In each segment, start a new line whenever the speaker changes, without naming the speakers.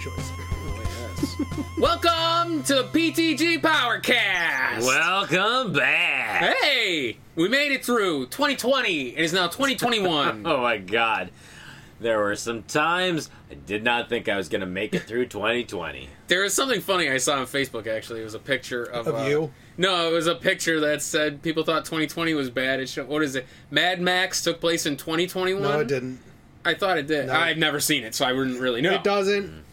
choice.
Welcome to the PTG Powercast.
Welcome back.
hey, we made it through 2020. It is now 2021.
Oh my god. There were some times I did not think I was going to make it through 2020.
there is something funny I saw on Facebook. Actually, it was a picture of,
Of
uh,
you?
No, it was a picture that said people thought 2020 was bad. It showed, what is it? Mad Max took place in 2021.
No, it didn't.
I thought it did.
No.
I've never seen it, so I wouldn't really know.
It
Mm.
doesn't.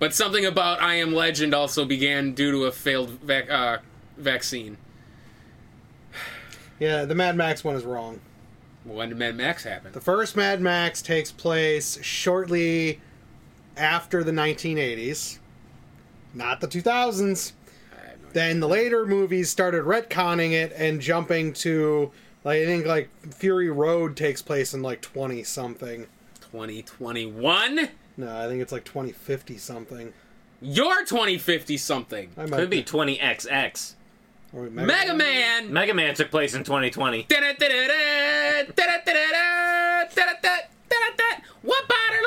But something about I Am Legend also began due to a failed vac- uh, vaccine.
Yeah, the Mad Max one is wrong.
When did Mad Max happen?
The first Mad Max takes place shortly after the 1980s, not the 2000s. Then the later movies started retconning it and jumping to like I think like Fury Road takes place in like 20 something.
2021?
No, I think it's like 2050 something.
You're 2050 something.
I
Could be 20XX.
or
Mega Man!
Mega Man took place in 2020.
Da-da-da-da-da, da-da-da-da-da, da-da-da, da-da-da. What about it?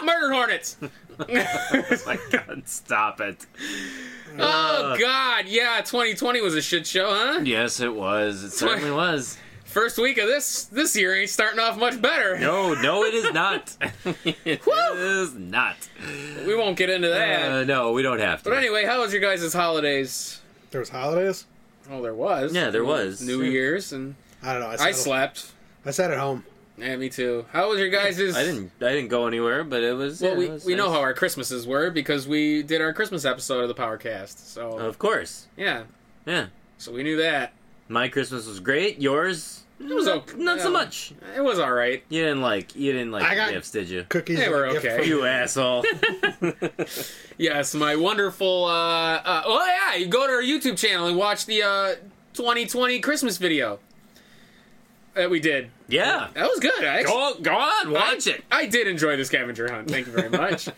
Ah, Murder Hornets!
Oh my god, stop it.
Oh, God, yeah, 2020 was a shit show, huh?
Yes, it was. It certainly was.
First week of this this year ain't starting off much better.
No, no, it is not. it
Woo!
is not.
We won't get into that.
Uh, no, we don't have to.
but anyway, how was your guys' holidays?
There was holidays.
Oh, there was.
Yeah, there was.
New
Yeah.
Year's, and
I don't know. I,
I
sat-
slept.
I sat at home.
Yeah, me too. How was your guys'?
I didn't. I didn't go anywhere, but it was.
Well,
yeah,
we,
it was
we know
nice.
how our Christmases were because we did our Christmas episode of the Powercast. So
Of course.
yeah,
Yeah.
so we knew that
My Christmas was great. Yours, it
was
not,
ok-
not so
yeah.
much.
it was all right.
You didn't like. You didn't like
I got-
gifts, did you?
Cookies.
They
were
were
a gift
okay.
from-
You asshole.
Yes, my wonderful. Uh, uh, oh yeah, you go to our YouTube channel and watch the uh, 2020 Christmas video that we did.
yeah.
That was good. I actually,
Go, go on, watch
I,
it.
I did enjoy the scavenger hunt. Thank you very much.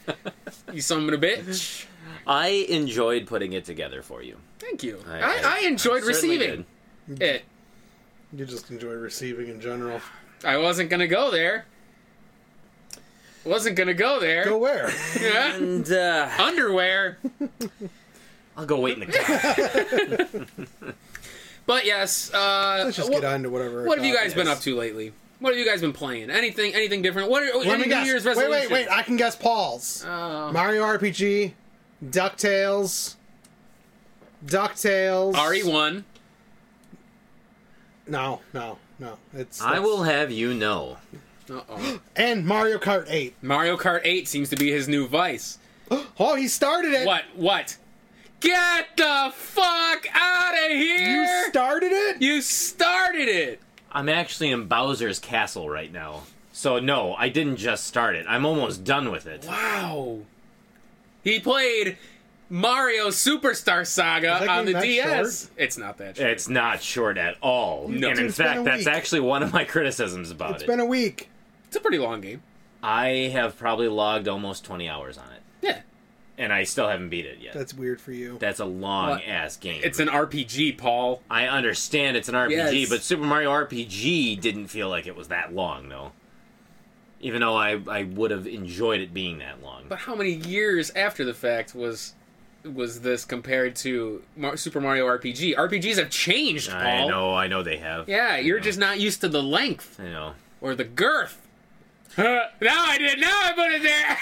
you son of a bitch.
I enjoyed putting it together for you.
Thank you. I,
I-
I, enjoyed
I certainly
receiving it.
You just enjoy receiving in general.
I wasn't gonna go there. Wasn't gonna go there.
Go where?
Yeah.
And uh,
Underwear.
I'll go wait in the car.
But yes, uh,
Let's just
what,
get on to whatever.
what have you guys
topic
been
is.
up to lately? What have you guys been playing? Anything? Anything different? What? Are,
Let me
any New
guess.
Year's
wait,
Um, resolution? Oh.
wait, wait. I can guess Paul's. Mario RPG, DuckTales, DuckTales.
RE one.
No, no, no. It's
I
that's-
will have you know.
Uh-oh.
And Mario Kart 8.
Mario Kart eight seems to be his new vice.
Oh, he started it.
What? What? Get the fuck out of here!
You started it?
You started it.
I'm actually in Bowser's castle right now. So no, I didn't just start it. I'm almost done with it.
Wow. He played Mario Superstar
Is that
Saga on the
game that
DS. It's not that short.
It's not short at all.
No.
and in
It's
been a
fact, that's
week.
actually one of my criticisms about
It's
it.
been a week.
It's a pretty long game.
I have probably logged almost 20 hours on it,
Yeah.
and I still haven't beat it yet.
That's weird for you.
That's a long
Well,
ass game.
It's an RPG, Paul.
I understand it's an RPG,
Yes.
but Super Mario RPG didn't feel like it was that long, though. Even though I, I would have enjoyed it being that long.
But how many years after the fact was was this compared to Mar- Super Mario RPG? RPGs have changed, Paul.
I know, I know they have.
Yeah,
I
you're
know.
just not used to the length
I know.
or the girth. Huh, now I did. Now I put it there.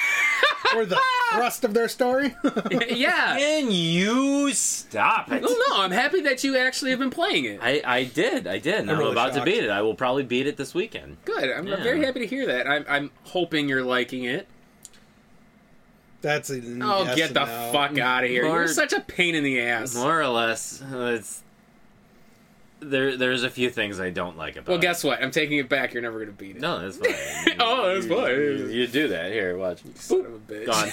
or the thrust of their story.
yeah.
Can you stop it?
Well, Uh, no, I'm happy that you actually have been playing it.
I, I did, I did. and I'm,
really
about
shocked.
to beat it. I will probably beat it this weekend.
Good. I'm, I'm
Yeah.
very happy to hear that. I'm, I'm hoping you're liking it.
That's a n-
Oh,
yes
get
and
the
no.
Mm.
fuck out of here! You're
Lord.
such a pain in the ass.
More or less, uh, it's there. There's a few things I don't like about.
Well,
it.
guess what? I'm taking it back. You're never gonna beat it.
No, that's fine.
Oh, that's
You-
fine.
You, you do that here. Watch.
Son of a bitch.
Gone.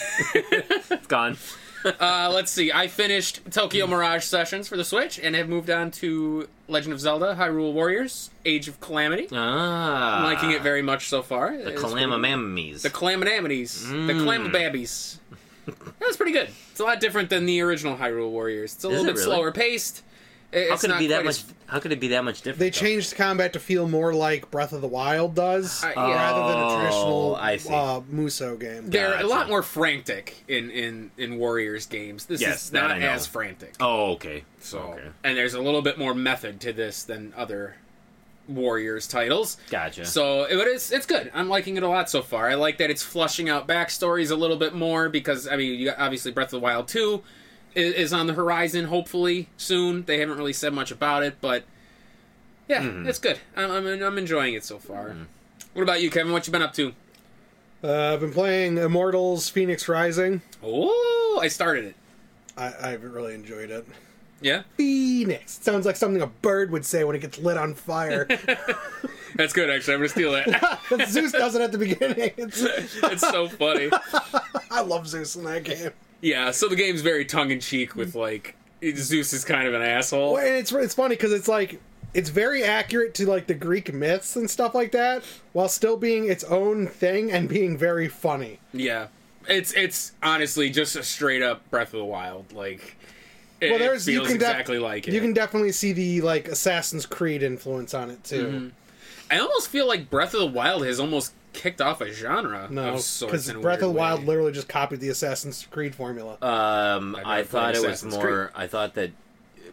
it's gone.
Uh, let's see. I finished Tokyo Mirage Sessions for the Switch and have moved on to Legend of Zelda: Hyrule Warriors: Age of Calamity.
Ah,
I'm liking it very much so far. The
Calamamammies.
The Calamamities. The
Mm.
Calamababbies. that was pretty good. It's a lot different than the original Hyrule Warriors. It's a little
it
bit
really?
slower paced. It-
How
it's
could it
not
be that
quite
much?
as-
How could it be that much different?
They
though?
changed the combat to feel more like Breath of the Wild does,
I- yeah.
rather than a traditional
Oh, I see.
Uh, Muso game.
They're a
Gotcha.
lot more frantic in in in Warriors games. This
Yes,
is
that
not
I know.
as frantic.
Oh, okay.
So,
okay.
and there's a little bit more method to this than other Warriors titles.
Gotcha.
So, it- but it's it's good. I'm liking it a lot so far. I like that it's flushing out backstories a little bit more because I mean, you got, obviously Breath of the Wild two is, is on the horizon. Hopefully soon. They haven't really said much about it, but yeah,
Mm-hmm.
it's good. I'm, I'm I'm enjoying it so far. What about you, Kevin? What you been up to?
Uh, I've been playing Immortals: Phoenix Rising.
Oh, I started it.
I, I haven't really enjoyed it.
Yeah,
Phoenix sounds like something a bird would say when it gets lit on fire.
that's good. Actually, I'm gonna steal that.
Zeus does it at the beginning. It's,
it's so funny.
I love Zeus in that game.
Yeah, so the game's very tongue in cheek with
Mm.
like Zeus is kind of an asshole.
Well, and it's it's funny because it's like it's very accurate to like the Greek myths and stuff like that, while still being its own thing and being very funny.
Yeah, it's it's honestly just a straight up Breath of the Wild. Like, it,
Well,
it
there's you
feels
can def-
exactly like it.
You can definitely see the like Assassin's Creed influence on it
Mm-hmm.
too.
I almost feel like Breath of the Wild has almost kicked off a genre.
No,
of sorts
because
in a
Breath of the
weird way. Uh.
Wild literally just copied the Assassin's Creed formula.
Um, I
never
thought
played
it was
Assassin's
more. I thought that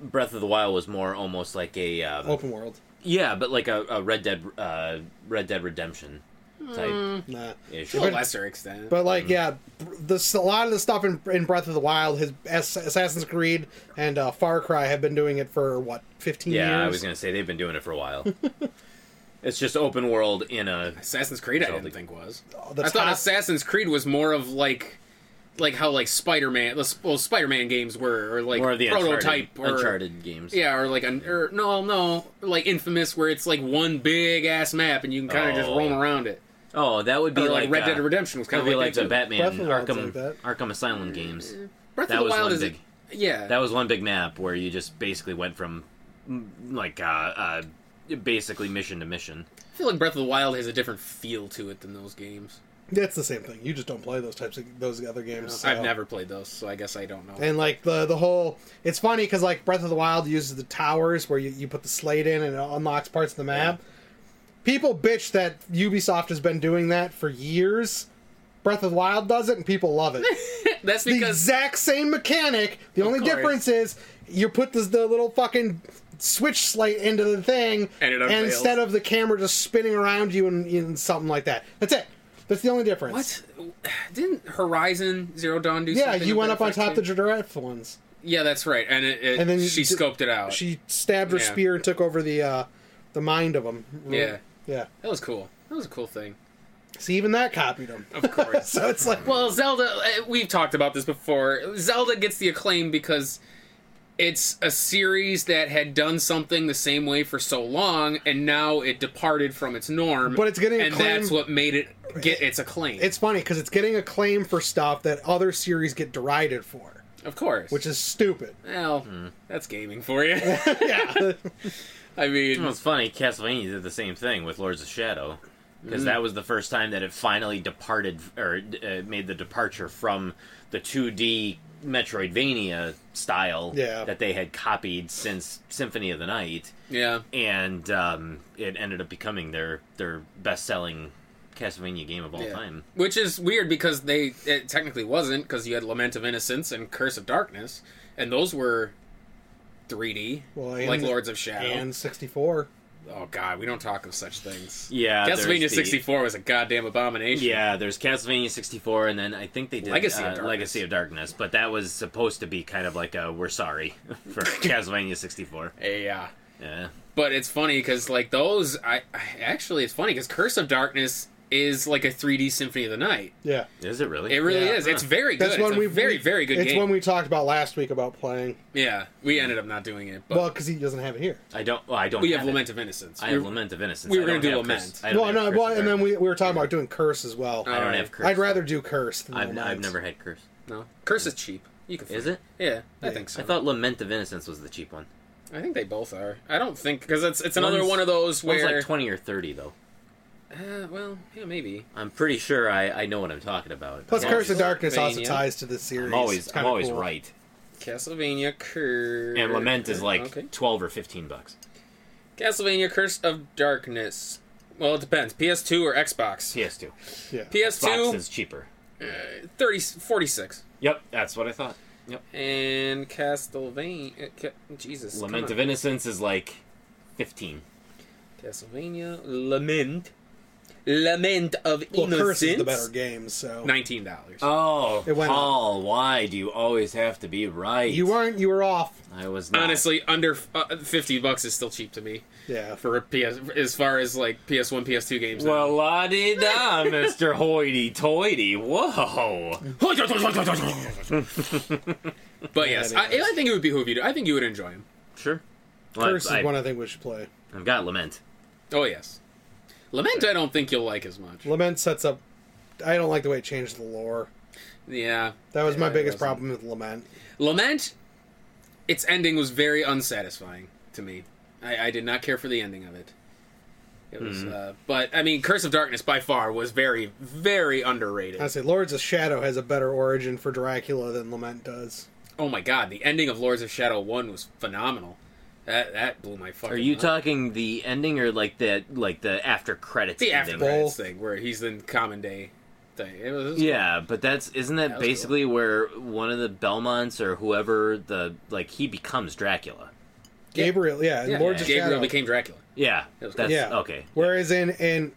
Breath of the Wild was more almost like a um,
Open world,
yeah, but like a, a Red Dead uh, Red Dead Redemption type
nah.
ish.
to a
But-
lesser extent.
But like, yeah, br- this a lot of the stuff in, in Breath of the Wild, his Ass- Assassin's Creed and uh, Far Cry have been doing it for what fifteen
yeah,
years.
I was gonna say they've been doing it for a while. it's just open world in a
Assassin's Creed, I didn't
Zelda.
think was.
the
I thought
top-
Assassin's Creed was more of like. Like how like Spider Man, well Spider Man games were, or like
more of the
prototype
Uncharted,
or
Uncharted games.
Yeah, or like an or no, no, like Infamous, where it's like one big ass map and you can kind of just
Oh.
roam around it.
Oh, that would be
Or like,
like
Red
uh,
Dead Redemption was
That
kind
would
of
be
like,
like
that
the
too.
Batman
Breath of the Wild's
Arkham
like that.
Arkham Asylum games.
Breath
that
of the
was
Wild
one
is a-
big-
yeah,
That was one big map where you just basically went from mm, like uh, uh, basically mission to mission.
I feel like Breath of the Wild has a different feel to it than those games.
That's the same thing. You just don't play those types of those other games. so-
I've never played those, so I guess I don't know.
And like the the whole, it's funny because like Breath of the Wild uses the towers where you, you put the slate in and it unlocks parts of the map. People bitch that Ubisoft has been doing that for years. Breath of the Wild does it, and people love it.
That's
the
because
exact same mechanic. The only
course.
difference is you put this, the little fucking switch slate into the thing,
And it unveils.
instead of the camera just spinning around you and, and something like that. That's it. That's the only difference.
what didn't Horizon Zero Dawn do?
Yeah,
something
you
of
went
that
up on
effect
top of the
too?
giraffe ones.
yeah, that's right. And it, it-
And then
she
you did-
scoped it out.
She stabbed her
Yeah.
spear and took over the uh, the mind of them.
Yeah.
yeah.
that was cool. That was a cool thing.
See, even that copied them.
Of course.
so it's like,
Well, Zelda, uh, we've talked about this before. Zelda gets the acclaim because it's a series that had done something the same way for so long, and now it departed from its norm.
But it's getting
and
acclaim-
that's what made it get its acclaim.
it's funny because it's getting acclaim for stuff that other series get derided for,
of course,
which is stupid.
well,
Hmm.
that's gaming for you.
yeah.
I mean,
Well, it's funny. Castlevania did the same thing with Lords of Shadow because that was the first time that it finally departed or uh, made the departure from the 2D Metroidvania style
Yeah.
that they had copied since Symphony of the Night,
yeah,
and um, it ended up becoming their their best selling Castlevania game of all
yeah.
time.
which is weird because they it technically wasn't because you had Lament of Innocence and Curse of Darkness, and those were 3D,
Well, and-
like Lords of Shadow.
And 64.
Oh God, we don't talk of such things.
Yeah, there's
Castlevania
the-
64 was a goddamn abomination.
Yeah, there's Castlevania 64, and then I think they did
Legacy of
uh,
Darkness.
Legacy of Darkness, but that was supposed to be kind of like a we're sorry for Castlevania 64.
yeah.
Yeah.
But it's funny because like those, I, I actually it's funny because Curse of Darkness is like a 3D Symphony of the Night.
Yeah.
Is it really?
It really
Yeah.
is. It's very good.
That's
it's
one
a
we
very very good
It's
game.
one we talked about last week about playing.
yeah, we ended up not doing it, but
Well, because he doesn't have it here.
I don't. Well, I don't.
we have
it.
Lament of Innocence.
I have
We-
lament of innocence.
we
I
were gonna
don't
do
have
Lament.
Curse- I don't
Well,
have
no,
Curse
well,
of
and then we,
Darkness.
we were talking about doing curse as well.
I don't
Alright.
have curse.
I'd rather do curse than
I've, I've
Lament.
never had curse.
no Curse is cheap. You can
Is
find
it?
Yeah, I think so.
I thought lament of innocence was the cheap one.
I think they both are. I don't think because it's it's another
One's-
one of those
One's
where
like twenty or thirty though.
uh, well yeah maybe
I'm pretty sure I, I know what I'm talking about.
Plus,
I'm
Curse of
always-
Darkness also
Castlevania.
ties to this series.
I'm always
It's
I'm
kinda
always
cool.
right.
Castlevania Curse.
And Lament is like
Okay.
12 or 15 bucks.
Castlevania Curse of Darkness. Well, it depends. PS2 or Xbox.
PS2.
Yeah.
Xbox
PS2,
is cheaper.
30, 46.
Yep, that's what I thought. Yep.
And Castlevania. uh, Ca- Jesus. come
Lament
on.
of Innocence is like 15.
Castlevania. Lament. Lament of
well,
Innocence.
Curse is the better game, so
Nineteen dollars.
Oh,
It went up.
Paul, why do you always have to be right?
you weren't. You were off.
I was not.
Honestly, under uh, fifty bucks is still cheap to me
Yeah.
for a PS. As far as like PS One, PS Two games.
Well, la di da, Mr. Hoity Toity. Whoa.
but yes, I, I think it would behoove you. To, I think you would enjoy them.
Sure. Well,
Curse
I,
is one I think we should play.
have got Lament.
Oh yes. Lament, I don't think you'll like as much.
Lament sets up. I don't like the way it changed the lore.
Yeah,
That was my
Yeah, it
biggest
wasn't-
problem with Lament.
Lament, its ending was very unsatisfying to me. I, I did not care for the ending of it. It was,
Hmm.
uh, but I mean, Curse of Darkness by far was very, very underrated.
I say Lords of Shadow has a better origin for Dracula than Lament does.
oh my god, the ending of Lords of Shadow One was phenomenal. That that blew my fucking.
Are you
mind.
talking the ending or like the like the after credits?
the after
ending?
credits thing where he's in common day thing? It was, it was-
Yeah, but that's isn't that,
That was
basically where one of the Belmonts or whoever the like he becomes Dracula.
Yeah.
Gabriel, yeah, in
yeah,
Lords of
Gabriel
Shadow.
became Dracula.
Yeah,
That was
that's
cool.
yeah.
okay.
Whereas in in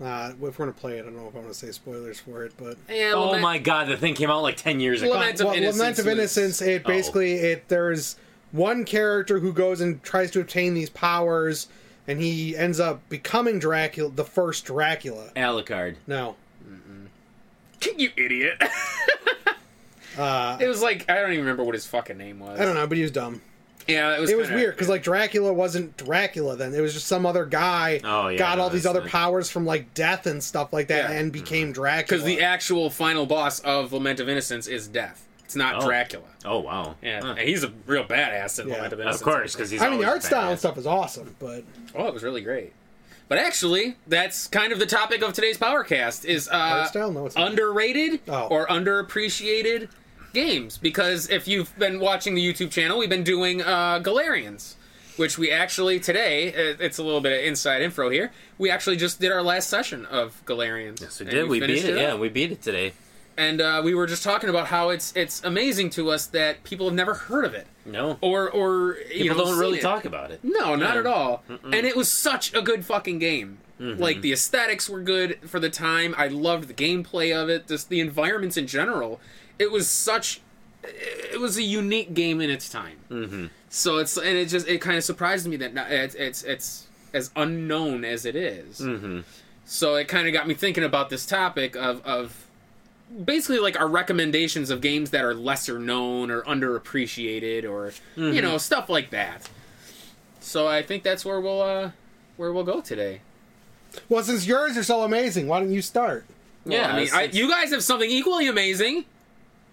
uh, if we're gonna play it, I don't know if I want to say spoilers for it, but
Yeah,
Oh
Lament-
my god, the thing came out like ten years ago.
Lament- Lords of
well, Lament
Innocence
of
was-
Innocence. It
Oh.
basically it there's one character who goes and tries to obtain these powers, and he ends up becoming Dracula, the first Dracula.
Alucard.
No,
You idiot!
uh,
it was like I don't even remember what his fucking name was.
I don't know, but he was dumb.
Yeah, it was.
It was
kinda-
weird because like Dracula wasn't Dracula then. It was just some other guy
Oh, yeah,
got all these
that's Mm-hmm.
other
nice.
powers from like death and stuff like that,
Yeah.
and became Dracula.
Because the actual final boss of Lament of Innocence is Death. It's not
Oh.
Dracula.
Oh wow.
Yeah,
Huh.
and he's a real badass in
Yeah.
Lament of
Of
Innocence.
course, because he's.
I mean, the art
always
style and
badass.
stuff is awesome, but
Oh, it was really great. But actually, that's kind of the topic of today's PowerCast: is
art
uh,
style, no, it's not.
underrated
Oh.
or underappreciated games. Because if you've been watching the YouTube channel, we've been doing uh, Galarians, which we actually today uh, it's a little bit of inside info here. We actually just did our last session of Galarians.
Yes, we
And
did. We beat
finished
it.
up.
Yeah, we beat it today.
and uh, we were just talking about how it's it's amazing to us that people have never heard of it
No,
or or Oh, you
people
know,
don't
seen
really
it. Mm-hmm.
talk about it.
No, not at all. And it was such a good fucking game. Like the aesthetics were good for the time. I loved the gameplay of it. Just the environments in general. It was such. It was a unique game in its time. Mm-hmm. So it's and it just it kind of surprised me that not, it's it's it's as unknown as it is.
Mm-hmm.
So it kind of got me thinking about this topic of of basically like our recommendations of games that are lesser known or underappreciated or you know stuff like that. So I think that's where we'll uh where we'll go today.
well, since yours are so amazing, why don't you start?
Yeah, I mean,
it's-
I, you guys have something equally amazing.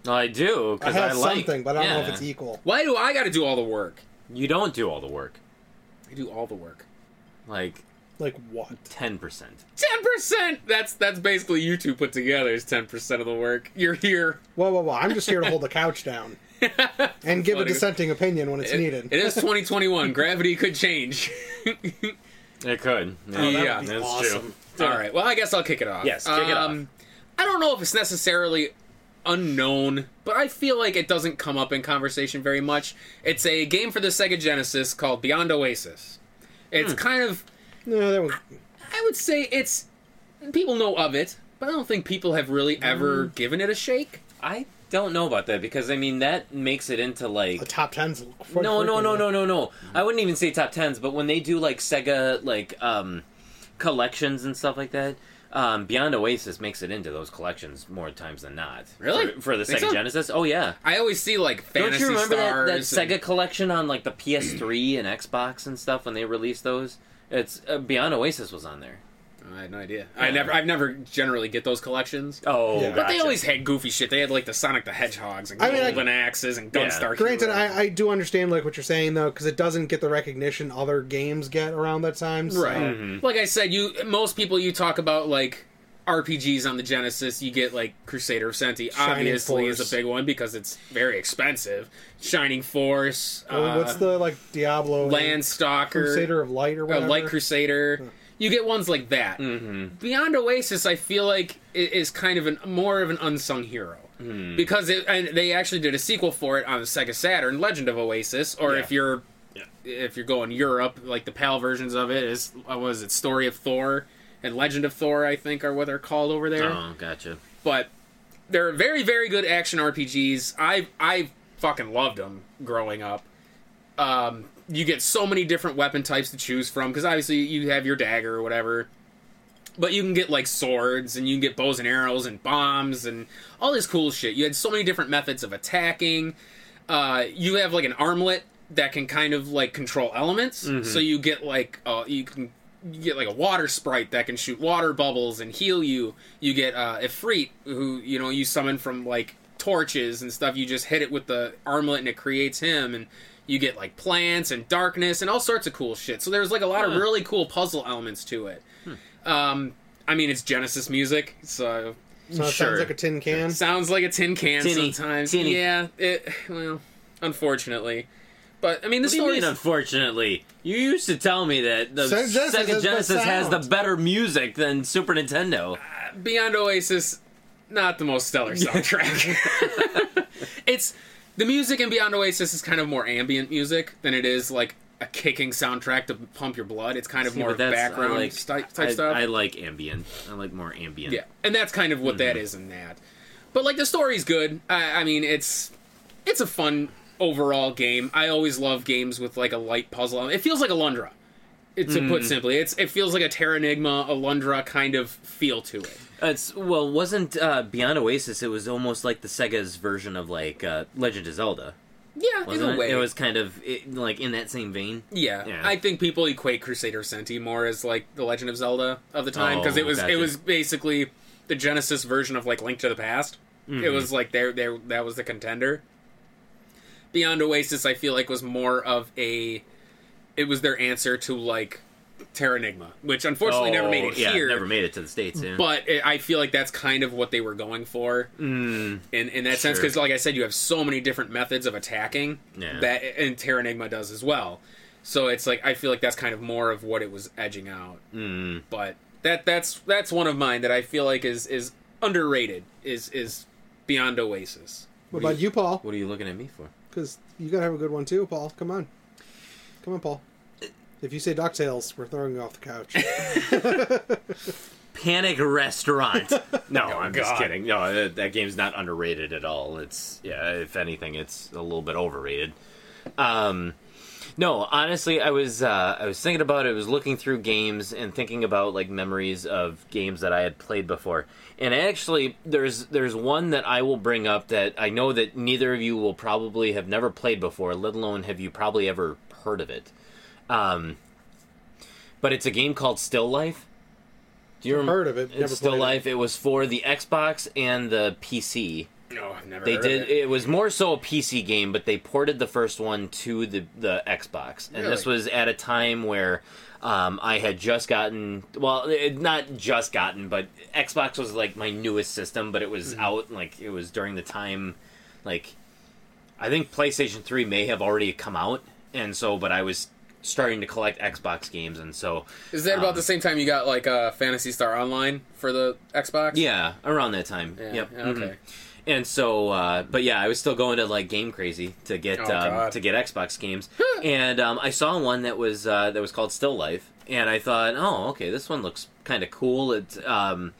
No, I
I
do because
have
like.
something, but I don't know if
yeah.
it's equal.
Why do I got to do all the work?
You don't do all the work.
I do all the work.
Like
Like what?
ten percent.
Ten percent. That's that's basically you two put together is ten percent of the work. You're here.
Whoa, whoa, whoa! I'm just here to hold the couch down and give a
funny.
dissenting opinion when it's
It-
needed.
it is 2021. Gravity could change.
It could.
Oh, that
yeah,
would be
that's
awesome.
true.
All right. Well, I guess I'll kick it off. Um,
Yes, kick it
I don't know if it's necessarily unknown, but I feel like it doesn't come up in conversation very much. It's a game for the Sega Genesis called Beyond Oasis. It's
Hmm.
kind of
No, that was
I would say it's people know of it, but I don't think people have really
Hmm.
ever given it a shake.
I don't know about that because I mean that makes it into like
a top ten's. quite
no, no, no,
frequently.
no, no, no. I wouldn't even say top tens, but when they do like Sega like um collections and stuff like that, um, Beyond Oasis makes it into those collections more times than not.
Really?
For, for the
Think
Sega
so?
Genesis? Oh yeah.
I always see like
Don't
fantasy
you remember that, that
stars. and-
Sega collection on like the PS3 and Xbox and stuff when they released those? It's uh, Beyond Oasis was on there.
I had no idea. I
Yeah.
never. I've never generally get those collections.
Oh,
Yeah.
But they always had goofy shit. They had like the Sonic the Hedgehogs and
I mean, I-
Golden Axes and
Yeah.
Gunstar.
Granted,
Heroes.
I, I do understand like what you're saying though, because it doesn't get the recognition other games get around that time. so-
Mm. Right. Like I said, you most people you talk about like RPGs on the Genesis, you get like Crusader of Senti,
Shining
obviously, is
Force.
a big one because it's very expensive. Shining Force,
Well, Oh, what's
uh,
the like Diablo
Landstalker,
Crusader of Light or
uh,
whatever?
Light Crusader. You get ones like that.
Mm.
Mm-hmm. Beyond Oasis, I feel like i- is kind of an more of an unsung hero
Mm. Mm-hmm.
because it, and they actually did a sequel for it on the Sega Saturn, Legend of Oasis, or
Yeah.
if you're if you're going Europe, like the PAL versions of it is uh, what was it Story of Thor and Legend of Thor, I think are what they're called over there
Oh, gotcha.
but they're very very good action RPGs. I I fucking loved them growing up. Um, you get so many different weapon types to choose from because obviously you have your dagger or whatever, but you can get like swords and you can get bows and arrows and bombs and all this cool shit. You had so many different methods of attacking. Uh, you have like an armlet that can kind of like control elements, so you get like uh, you can you get like a water sprite that can shoot water bubbles and heal you. You get uh, Ifrit, who you know you summon from like torches and stuff. You just hit it with the armlet and it creates him. And you get like plants and darkness and all sorts of cool shit. So there's like a lot of
Huh. Hmm.
really cool puzzle elements to it. Um, I mean, it's Genesis music, so
So it
Sure.
sounds like a tin can.
Sounds like a tin can
Tinny.
sometimes.
Tinny.
Yeah, it well, unfortunately. But I mean the
What do you
story
mean, unfortunately? You used to tell me that the
Sega Genesis has
Sega
the
Genesis has the
sound.
better music than Super Nintendo.
Beyond Oasis not the most stellar soundtrack. it's the music in Beyond Oasis is kind of more ambient music than it is like a kicking soundtrack to pump your blood. It's kind of
See,
more
but that's- I
background
like-
sti- type
I,
stuff.
I like ambient. I like more ambient.
Yeah, and that's kind of what
Mm-hmm.
that is in that. But like the story's good. I, I mean, it's it's a fun overall game. I always love games with like a light puzzle. It feels like Alundra. It, to
Mm.
put simply, it's it feels like a Terra Terranigma, Alundra kind of feel to it.
Uh, It's well, wasn't uh, Beyond Oasis? It was almost like the Sega's version of like uh, Legend of Zelda.
Yeah,
Wasn't
in a
it?
way,
it was kind of it, like in that same vein.
Yeah.
Yeah.
I think people equate Crusader Senti more as like the Legend of Zelda of the time because
Oh,
it was
gotcha.
it was basically the Genesis version of like Link to the Past.
Mm-hmm.
It was like there there that was the contender. Beyond Oasis, I feel like was more of a, it was their answer to like Terranigma, which unfortunately never made it
Oh, yeah,
here.
Never made it to the states. Yeah.
But it, I feel like that's kind of what they were going for, in in that sense,
Mm. sure.
because like I said, you have so many different methods of attacking
Yeah.
that, and Terranigma does as well. So it's like I feel like that's kind of more of what it was edging out.
Mm.
But that that's that's one of mine that I feel like is is underrated is is beyond Oasis.
What about you, Paul?
What are you looking at me for?
Because you gotta have a good one too, Paul. Come on, come on, Paul. If you say Ducktales, we're throwing you off the couch.
Panic Restaurant. no, I'm just
God.
kidding. No, that, that game's not underrated at all. It's yeah, if anything, it's a little bit overrated. Um, no, honestly, I was uh, I was thinking about it. I was looking through games and thinking about like memories of games that I had played before. And actually, there's there's one that I will bring up that I know that neither of you will probably have never played before, let alone have you probably ever heard of it. Um, but it's a game called Still Life. Do you remember?
Heard of it? Never
It's Still
played it.
Life. It. was for the Xbox and the PC.
No, I've never.
They
heard
did.
Of
It. was more so a PC game, but they ported the first one to the the Xbox, and this
Really?
was at a time where. Um, I had just gotten well, it, not just gotten, but Xbox was like my newest system, but it was
Mm-hmm.
out like it was during the time, like I think PlayStation Three may have already come out, and so but I was starting to collect Xbox games, and so
Is that about
um,
the same time you got like uh, Fantasy Star Online for the Xbox?
yeah, around that time,
Yeah,
yep,
yeah, Okay.
mhm. And so, uh, but yeah, I was still going to like Game Crazy to get
Oh,
um,
God.
to get Xbox games, and um, I saw one that was uh, that was called Still Life, and I thought, oh, okay, this one looks kind of cool. It um,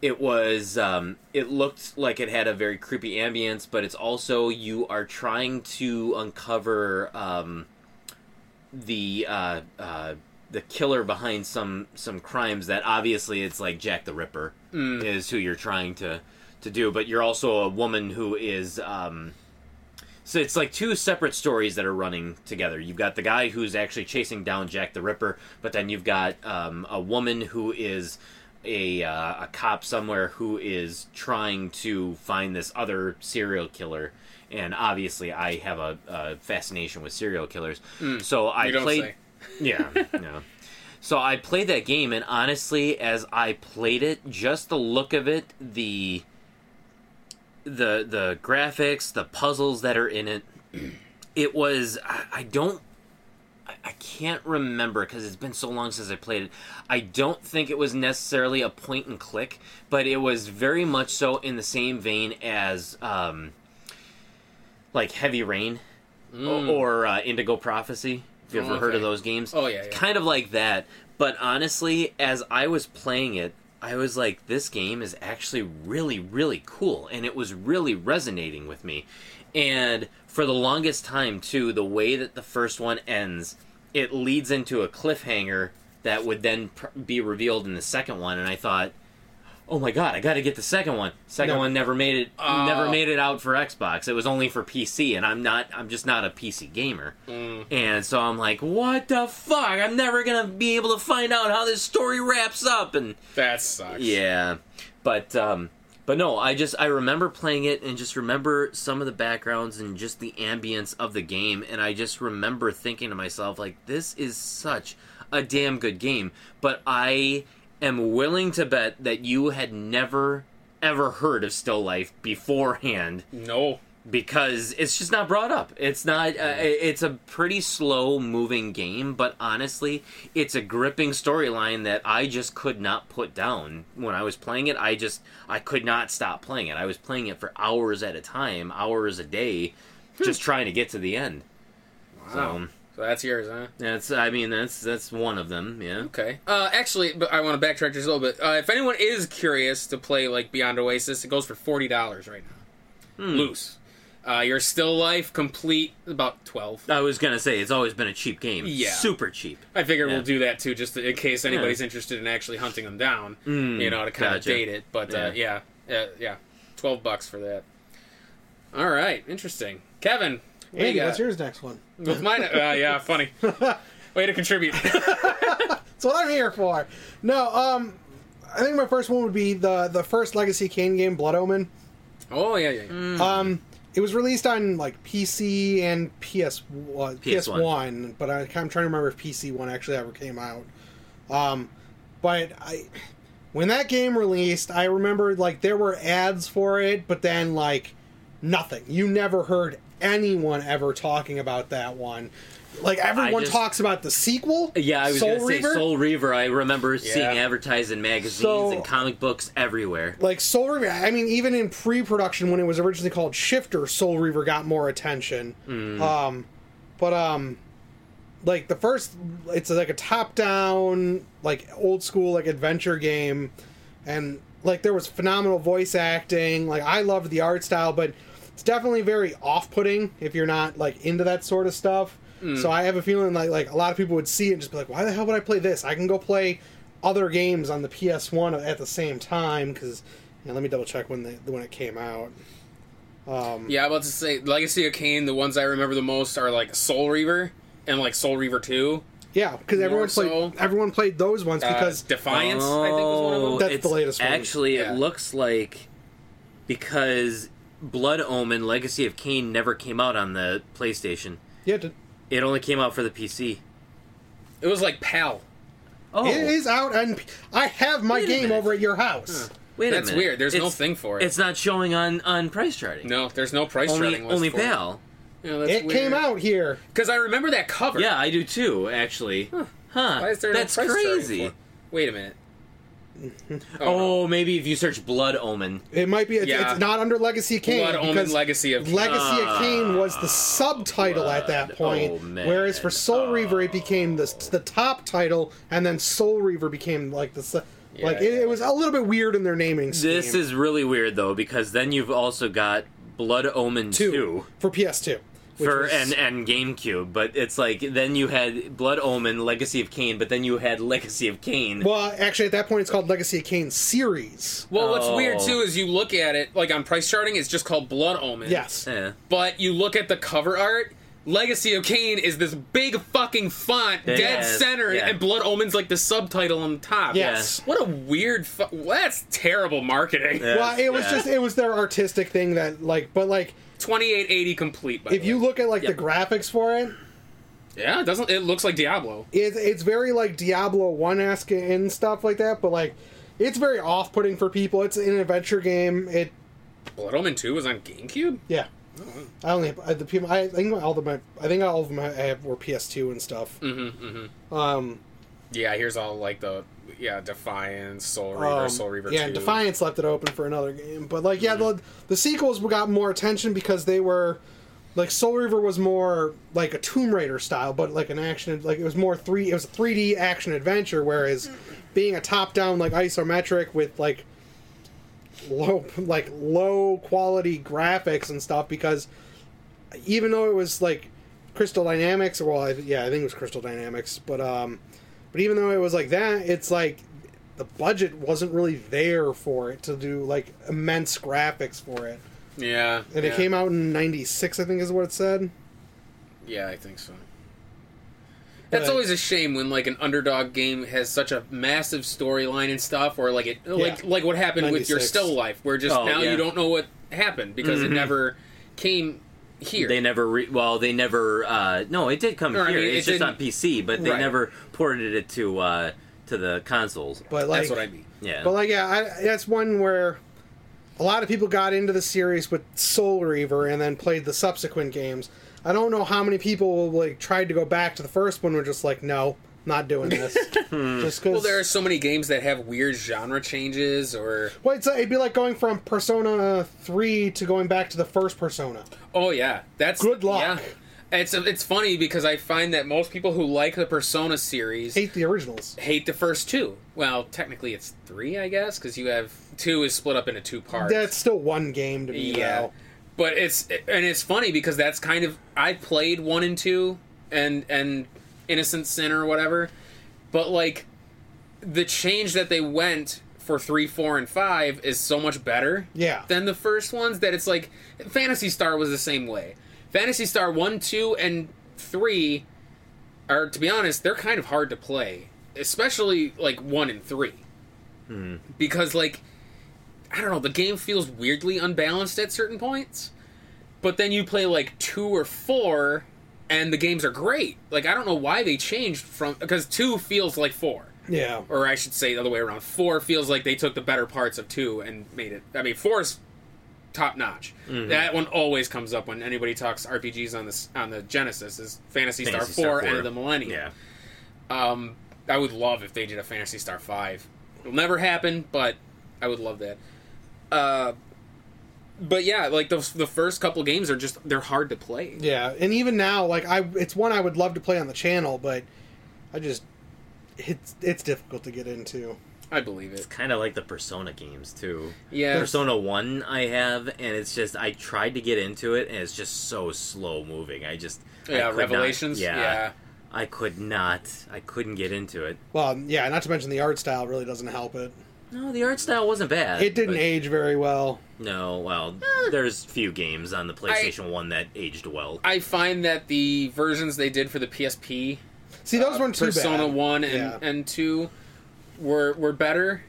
it was um, it looked like it had a very creepy ambience, but it's also you are trying to uncover um, the uh, uh, the killer behind some some crimes that obviously it's like Jack the Ripper
Mm.
is who you're trying to to do, but you're also a woman who is. Um, so it's like two separate stories that are running together. You've got the guy who's actually chasing down Jack the Ripper, but then you've got um, a woman who is a uh, a cop somewhere who is trying to find this other serial killer. And obviously, I have a, a fascination with serial killers, so I
Mm. You don't
played.
say.
Yeah, yeah. So I played that game, and honestly, as I played it, just the look of it, the the the graphics, the puzzles that are in it, it was I, I don't I, I can't remember because it's been so long since I played it. I don't think it was necessarily a point and click, but it was very much so in the same vein as um, like Heavy Rain o- or uh, Indigo Prophecy. If you
Mm. Oh,
ever heard of
okay.
those games,
Oh, yeah, yeah.
kind of like that. But honestly, as I was playing it, I was like, this game is actually really, really cool, and it was really resonating with me. And for the longest time, too, the way that the first one ends, it leads into a cliffhanger that would then pr- be revealed in the second one. And I thought, oh my god, I got to get the second one. Second
Never-
one never made it,
Oh.
never made it out for Xbox. It was only for PC, and I'm not, I'm just not a PC gamer.
Mm,
And so I'm like, what the fuck? I'm never gonna be able to find out how this story wraps up. And
That sucks.
yeah, but um, but no, I just I remember playing it and just remember some of the backgrounds and just the ambience of the game, and I just remember thinking to myself like, this is such a damn good game. But I am willing to bet that you had never ever heard of Still Life beforehand
No.
because it's just not brought up. It's not. Uh, it's a pretty slow moving game, but honestly, it's a gripping storyline that I just could not put down when I was playing it. I just I could not stop playing it. I was playing it for hours at a time, hours a day, just trying to get to the end.
Wow.
So
So that's yours, huh?
that's. I mean, that's that's one of them. Yeah.
Okay. Uh, actually, but I want to backtrack just a little bit. Uh, if anyone is curious to play like Beyond Oasis, it goes for forty dollars right now,
Hmm.
loose. Uh, your still life complete about twelve.
I was gonna say it's always been a cheap game.
Yeah.
Super cheap.
I figure
Yeah.
we'll do that too, just in case anybody's interested in actually hunting them down. you know, to kind of
Hmm. gotcha.
date it. But uh, yeah, yeah, yeah, twelve bucks for that. All right, interesting. Kevin, what do you
Andy,
got?
what's yours next one?
With mine, uh, yeah, funny. Way to contribute.
That's what I'm here for. No, um, I think my first one would be the the first Legacy Kane game, Blood Omen.
oh yeah, yeah. yeah.
Um, it was released on like PC and PS uh, PS One, but I, I'm trying to remember if PC One actually ever came out. Um, but I, when that game released, I remember like there were ads for it, but then like nothing. You never heard anyone ever talking about that one. Like everyone
just-
talks about the sequel.
Yeah, I was
Soul
gonna
Reaver.
say Soul Reaver. I remember
Yeah.
seeing advertised in magazines
So-
and comic books everywhere.
like Soul Reaver. I mean, even in pre-production when it was originally called Shifter, Soul Reaver got more attention. Um, but um, like the first, it's like a top-down, like old school, like adventure game, and like there was phenomenal voice acting. Like I loved the art style, but it's definitely very off-putting if you're not like into that sort of stuff.
Mm.
So I have a feeling like like a lot of people would see it and just be like, why the hell would I play this? I can go play other games on the PS1 at the same time because let me double check when the when it came out.
Yeah, I'm about to say Legacy of Kane. The ones I remember the most are like Soul Reaver and like Soul Reaver Two.
Yeah, because everyone played
so.
everyone played those ones
Uh,
because
Defiance, I think was one of
Oh,
them.
That's the latest one.
Actually,
Yeah.
it looks like because Blood Omen: Legacy of Kain never came out on the PlayStation.
yeah, it
It only came out for the PC.
It was like Pal.
Oh,
it is out and I have my
Wait a
game
minute.
over at your house.
wait a
That's
minute.
weird. There's no
It's-
thing for it.
It's not showing on on price charting.
no, there's no price
only
charting list
only
for
PAL.
It, Yeah, that's
It came out here.
because I remember that cover.
Yeah, I do too. Actually, huh?
Why is there no
That's
price charting
crazy.
for it? Wait a minute.
Oh, maybe if you search Blood Omen.
It might be it's,
Yeah.
it's not under Legacy of Kane
Blood Omen
because
Legacy of
Uh,
Legacy of Kane was the subtitle at that point,
Oh, man.
whereas for Soul Reaver it became the the top title, and then Soul Reaver became like the se- like it, it was a little bit weird in their naming scheme.
This is really weird though because then you've also got Blood Omen
two,
2
for PS2 which
for
was-
and and GameCube, but it's like then you had Blood Omen, Legacy of Kain, but then you had Legacy of Kain.
well, actually at that point it's called Legacy of Kane series.
Well, what's weird
Oh.
too is you look at it like on price charting, it's just called Blood Omen.
Yes,
Eh.
Yeah.
but you look at the cover art. Legacy of Kane is this big fucking font, dead
Yes,
center,
yeah.
and Blood Omen's like the subtitle on top.
yes.
What a weird. Fu- well, that's terrible marketing.
Well, it was
Yeah.
just it was their artistic thing that like, but like
2880 complete. By
if
the
you
way.
look at like
Yep.
the graphics for it,
Yeah, it doesn't. It looks like Diablo.
It, it's very like Diablo One esque and stuff like that, but like it's very off putting for people. It's an adventure game. It
Blood Omen Two was on GameCube.
yeah. I only have, I, the people I think all of my I think all of them I have were PS2 and stuff.
Mm-hmm, mm-hmm.
Um,
Yeah, here's all like the yeah Defiance, Soul Reaver,
um,
Soul Reaver.
yeah,
2.
and Defiance left it open for another game, but like yeah, the the sequels got more attention because they were like Soul Reaver was more like a Tomb Raider style, but like an action like it was more three it was a 3D action adventure, whereas being a top down like isometric with like low like low quality graphics and stuff because even though it was like Crystal Dynamics, well, I, yeah, I think it was Crystal Dynamics, but um, but even though it was like that, it's like the budget wasn't really there for it to do like immense graphics for it,
Yeah,
and
yeah.
it came out in '96, I think, is what it said.
Yeah, I think so. That's
But-
always a shame when like an underdog game has such a massive storyline and stuff, or like it, like like what happened with your
96.
still life, where just
Oh,
now
yeah.
you don't know what happened because
Mm-hmm.
it never came here.
They never re- well, they never uh no, it did come
Or, I
here.
mean,
it's
it
just on
didn't-
PC, but they
Right.
never ported it to uh to the consoles.
But like,
That's what I mean.
Yeah.
But like, yeah, I, that's one where a lot of people got into the series with Soul Reaver and then played the subsequent games. I don't know how many people like tried to go back to the first one. Were just like, no, not doing this. just because.
Well, there are so many games that have weird genre changes, or
Well, it's, it'd be like going from Persona Three to going back to the first Persona.
oh yeah, that's
Good luck.
Yeah. It's it's funny because I find that most people who like the Persona series
Hate the originals.
hate the first two. Well, technically it's three, I guess, because you have two is split up into two parts.
That's still one game to me.
yeah,
though.
but it's and it's funny because that's kind of I played one and two and and Innocent Sin or whatever, but like the change that they went for three, four, and five is so much better
Yeah.
than the first ones that it's like Fantasy Star was the same way. Fantasy Star one, two, and three are to be honest, they're kind of hard to play, especially like one and three, because like I don't know, the game feels weirdly unbalanced at certain points. But then you play like two or four, and the games are great. Like I don't know why they changed from because two feels like four
yeah.
or I should say the other way around. Four feels like they took the better parts of two and made it. I mean, four is top notch. That one always comes up when anybody talks RPGs on this on the Genesis is Fantasy,
Fantasy
Star Four, End of the Millennium.
Yeah.
Um, I would love if they did a Fantasy Star Five. It'll never happen, but I would love that. Uh, but yeah, like the the first couple games are just they're hard to play.
Yeah, and even now, like I, it's one I would love to play on the channel, but I just it's it's difficult to get into.
I believe it.
It's kind of like the Persona games too.
Yeah,
Persona 1 I have and it's just I tried to get into it and it's just so slow moving. I just I
yeah.
could not-
Revelations.
yeah,
yeah.
I could not. I couldn't get into it.
Well, yeah, not to mention the art style really doesn't help it.
No, the art style wasn't bad.
It didn't
but-
age Eh. very well.
No, well, there's few games on the PlayStation 1 that aged well.
I find that the versions they did for the PSP,
See, those
uh,
weren't too
Persona
bad.
One and,
Yeah.
and Two, were were better.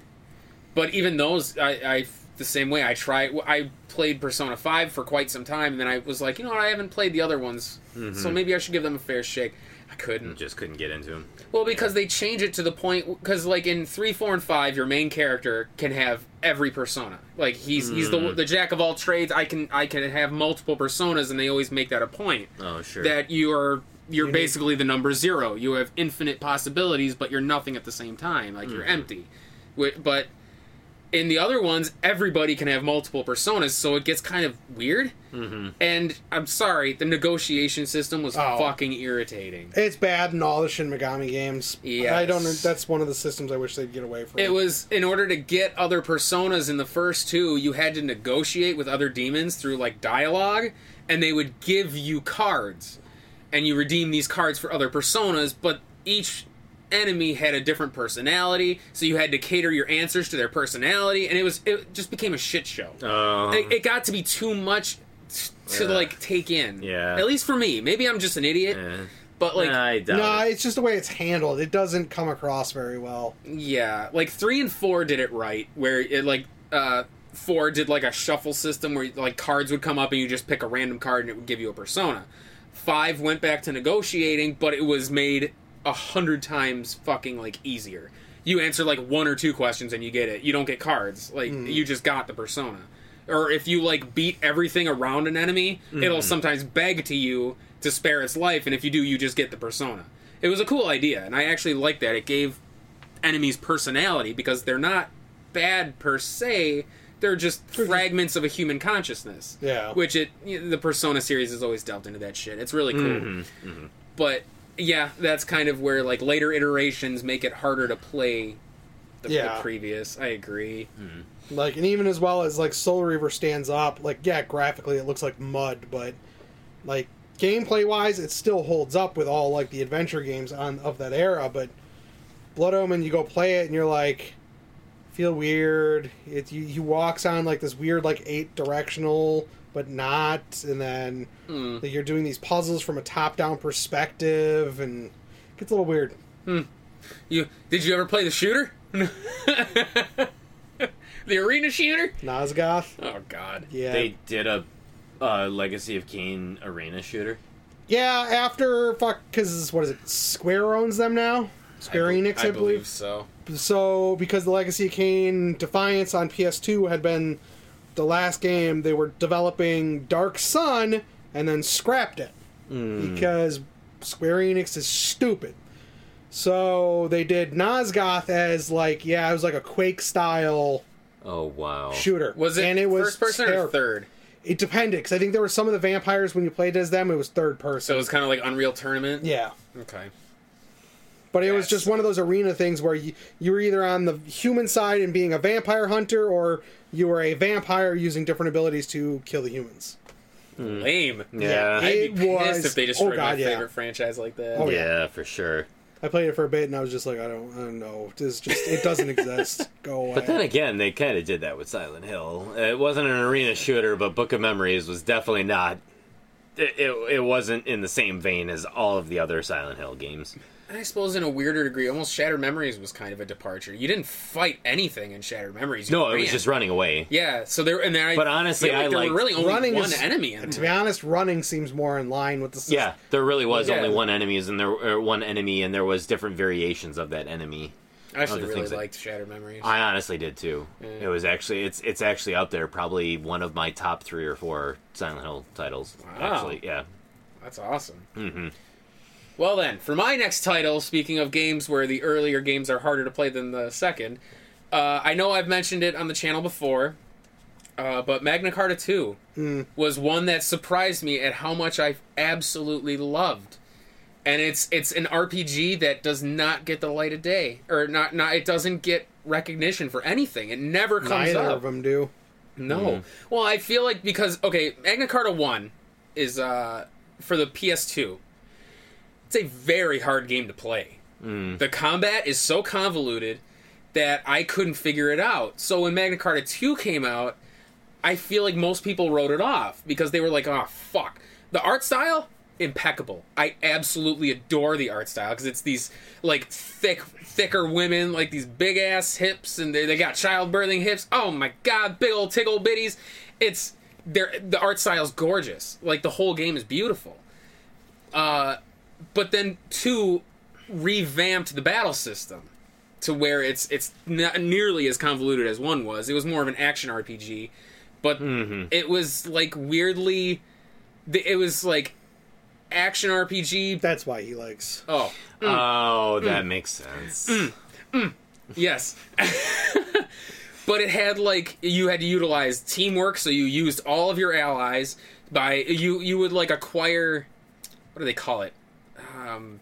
But even those, I, I the same way. I try. I played Persona Five for quite some time, and then I was like, you know what? I haven't played the other ones, so maybe I should give them a fair shake. I couldn't.
just couldn't get into them.
Mm.
Well, because they change it to the point. Because like in three, four, and five, your main character can have every persona. Like he's he's the the jack of all trades. I can I can have multiple personas, and they always make that a point
Oh, sure.
that you are you're basically the number zero. You have infinite possibilities, but you're nothing at the same time. Like you're empty. Wi- But in the other ones, everybody can have multiple personas, so it gets kind of weird. Mm-hmm. And I'm sorry, the negotiation system was
Oh.
fucking irritating.
It's bad in all the Shin Megami games.
Yes.
I don't. That's one of the systems I wish they'd get away from.
It was in order to get other personas in the first two, you had to negotiate with other demons through like dialogue, and they would give you cards, and you redeem these cards for other personas. But each enemy had a different personality, so you had to cater your answers to their personality, and it was it just became a shit show.
Um,
it, it got to be too much t- to
Yeah.
like take in.
Yeah.
at least for me. Maybe I'm just an idiot,
eh.
but like
I doubt
no,
it.
it's just the way it's handled. It doesn't come across very well.
Yeah, like three and four did it right, where it like uh four did like a shuffle system where like cards would come up and you just pick a random card and it would give you a persona. Five went back to negotiating, but it was made a hundred times fucking like easier. You answer like one or two questions and you get it. You don't get cards. Like you just got the persona. Or if you like beat everything around an enemy, it'll sometimes beg to you to spare its life, and if you do, you just get the persona. It was a cool idea, and I actually liked that. It gave enemies' personality because they're not bad per se. They're just fragments of a human consciousness.
Yeah.
Which it you know, the Persona series has always delved into that shit. It's really cool.
Mm-hmm.
But yeah, that's kind of where like later iterations make it harder to play the, the
Yeah.
previous. I agree.
Hmm. Like, and even as well as like Soul Reaver stands up, like yeah, graphically it looks like mud, but like gameplay wise, it still holds up with all like the adventure games on of that era. But Blood Omen, you go play it and you're like, feel weird. It you, he walks on like this weird like eight directional, but not, and then like, you're doing these puzzles from a top down perspective, and it gets a little weird.
You did you ever play the shooter? the arena shooter?
Nosgoth,
Oh god.
yeah.
They did a uh, Legacy of Kane arena shooter.
Yeah, after fuck, because what is it? Square owns them now. Square
be-
Enix, I, believe.
so.
So because the Legacy of Kane Defiance on PS2 had been the last game, they were developing Dark Sun and then scrapped it
Hmm.
because Square Enix is stupid. So they did Nazgoth as like yeah, it was like a Quake style
Oh wow!
shooter.
Was it,
and it was
first person or
terrible.
third?
It depended because I think there were some of the vampires when you played as them, it was third
So
person.
it was kind of like Unreal Tournament.
yeah.
Okay.
But it was
Yes.
just one of those arena things where you, you were either on the human side and being a vampire hunter, or you were a vampire using different abilities to kill the humans.
Lame.
Yeah.
Yeah.
I'd be
It
pissed
was-
if they
oh,
destroyed my
God, yeah.
favorite franchise like that.
Oh, yeah.
yeah, for sure.
I played it for a bit and I was just like, I don't, I don't know. This just it doesn't exist. Go away.
But then again, they kind of did that with Silent Hill. It wasn't an arena shooter, but Book of Memories was definitely not. It, it, it wasn't in the same vein as all of the other Silent Hill games.
I suppose in a weirder degree, almost Shattered Memories was kind of a departure. You didn't fight anything in Shattered Memories. You
No, it was
ran.
just running away.
yeah. So there and then I.
But honestly,
feel like
I
there were
liked-
really only
Running
one
is-
enemy in
to
there.
be honest, running seems more in line with the system.
Yeah, there really was
Yeah.
only one enemies and there or one enemy, and there was different variations of that enemy.
I actually
the
really
things that-
liked Shattered Memories.
I honestly did too. It was actually it's it's actually up there, probably one of my top three or four Silent Hill titles. Actually, yeah.
That's awesome. Mm-hmm. Well, then, for my next title, speaking of games where the earlier games are harder to play than the second, uh, I know I've mentioned it on the channel before, uh, but Magna Carta 2
Hmm.
was one that surprised me at how much I absolutely loved. And it's it's an RPG that does not get the light of day, or not not it doesn't get recognition for anything. It never comes
neither
up.
of them do.
No. Well, I feel like because okay, Magna Carta One is uh for the PS2. It's a very hard game to play. The combat is so convoluted that I couldn't figure it out. So when Magna Carta Two came out, I feel like most people wrote it off because they were like, "Oh fuck." The art style impeccable. I absolutely adore the art style because it's these like thick thicker women, like these big ass hips and they, they got childbirthing hips. Oh my god, big old tickle bitties. It's they're, the art style's gorgeous. Like the whole game is beautiful. Uh but then 2 revamped the battle system to where it's it's not nearly as convoluted as one was. It was more of an action RPG, but it was like weirdly, th- it was like action RPG.
That's why he likes.
Oh
Oh,
Mm.
that makes sense.
yes, but it had like you had to utilize teamwork, so you used all of your allies by you you would like acquire what do they call it? Um,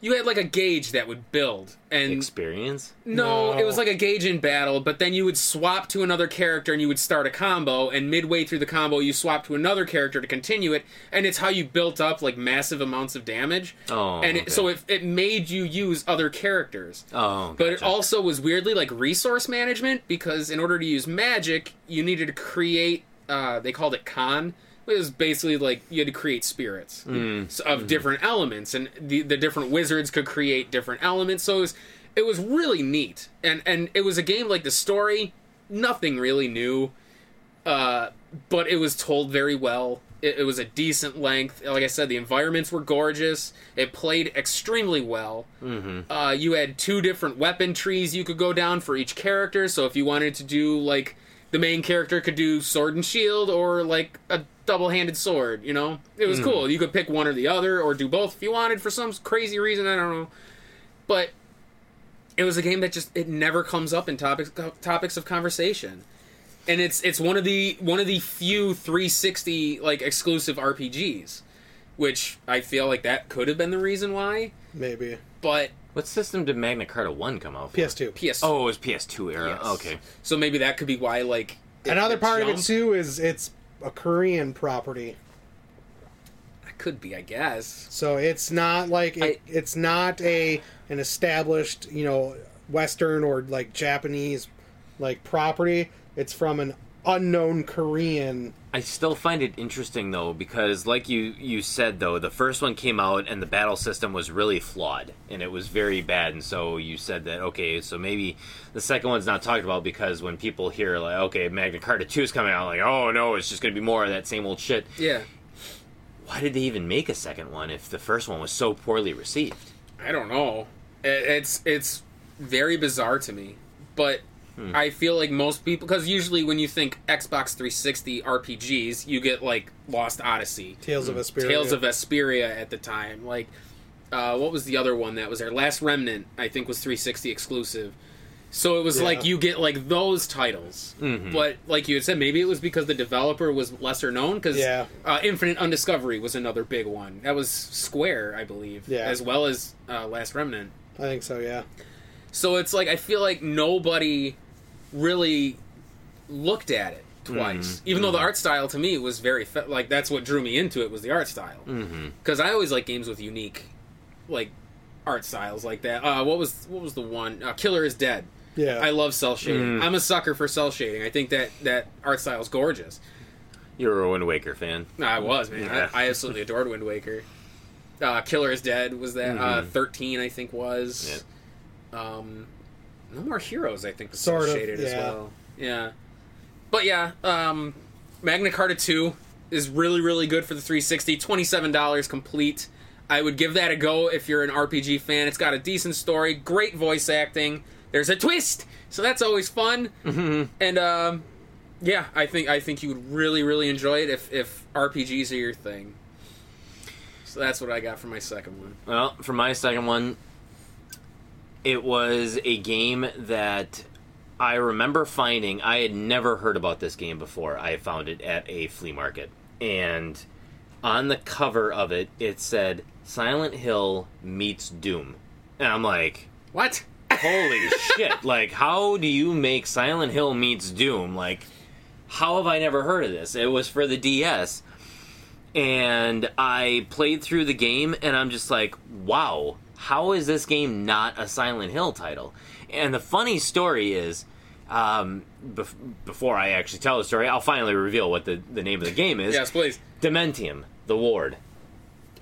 you had like a gauge that would build and
Experience.
No,
No.
it was like a gauge in battle, but then you would swap to another character and you would start a combo, and midway through the combo, you swap to another character to continue it, and it's how you built up like massive amounts of damage.
Oh,
and it,
okay.
so it, it made you use other characters.
Oh,
But it
gotcha.
also was weirdly like resource management because in order to use magic, you needed to create. Uh, they called it con. It was basically like you had to create spirits
Hmm.
s- of different elements, and the the different wizards could create different elements. So it was it was really neat, and and it was a game like the story, nothing really new, uh, but it was told very well. It, it was a decent length. Like I said, the environments were gorgeous. It played extremely well. Mm-hmm. Uh, you had two different weapon trees you could go down for each character. So if you wanted to do like the main character could do sword and shield or like a double-handed sword, you know, it was cool. You could pick one or the other or do both if you wanted for some crazy reason. I don't know, but it was a game that just it never comes up in topics topics of conversation and it's it's one of the one of the few 360 like exclusive RPGs, which I feel like that could have been the reason why.
Maybe
But
What system did Magna Carta One come out for?
PS2.
PS.
Oh, it was PS2 era.
yes.
Okay.
So maybe that could be why like it-
Another part of it
jumped.
too is it's a Korean property,
That could be, I guess.
so it's not like it,
I-
it's not a an established you know Western or like Japanese like property. It's from an unknown Korean.
I still find it interesting though because like you you said though the first one came out and the battle system was really flawed and it was very bad and so you said that okay so maybe the second one's not talked about because when people hear like okay Magna Carta 2 is coming out like oh no it's just going to be more of that same old shit
Yeah.
why did they even make a second one if the first one was so poorly received
I don't know. It, it's it's very bizarre to me, but I feel like most people because usually when you think Xbox 360 RPGs, you get like Lost Odyssey,
Tales
Hmm.
of Asperia.
Tales of Vesperia at the time. Like, uh, what was the other one that was there? Last Remnant, I think, was 360 exclusive. So it was
Yeah. Mm-hmm.
like you get like those titles, but like you had said, maybe it was because the developer was lesser known. Because
Yeah.
uh, Infinite Undiscovery was another big one that was Square, I believe,
Yeah.
as well as uh, Last Remnant.
I think so. Yeah.
So it's like I feel like nobody really looked at it twice,
Mm-hmm.
even though the art style to me was very fe- like that's what drew me into it was the art style
Mm-hmm.
because I always like games with unique like art styles like that. Uh, what was what was the one? Uh, Killer is Dead.
Yeah.
I love cell shading. I'm a sucker for cell shading. I think that that art style is gorgeous.
you're a Wind Waker fan
I was man.
Yeah.
I, I absolutely adored Wind Waker. Uh, Killer is Dead was that uh, 13 I think was. Um, no more heroes I think was
Sort
cell
of,
shaded as
yeah.
well. Yeah, but yeah, um, Magna Carta 2 is really really good for the 360. Twenty seven dollars complete. I would give that a go if you're an RPG fan. It's got a decent story, great voice acting. There's a twist, so that's always fun.
Mm-hmm.
And um, yeah, I think I think you would really really enjoy it if if RPGs are your thing. So that's what I got for my second one.
Well, for my second one, it was a game that I remember finding. I had never heard about this game before. I found it at a flea market. And on the cover of it, it said Silent Hill meets Doom. And I'm like,
What?
holy shit. Like, how do you make Silent Hill meets Doom? Like, how have I never heard of this? It was for the DS. And I played through the game, and I'm just like, wow, how is this game not a Silent Hill title? And the funny story is, um, bef- before I actually tell the story, I'll finally reveal what the, the name of the game is
Yes, please.
Dementium, The Ward.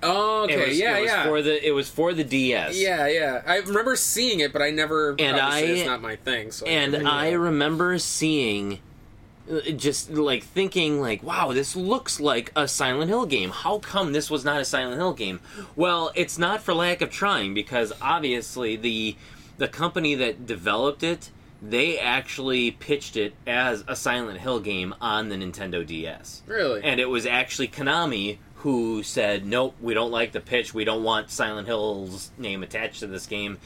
Okay,
It was,
yeah,
it was
yeah.
For the, it was for the DS.
Yeah, yeah. I remember seeing it, but I never.
And
obviously,
I-
it's not my thing. So
and
never-
I remember seeing uh, just like thinking like wow this looks like a silent hill game how come this was not a silent hill game well it's not for lack of trying because obviously the the company that developed it they actually pitched it as a silent hill game on the nintendo ds
really.
and it was actually Konami who said, "Nope, we don't like the pitch. We don't want Silent Hill's name attached to this game."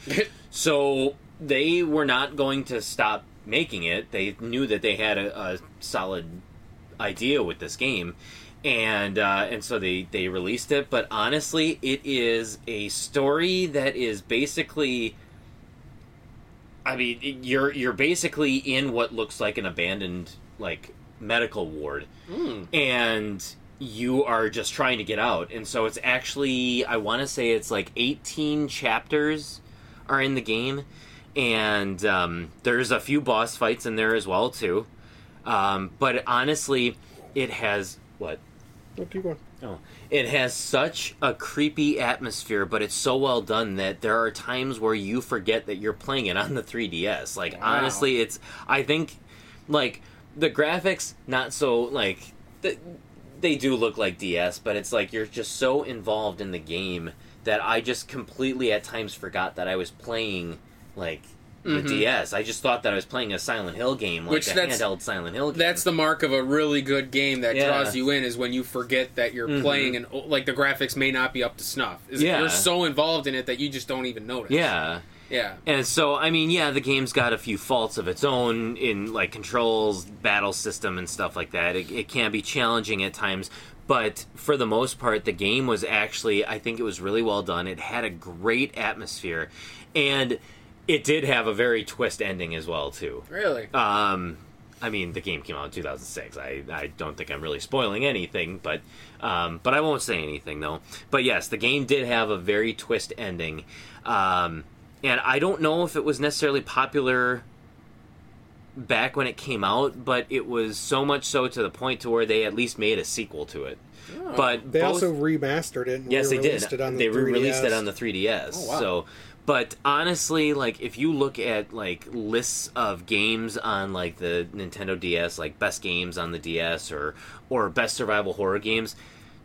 so they were not going to stop making it. They knew that they had a, a solid idea with this game, and uh, and so they they released it. But honestly, it is a story that is basically. I mean, you're you're basically in what looks like an abandoned like medical ward,
Mm.
and you are just trying to get out. And so it's actually, I want to say it's like 18 chapters are in the game, and um, there's a few boss fights in there as well too. Um, but honestly, it has what
Oh, keep going.
Oh. It has such a creepy atmosphere, but it's so well done that there are times where you forget that you're playing it on the 3DS. Like
Wow.
honestly, it's I think like the graphics not so like th- they do look like DS, but it's like you're just so involved in the game that I just completely at times forgot that I was playing like the
Mhm.
DS. I just thought that I was playing a Silent Hill game, like
Which
a
that's-
handheld Silent Hill game.
That's the mark of a really good game that
Yeah.
draws you in is when you forget that you're
Mhm.
playing and oh, like the graphics may not be up to snuff. Is
Yeah.
You're so involved in it that you just don't even notice.
yeah.
Yeah.
And so, I mean, yeah, the game's got a few faults of its own in like controls, battle system, and stuff like that. It, it can be challenging at times, but for the most part, the game was actually, I think it was really well done. It had a great atmosphere, and it did have a very twist ending as well, too.
Really.
Um, I mean, the game came out in 2006. I, I don't think I'm really spoiling anything, but um, but I won't say anything though. But yes, the game did have a very twist ending, um, and I don't know if it was necessarily popular back when it came out, but it was so much so to the point to where they at least made a sequel to it. But
Oh. They
both-
also remastered it. And
Yes, they did.
re-released It on the
they
3DS.
re-released it on the 3DS.
Oh, wow.
So, but honestly, like if you look at like lists of games on like the Nintendo DS, like best games on the DS or or best survival horror games,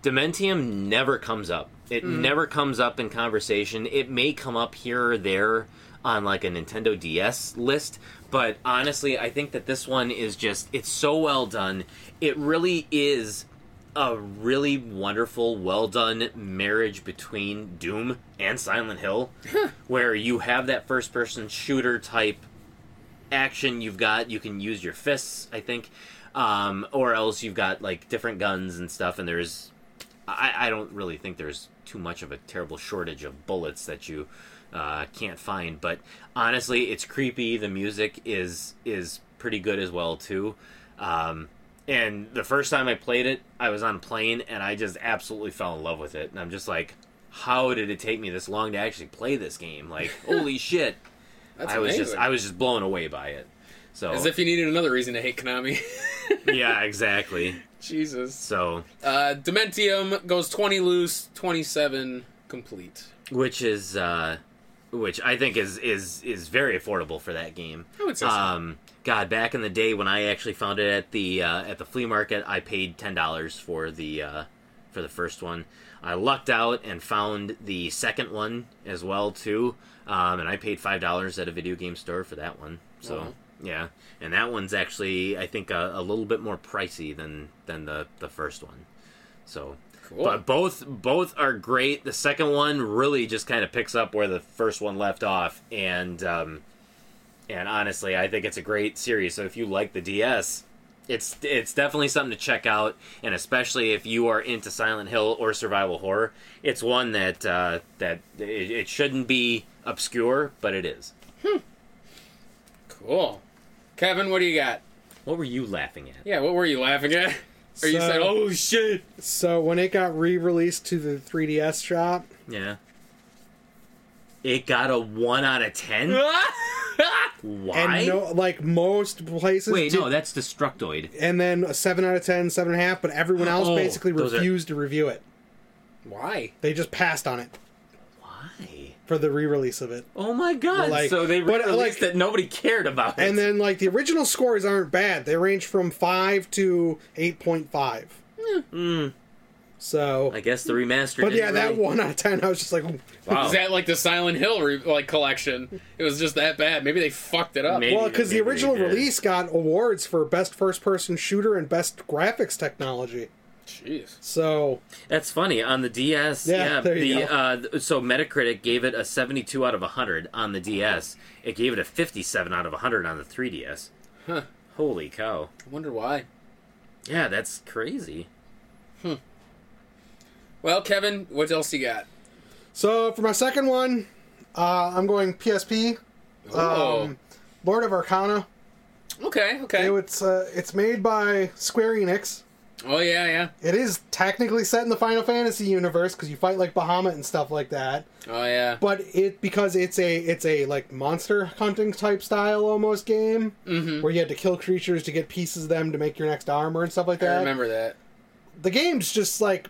Dementium never comes up. It
Mm.
never comes up in conversation. It may come up here or there on like a Nintendo DS list, but honestly, I think that this one is just it's so well done. It really is a really wonderful, well done marriage between Doom and Silent Hill, where you have that first person shooter type action you've got. You can use your fists, I think, um, or else you've got like different guns and stuff. And there's, I, I don't really think there's too much of a terrible shortage of bullets that you uh, can't find. But honestly, it's creepy. The music is is pretty good as well too. Um, and the first time I played it, I was on a plane and I just absolutely fell in love with it. And I'm just like, how did it take me this long to actually play this game? Like, holy shit!
That's
I was just
amazing.
I was just blown away by it. So
As if you needed another reason to hate Konami.
yeah, exactly.
Jesus.
So
Uh, Dementium goes 20 loose, 27 complete.
which is uh which I think is is is very affordable for that game.
I would say so.
Um god, back in the day when I actually found it at the uh at the flea market, I paid $10 for the uh for the first one. I lucked out and found the second one as well too. Um and I paid $5 at a video game store for that one. So
Wow.
yeah, and that one's actually I think a, a little bit more pricey than than the the first one. So
Cool.
But both both are great. The second one really just kind of picks up where the first one left off, and um, and honestly, I think it's a great series. So if you like the DS, it's it's definitely something to check out, and especially if you are into Silent Hill or survival horror, it's one that uh, that it, it shouldn't be obscure, but it is.
cool. Kevin, what do you got?
What were you laughing at?
Yeah, what were you laughing at? Or you
So-
said, oh shit.
So when it got re-released to the 3DS shop,
Yeah. It got a one out of ten. Why?
and no, like most places,
Wait,
did-
no, that's Destructoid.
and then a seven out of ten, seven and a half. But everyone else
Oh,
basically
those are-
refused to review it.
Why?
They just passed on it
Why?
for the re-release of it.
Oh my god!
Like-
so they
but, like-
released that nobody cared about.
And then like the original scores aren't bad. They range from five to eight point five. So,
Hmm. I guess the remastered.
but yeah,
didn't
that
really-
one out of ten, I was just like,
Wow.
Is that like the Silent Hill re- like collection? It was just that bad. Maybe they fucked it up.
Maybe.
well, because the
maybe they
original
did.
release got awards for best first-person shooter and best graphics technology.
Jeez.
So
That's funny. On the DS,
Yeah,
yeah.
there you
the
go.
uh, th- so Metacritic gave it a 72 out of 100 on the DS. It gave it a 57 out of 100 on the 3DS.
Huh.
Holy cow!
I wonder why.
Yeah, that's crazy.
Well, Kevin, what else you got?
So for my second one, uh, I'm going PSP,
Oh.
um, Lord of Arcana.
okay, okay.
It, it's uh, it's made by Square Enix.
oh yeah, yeah.
It is technically set in the Final Fantasy universe because you fight like Bahamut and stuff like that.
Oh yeah.
But it because it's a it's a like monster hunting type style almost game
Mm-hmm.
where you had to kill creatures to get pieces of them to make your next armor and stuff like that.
I remember that.
the game's just like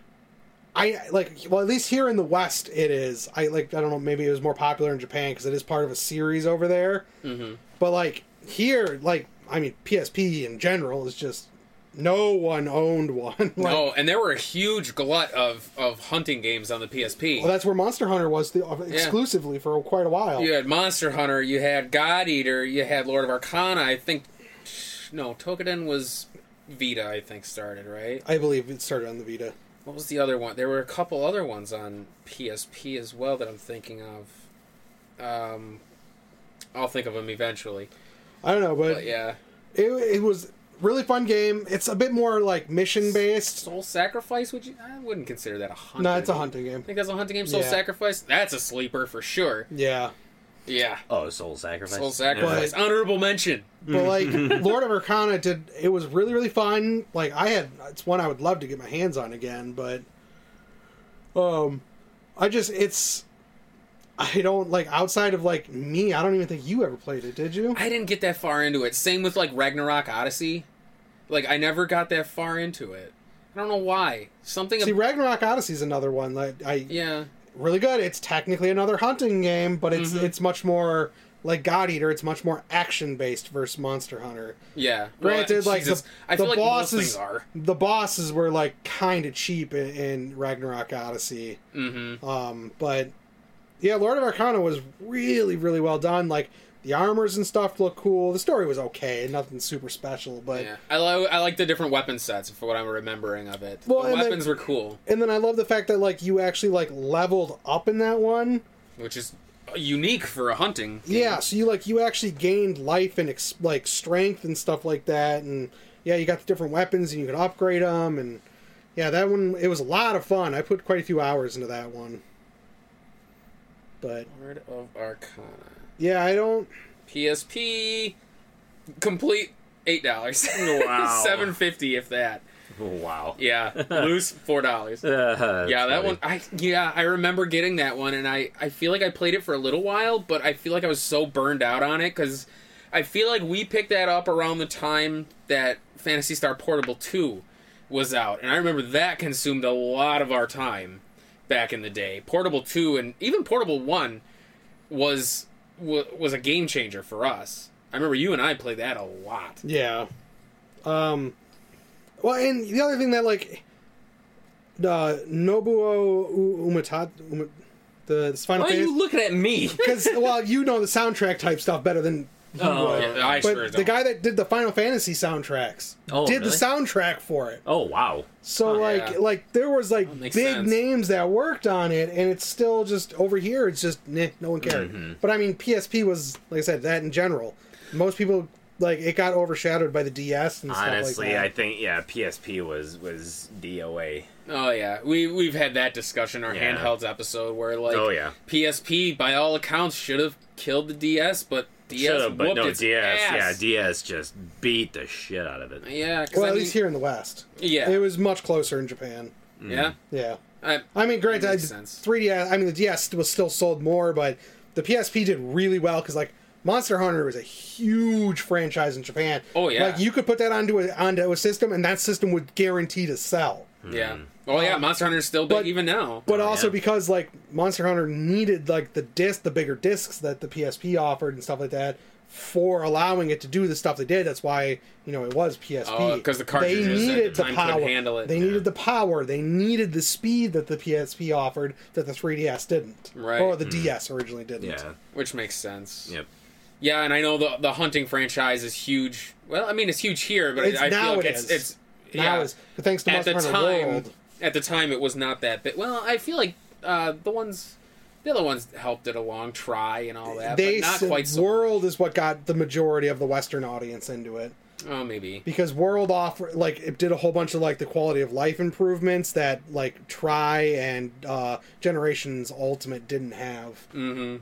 I like well at least here in the West it is. I like I don't know maybe it was more popular in Japan because it is part of a series over there. Mm-hmm. But like here, like I mean PSP in general is just No one owned one. like,
No, Oh, and there were a huge glut of, of hunting games on the PSP.
Well, that's where Monster Hunter was the, uh, exclusively for quite a while.
you had Monster Hunter, you had God Eater, you had Lord of Arcana. I think no, Tokiden was Vita. I think started right.
I believe it started on the Vita.
What was the other one? There were a couple other ones on PSP as well that I'm thinking of. Um, I'll think of them eventually.
I don't know, but,
But yeah,
it, it was really fun game. It's a bit more like mission based.
Soul Sacrifice. Would you? I wouldn't consider that a hunting.
No, it's a
game.
hunting game.
I think that's a hunting game. Soul
Yeah.
Sacrifice. That's a sleeper for sure.
Yeah,
Yeah.
Oh, Soul Sacrifice.
Soul Sacrifice.
But-
Honorable mention.
but like Lord of Arcana did. It was really really fun. Like I had, it's one I would love to get my hands on again. But um, I just it's. I don't like outside of like me. I don't even think you ever played it. Did you?
I didn't get that far into it. Same with like Ragnarok Odyssey. Like I never got that far into it. I don't know why. Something.
See,
ab-
Ragnarok Odyssey is another one. Like I
yeah.
really good. It's technically another hunting game, but it's it's much more like God Eater. It's much more action based versus Monster Hunter.
Yeah.
Granted, like the,
Jesus. I feel
the
like most
bosses
things are.
the bosses were like kind of cheap in, in Ragnarok Odyssey.
Mm-hmm.
Um, but yeah, Lord of Arcana was really really well done. Like the armors and stuff look cool. The story was okay, nothing super special, but.
Yeah, I, li- I like the different weapon sets for what I'm remembering of it.
Well,
the
and then-
weapons were cool,
And then I love the fact that like you actually like leveled up in that one.
which is unique for a hunting. game.
Yeah, so you like you actually gained life and ex- like strength and stuff like that, and yeah, you got the different weapons and you could upgrade them, and yeah, that one it was a lot of fun. I put quite a few hours into that one, but
Lord of Arcana,
yeah, I don't.
PSP, complete eight dollars.
Wow.
seven fifty if that.
Wow.
Yeah, loose four dollars.
Uh,
Yeah, that
funny.
one. I yeah, I remember getting that one, and I I feel like I played it for a little while, but I feel like I was so burned out on it because I feel like we picked that up around the time that Fantasy Star Portable Two was out, and I remember that consumed a lot of our time back in the day. Portable Two and even Portable One was wa- was a game changer for us. I remember you and I played that a lot.
Yeah. Um. Well, and the other thing that like, uh, Nobuo U- Umatata, um, the, this Final
Why are you
Fantasy,
looking at me?
because well, you know the soundtrack type stuff better than you
Oh,
would.
Yeah, I
but
sure
the
don't.
guy that did the Final Fantasy soundtracks
Oh,
did the
really?
soundtrack for it.
Oh wow.
So like
yeah.
like there was like big
makes sense.
names that worked on it, and it's still just over here. It's just nah, no one cared.
Mm-hmm.
But I mean, PSP was like I said that in general. Most people like it got overshadowed by the DS and stuff
Honestly,
like that.
I think yeah, PSP was was DOA.
Oh yeah, we we've had that discussion in our
Yeah.
handhelds episode where like
Oh, yeah.
PSP by all accounts should have killed the DS, but DS
Should've, but
whooped
no,
its
DS. Yeah,
ass.
DS just beat the shit out of it.
yeah, 'cause
well,
I
at
mean-
least here in the West,
yeah,
it was much closer in Japan.
yeah.
Yeah,
I,
I mean, granted, I,
Makes sense.
3DS. I mean, the DS was still sold more, but the PSP did really well because like Monster Hunter was a huge franchise in Japan.
Oh, yeah.
like you could put that onto a onto a system, and that system would guarantee to sell.
yeah.
Hmm.
Oh yeah, Monster Hunter's still big
Hmm. but-
even now.
But
Oh,
also
yeah.
because like Monster Hunter needed like the disc, the bigger discs that the PSP offered and stuff like that for allowing it to do the stuff they did. That's why you know it was PSP
Oh, 'cause the cartridges
They
at
needed the
the time
power.
couldn't handle it.
They needed the power. They needed the speed that the PSP offered that the 3DS didn't,
Right. Mm.
Or the DS originally didn't.
Yeah.
which makes sense.
Yep.
Yeah, and I know the the hunting franchise is huge. Well, I mean it's huge here, but
It's-
I, I
now
feel like
it
it's
is.
it's
Now
yeah.
is but thanks to
at
Monster
the
Hunter
time
World.
at the time it was not that big well i feel like uh, the ones the other ones helped it along try and all that
They
but not
said
quite so
World is what got the majority of the Western audience into it.
oh maybe
because World offer like it did a whole bunch of like the quality of life improvements that like Try and uh, Generations Ultimate didn't have.
Mm.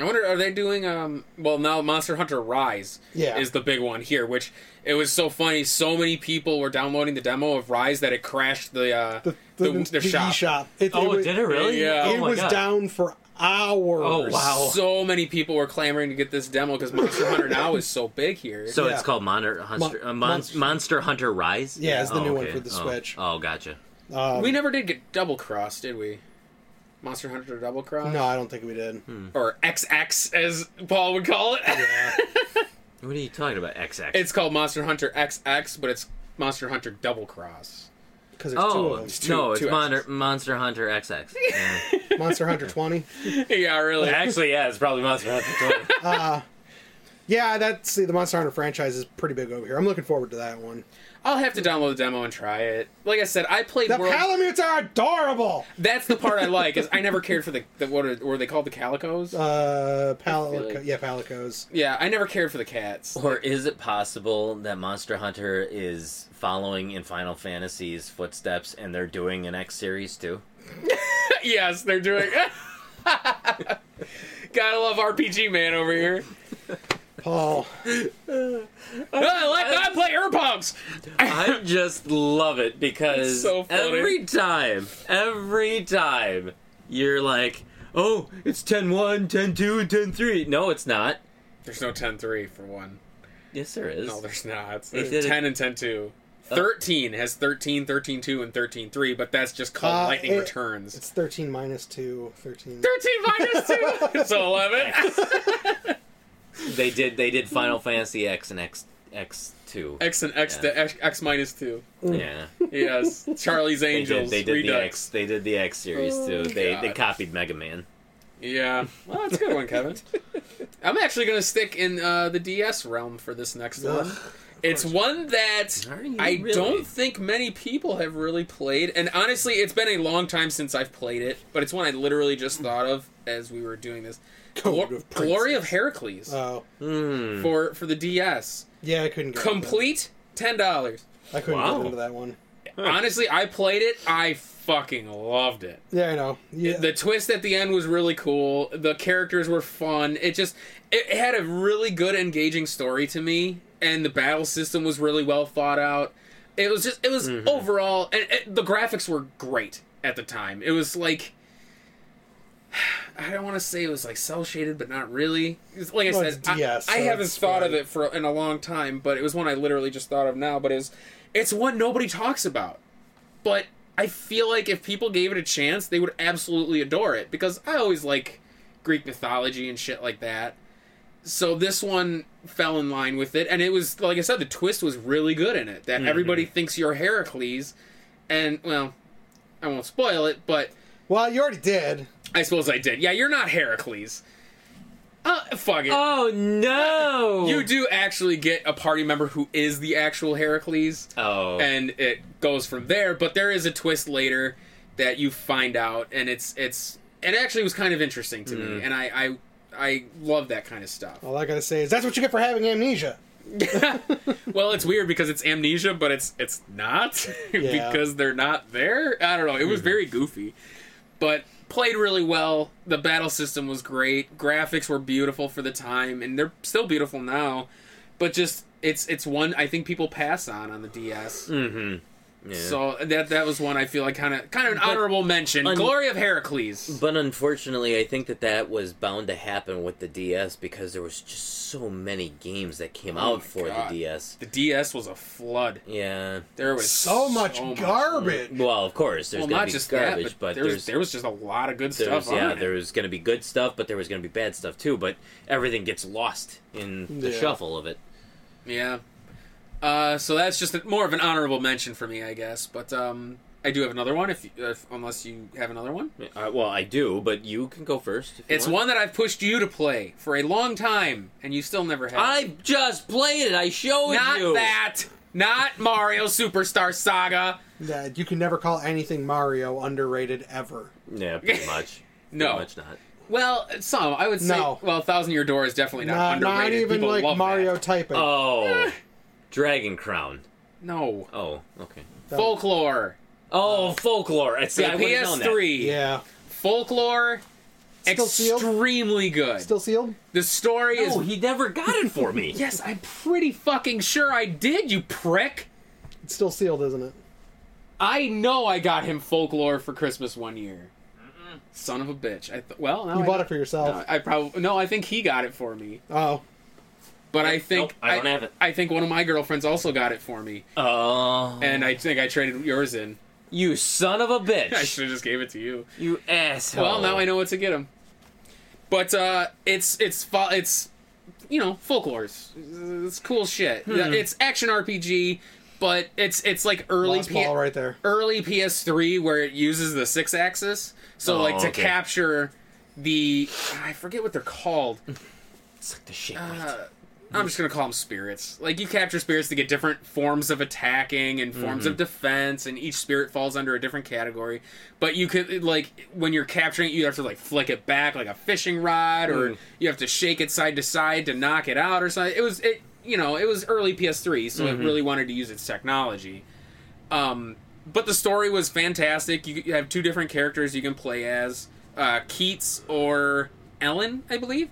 i wonder are they doing um well now monster hunter rise
Yeah.
is the big one here which it was so funny so many people were downloading the demo of rise that it crashed the uh the, the, shop
eShop. It,
Oh,
was,
did it really?
Yeah.
It
Oh my
was
God.
down for hours.
Oh, wow.
so many people were clamoring to get this demo because monster hunter now is so big here
So
Yeah.
it's called Monster Hunter,
Mon-
uh, Mon-
Monster-
Monster Hunter Rise.
Yeah, it's the
Oh,
new one for the
Oh.
Switch.
Oh, gotcha.
Um,
we never did get double cross did we monster hunter double cross
no, I don't think we did.
or XX as Paul would call it.
Yeah.
What are you talking about? XX.
it's called Monster Hunter XX, but it's Monster Hunter Double Cross.
because there's two
Oh
of them.
no, it's
two
Monster, Monster Hunter XX. Yeah.
Monster Hunter 20.
yeah, really.
Actually, yeah, it's probably Monster Hunter 20.
Yeah, that's see, the Monster Hunter franchise is pretty big over here. I'm looking forward to that one.
I'll have to download the demo and try it. Like I said, I played
The
World.
Palamutes are adorable.
That's the part I like. Is I never cared for the, the what are, were they called the calicos?
Uh,
I feel
palico,
like-
yeah, palicos.
yeah, I never cared for the
Oh.
cats.
or is it possible that Monster Hunter is following in Final Fantasy's footsteps and they're doing an X series too?
yes, they're doing. Gotta love RPG man over here.
Paul,
I like I play earplugs.
I just love it because
It's so funny.
every time, every time you're like, oh, it's 10 1, 10 2, and 10 3. No, it's not.
There's no 10-3 for one.
Yes, there is.
No, there's not.
They did
There's
it-
10 and 10-2.
Oh.
13 has 13, 13-2, and 13-3, but that's just called
Uh,
Lightning
it-
Returns.
it's 13 minus 2, 13.
13 minus 2! It's 11.
They did. They did Final Fantasy X and X X two.
X and X
Yeah.
to X, X minus 2.
Yeah,
Yes. Charlie's
They did,
Angels.
they did the
Redux. Oh
X. They did the X series too. They they
God.
copied Mega Man.
Yeah. Well, that's a good one, Kevin. I'm actually going to stick in uh, the DS realm for this next one. It's one that
Are you
I
really?
don't think many people have really played. And honestly, it's been a long time since I've played it, but it's one I literally just thought of as we were doing this.
Mm. Code
Glo-
of Princess.
Glory of Heracles
Oh,
Hmm.
for, for the DS.
yeah, I couldn't get into that.
Complete $10.
I couldn't
Wow.
get into that one.
Honestly, I played it. I fucking loved it.
Yeah, I know. Yeah,
The twist at the end was really cool. The characters were fun. It just it had a really good engaging story to me and the battle system was really well thought out. It was just it was overall and it, the graphics were great at the time. It was like I don't want to say it was like cell shaded, but not really. It's- Like I
Well,
said,
it's DS,
I, I
so
haven't
it's
thought of
right.
it for in a long time, but it was one I literally just thought of now. But it's it's one nobody talks about but I feel like if people gave it a chance, they would absolutely adore it because I always like Greek mythology and shit like that. So this one fell in line with it, and it was like I said, the twist was really good in it. That everybody
Mm-hmm.
thinks you're Heracles, and well, I won't spoil it, but
well, you already did.
I suppose I did. Yeah, you're not Heracles. Uh, fuck it.
Oh no!
you do actually get a party member who is the actual Heracles
Oh,
and it goes from there. But there is a twist later that you find out, and it's it's it actually was kind of interesting to me, and I I I love that kind of stuff.
All I gotta say is that's what you get for having amnesia.
Well, it's weird because it's amnesia, but it's it's not
Yeah. Mm-hmm.
because they're not there. I don't know. It was very goofy, but played really well. The battle system was great. Graphics were beautiful for the time, and they're still beautiful now. But just it's it's one I think people pass on on the DS.
Mm-hmm.
yeah.
So that that was one I feel like kind of kind of an honorable mention.
un-
Glory of Heracles.
But unfortunately, I think that that was bound to happen with the DS because there was just so many games that came
Oh my
out for
God.
the DS.
The DS was a flood.
Yeah.
There was
So much garbage.
Well, of course, there's
Well,
gonna
not
be
just
garbage,
that,
but,
but, there was
there's
there was just a lot of good
there's,
stuff.
yeah,
on it.
there was gonna be good stuff, but there was gonna be bad stuff too. But everything gets lost in the
Yeah.
shuffle of it.
Yeah. Uh, so that's just a, more of an honorable mention for me, I guess. But um, I do have another one, if, if unless you have another one.
Uh, well, I do, but you can go first. If you
It's
want.
one that I've pushed you to play for a long time, and you still never have.
I just played it. I showed
not
you.
that, not Mario Superstar Saga.
That you can never call anything Mario underrated ever.
Yeah, pretty much.
No.
pretty much not.
Well, some I would say.
No.
Well, Thousand Year Door is definitely not
Not, not
underrated.
even
People
like
love
Mario
That. Uh,
typing.
Oh, Dragon Crown.
No,
Oh, okay.
folklore.
Oh, folklore. It's
The
I would've known that.
PS3
yeah,
folklore.
Still sealed?
extremely good.
still sealed.
the story is
Oh, he never got it for me.
Yes, I'm pretty fucking sure I did, you prick.
It's still sealed, isn't it?
I know I got him folklore for Christmas one year. Son of a bitch. I th- well, now
You
Oh, I
bought it for yourself.
I probably no. I think he got it for me,
Oh,
but I think
Nope, I don't have it.
I think one of my girlfriends also got it for me,
Oh,
and I think I traded yours in.
you son of a
I
bitch!
should have just gave it to you.
you asshole!
Well,
Oh.
now I know what to get him. But uh, it's it's fo-
Hmm.
it's you know folklore's it's cool shit. It's action RPG. but it's it's like early
Lost
P-
ball right there.
early PS3 where it uses the six axis. So
Oh,
like to
okay.
capture the I forget what they're called.
It's like the shit.
Uh, I'm just gonna call them spirits. Like you capture spirits to get different forms of attacking and forms of defense, and each spirit falls under a different category. But you could like when you're capturing it, you have to like flick it back like a fishing rod, or
Mm.
you have to shake it side to side to knock it out, or something. It was it you know it was early PS3, so it really wanted to use its technology. Um, but the story was fantastic. You, you have two different characters you can play as uh, Keats or Ellen, I believe.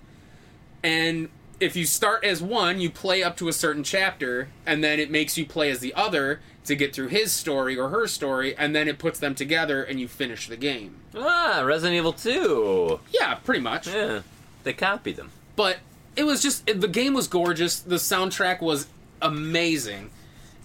And if you start as one, you play up to a certain chapter, and then it makes you play as the other to get through his story or her story, and then it puts them together and you finish the game.
Ah, Resident Evil 2.
Yeah, pretty much.
Yeah. They copied them.
But it was just it- the game was gorgeous. The soundtrack was amazing,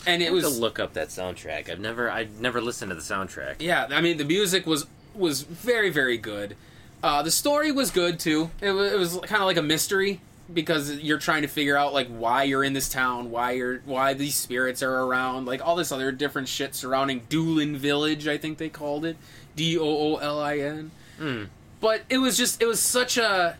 and it
It was to
was
look up that soundtrack. I've never I've never listened to the soundtrack.
yeah i mean the music was was very very good uh, the story was good too it was, it was kind of like a mystery because you're trying to figure out like why you're in this town why you're why these spirits are around like all this other different shit surrounding doolin village i think they called it d-o-o-l-i-n but it was just it was such a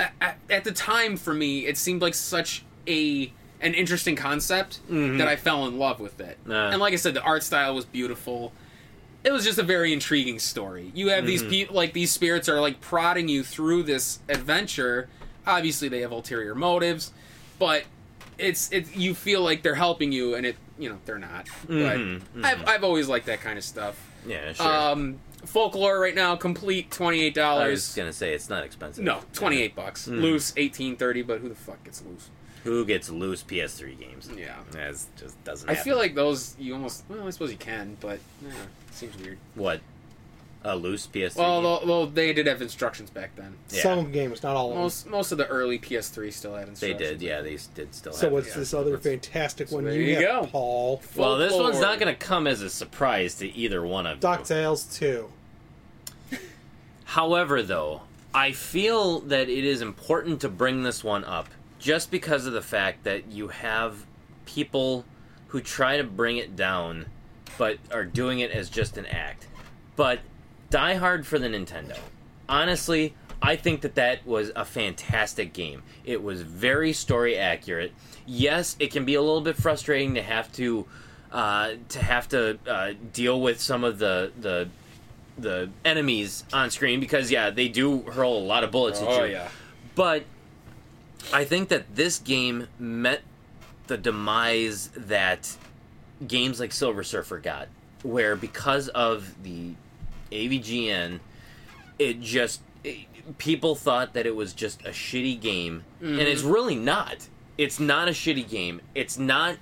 a- a- at the time for me it seemed like such a an interesting concept that i fell in love with it
Ah.
and like i said the art style was beautiful it was just a very intriguing story. You have these people, like these spirits are like prodding you through this adventure. Obviously, they have ulterior motives, but it's it. You feel like they're helping you, and it you know they're not.
Mm-hmm.
But I've I've always liked that kind of stuff.
Yeah, sure.
Um, folklore right now, complete twenty eight
I was
dollars.
gonna say Hmm. it's not expensive.
No, twenty eight bucks. Loose eighteen thirty, but who the fuck gets loose?
Who gets loose PS3 games?
Yeah.
That's just doesn't.
I feel
happen.
like those you almost well, I suppose you can, but yeah, seems weird.
what a loose PS3.
Well,
game?
though- well, they did have instructions back then.
Yeah.
Some games, not all of them.
Most most of the early PS3 still had
they
instructions.
did. Yeah, they s- did still.
So
have
what's
it.
this other fantastic one
there
you,
you
have,
go.
Paul?
Well, this one's
Folklore.
not gonna come as a surprise to either one of you.
DuckTales 2.
However, though, I feel that it is important to bring this one up just because of the fact that you have people who try to bring it down but are doing it as just an act. But Die Hard for the Nintendo. Honestly, I think that that was a fantastic game. It was very story accurate. Yes, it can be a little bit frustrating to have to uh, to have to uh, deal with some of the the the enemies on screen because yeah, they do hurl a lot of bullets at
Oh
you.
yeah.
But I think that this game met the demise that games like Silver Surfer got, where because of the AVGN, it just it- people thought that it was just a shitty game, and it's
Mm-hmm.
really not. It's not a shitty game. It's not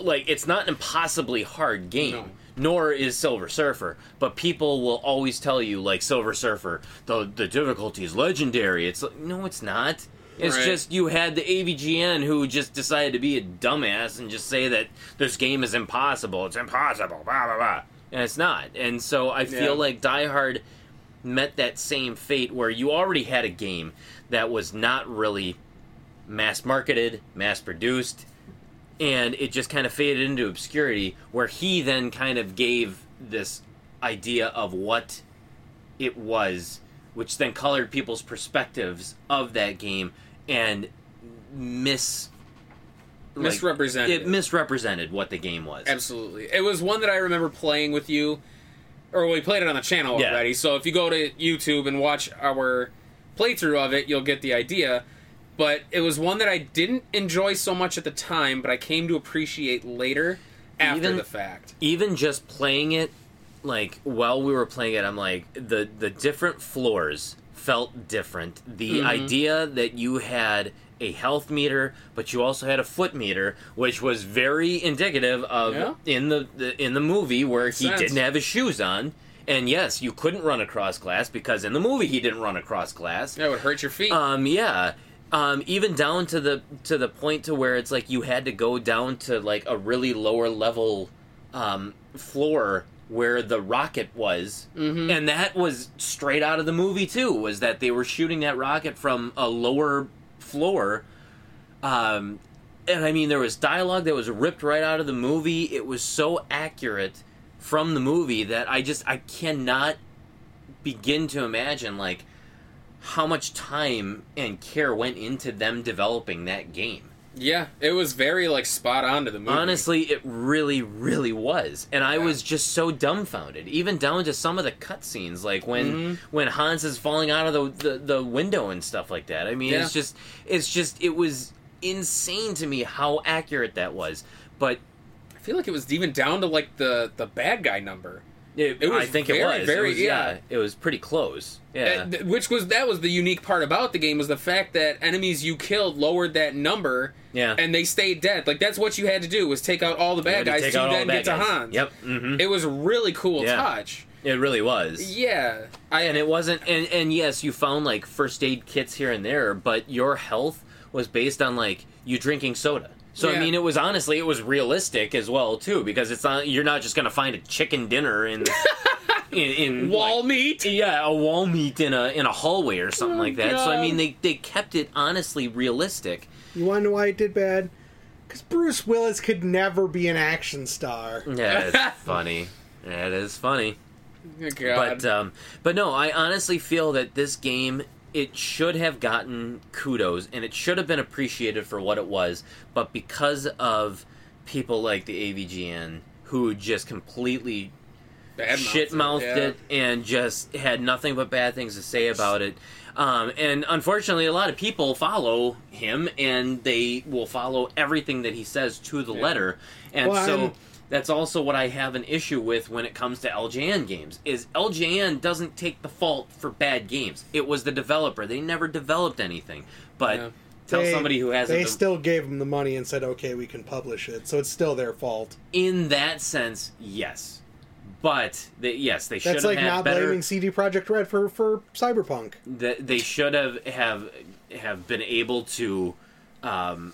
like it's not an impossibly hard game.
No.
Nor is Silver Surfer, but people will always tell you like Silver Surfer, the the difficulty is legendary. It's like no, it's not. It's
Right.
just you had the AVGN who just decided to be a dumbass and just say that this game is impossible. It's impossible. Blah blah blah. And it's not. And so I feel
Yeah.
like Die Hard met that same fate where you already had a game that was not really mass marketed, mass produced, and it just kind of faded into obscurity where he then kind of gave this idea of what it was which then colored people's perspectives of that game and mis like,
Misrepresented.
it misrepresented what the game was
Absolutely. It was one that I remember playing with you, or we played it on the channel
Yeah.
already. So if you go to YouTube and watch our playthrough of it, you'll get the idea. But it was one that I didn't enjoy so much at the time, but I came to appreciate later after
Even-
the fact.
even just playing it like while we were playing it i'm like the the different floors felt different the
Mm-hmm.
idea that you had a health meter but you also had a foot meter which was very indicative of
Yeah.
in the, the in the movie where he
sense.
didn't have his shoes on and yes you couldn't run across glass because in the movie he didn't run across glass
That would hurt your feet.
um, yeah. Um, even down to the to the point to where it's like you had to go down to like a really lower level um, floor where the rocket was, and that was straight out of the movie too. Was that they were shooting that rocket from a lower floor, um, and I mean, there was dialogue that was ripped right out of the movie. It was so accurate from the movie that I just I cannot begin to imagine like how much time and care went into them developing that game.
Yeah, it was very like spot on to the movie.
Honestly, it really, really was, and I was just so dumbfounded. Even down to some of the cutscenes, like when
Mm-hmm.
when Hans is falling out of the, the the window and stuff like that. I mean, it's
Yeah.
just it's just it was insane to me how accurate that was. But
I feel like it was even down to like the the bad guy number,
it,
It was
I think it
very,
was.
very-
it was yeah.
yeah.
it was pretty close. Yeah,
Uh, th- which was that was the unique part about the game was the fact that enemies you killed lowered that number.
Yeah.
and they stayed dead. Like that's what you had to do was take out all the
You
bad
had to
guys to,
take out all
then
the
get
bad
to
guys.
Hans.
Yep, hmm
it was a really cool
Yeah.
touch.
it really was.
Yeah, I
and it wasn't and and yes you found like first aid kits here and there but your health was based on like you drinking soda so i
Yeah.
mean it was honestly it was realistic as well too because it's not you're not just gonna find a chicken dinner in in, in
wall
like-
meat.
yeah a wall meet in a in a hallway or something
Oh,
like that so i
God.
mean they they kept it honestly realistic
You want to know why it did bad? Because Bruce Willis could never be an action star.
yeah it's funny that is funny
Oh, God.
But um, but no, I honestly feel that this game it should have gotten kudos and it should have been appreciated for what it was, but because of people like the AVGN who just completely
Bad mouth.
shit mouthed
Yeah.
it and just had nothing but bad things to say about it. Um, and unfortunately, a lot of people follow him and they will follow everything that he says to the letter. And
Well,
so
I'm-
that's also what I have an issue with when it comes to LJN games is LJN doesn't take the fault for bad games. It was the developer. They never developed anything. But
Yeah.
tell
They-
somebody who hasn't
They
de-
still gave him the money and said, "Okay, we can publish it." So it's still their fault.
in that sense, yes. But they, yes, they should
That's
have
like
had
not
better
blaming CD Projekt Red for for Cyberpunk.
that they should have have have been able to um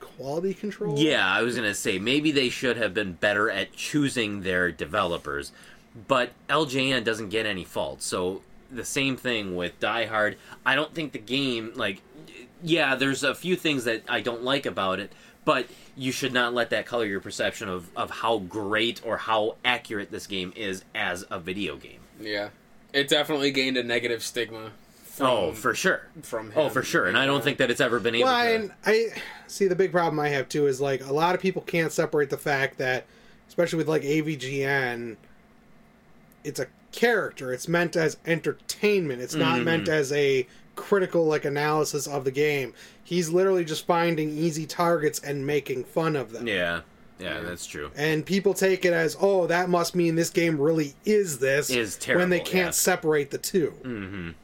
Quality control.
yeah i was gonna say maybe they should have been better at choosing their developers but ljn doesn't get any fault so the same thing with die hard i don't think the game like yeah there's a few things that i don't like about it but you should not let that color your perception of, of how great or how accurate this game is as a video game
yeah, it definitely gained a negative stigma. From,
oh for sure
from him.
oh for sure and i don't think that it's ever been able
Well,
to
and I see the big problem I have too is like a lot of people can't separate the fact that, especially with like AVGN, it's a character. It's meant as entertainment. It's
Mm-hmm.
not meant as a critical like analysis of the game. He's literally just finding easy targets and making fun of them.
Yeah, yeah, that's true.
And people take it as, oh, that must mean this game really is this.
Is
when they
terrible,
can't
yeah. Mm.
separate the two.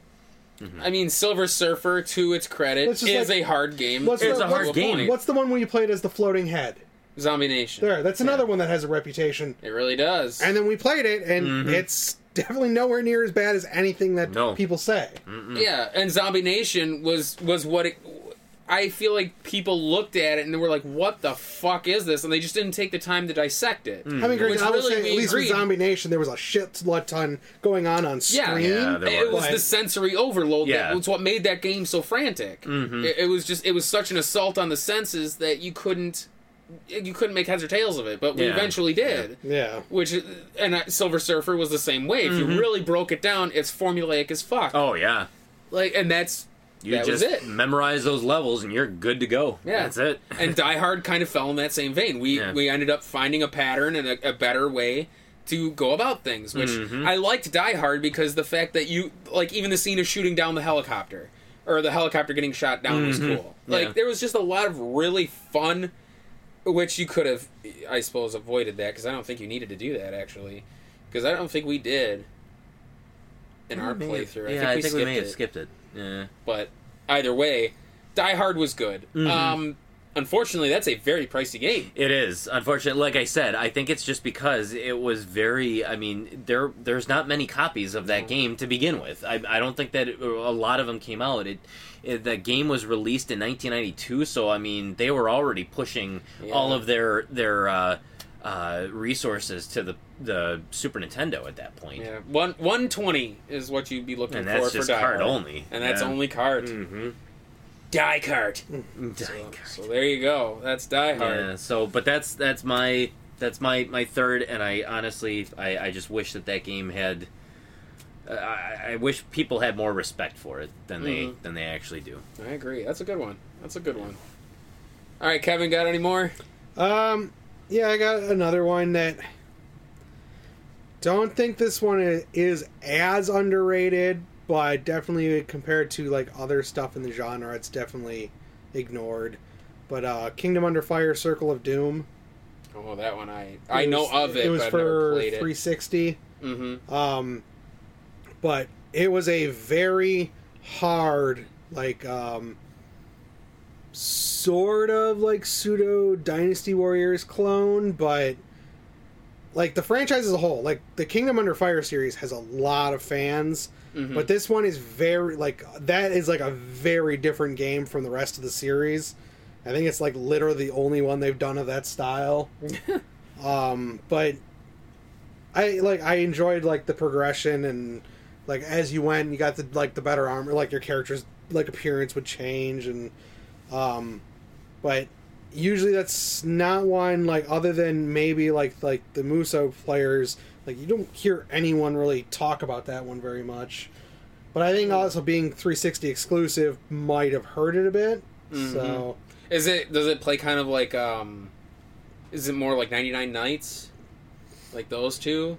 I mean, Silver Surfer, to its credit,
Let's
is
just like-
a hard game.
What's
It's
the,
a
what's-
hard game.
What's the one where you played as the floating head?
Zombie Nation.
There, that's another one that has a reputation.
It really does.
And then we played it, and
Mm-hmm.
it's definitely nowhere near as bad as anything that
No.
people say.
Mm-hmm.
Hmm.
Yeah, and Zombie Nation was was what it. I feel like people looked at it and they were like, "What the fuck is this?" And they just didn't take the time to dissect it.
Hmm.
I mean, granted,
Which
I was
really
saying at
we
least with
agreed.
Zombie Nation, there was a shit ton going on on screen.
Yeah.
Yeah, there
It was
But-
the sensory overload
Yeah. Mm-hmm.
that was what made that game so frantic. It, it was just it was such an assault on the senses that you couldn't you couldn't make heads or tails of it. But we
Yeah.
eventually did.
yeah.
Which and uh, Silver Surfer was the same way. If you really broke it down, it's formulaic as fuck.
Mm-hmm. Oh yeah,
Like and that's
you
that was
just
it.
memorize those levels and you're good to go.
Yeah.
that's it.
and Die Hard kind of fell in that same vein. We
Yeah.
we ended up finding a pattern and a, a better way to go about things, which
Mm-hmm.
I liked Die Hard because the fact that you like even the scene of shooting down the helicopter or the helicopter getting shot down was cool. Like
Mm-hmm. Yeah.
there was just a lot of really fun, which you could have, I suppose, avoided that because I don't think you needed to do that actually, because I don't think we did in our playthrough.
yeah, I think, we,
skipped
may have
it
skipped it. Yeah,
but either way, Die Hard was good.
Mm-hmm.
Um, unfortunately, that's a very pricey game.
it is unfortunate. Like I said, I think it's just because it was very. I mean, there there's not many copies of
Mm.
that game to begin with. I, I don't think that it- a lot of them came out. It, it the game was released in 1992, so I mean they were already pushing
Yeah.
all of their their. Uh, uh, resources to the the Super Nintendo at that point.
Yeah, one one twenty is what you'd be looking
And
for
that's
for
just
Die
card
Hard
only.
and that's
Yeah. Mm.
only card.
Mm-hmm.
Die Cart. So there you go. That's Die Hard.
Yeah, so but that's that's my that's my my third, and I honestly I, I just wish that that game had. I- I, I wish people had more respect for it than they
Mhm.
than they actually do.
I agree. That's a good one. That's a good one. All right, Kevin, got any more?
Um, yeah, I got another one that don't think this one i- is as underrated, but definitely compared to like other stuff in the genre, it's definitely ignored. But uh, Kingdom Under Fire: Circle of Doom.
Oh, that one I I
It
know
was-
of it,
It was
but I've
for
never played it.
360.
Mm-hmm.
Um, but it was a very hard, like, um, sort of like pseudo Dynasty Warriors clone, but like the franchise as a whole, like the Kingdom Under Fire series has a lot of fans,
Mhm.
but this one is very like that is like a very different game from the rest of the series. I think it's like literally the only one they've done of that style. um, but I like I enjoyed like the progression and like as you went, you got the like the better armor, like your character's like appearance would change and um but usually that's not one like other than maybe like like the Muso players like you don't hear anyone really talk about that one very much. But I think also being 360 exclusive might have hurt it a bit.
Mm-hmm.
So
Is it? Does it play kind of like? um Is it more like Ninety Nine Nights, like those two,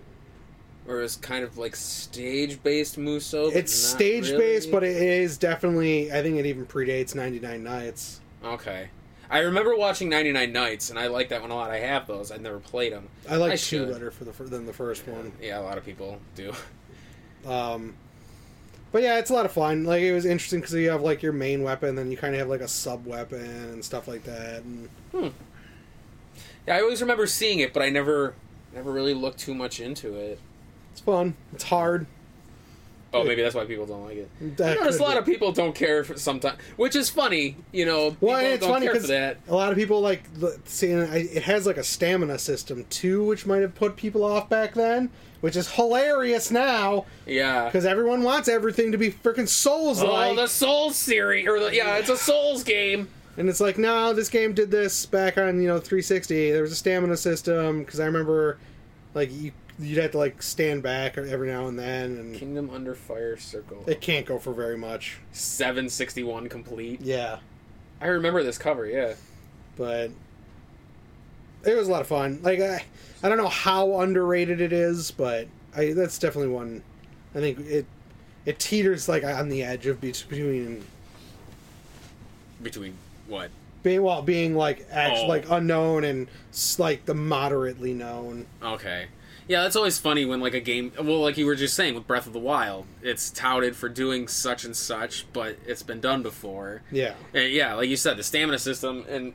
or is kind of like stage based Muso? but
it's
not
stage based,
really?
but it is definitely I think it even predates 99 Nights.
okay. I remember watching Ninety Nine Nights, and I like that one a lot. I have those. I've never played them.
I like
I
two
should.
better for the fir- than the first one.
Yeah, a lot of people do.
Um, but yeah, it's a lot of fun. Like it was interesting because you have like your main weapon, then you kind of have like a sub weapon and stuff like that. And
Yeah, I always remember seeing it, but I never, never really looked too much into it.
it's fun. It's hard.
Oh, maybe that's why people don't like it.
That
There's
could
a lot
be-
of people don't care for sometimes, which is funny. You know, people
Well, and it's
don't
funny
care for
because a
that.
lot of people like l- seeing I- it has like a stamina system too, which might have put people off back then, which is hilarious now
Yeah.
because everyone wants everything to be freaking Souls like.
Oh, the Souls series, or the, yeah, it's a Souls game.
And it's like, no, this game did this back on you know 360. There was a stamina system because I remember, like you you'd have to like stand back every now and then, and
Kingdom Under Fire Circle,
it can't go for very much.
761 complete.
Yeah,
I remember this cover. Yeah.
but it was a lot of fun. Like I, I don't know how underrated it is, but I that's definitely one. I think it it teeters like on the edge of between
Between what?
being well being like act,
Oh.
like unknown and s- like the moderately known.
Okay. Yeah, that's always funny when like a game. Well, like you were just saying with Breath of the Wild, it's touted for doing such and such, but it's been done before.
Yeah.
And Uh, yeah, like you said, the stamina system and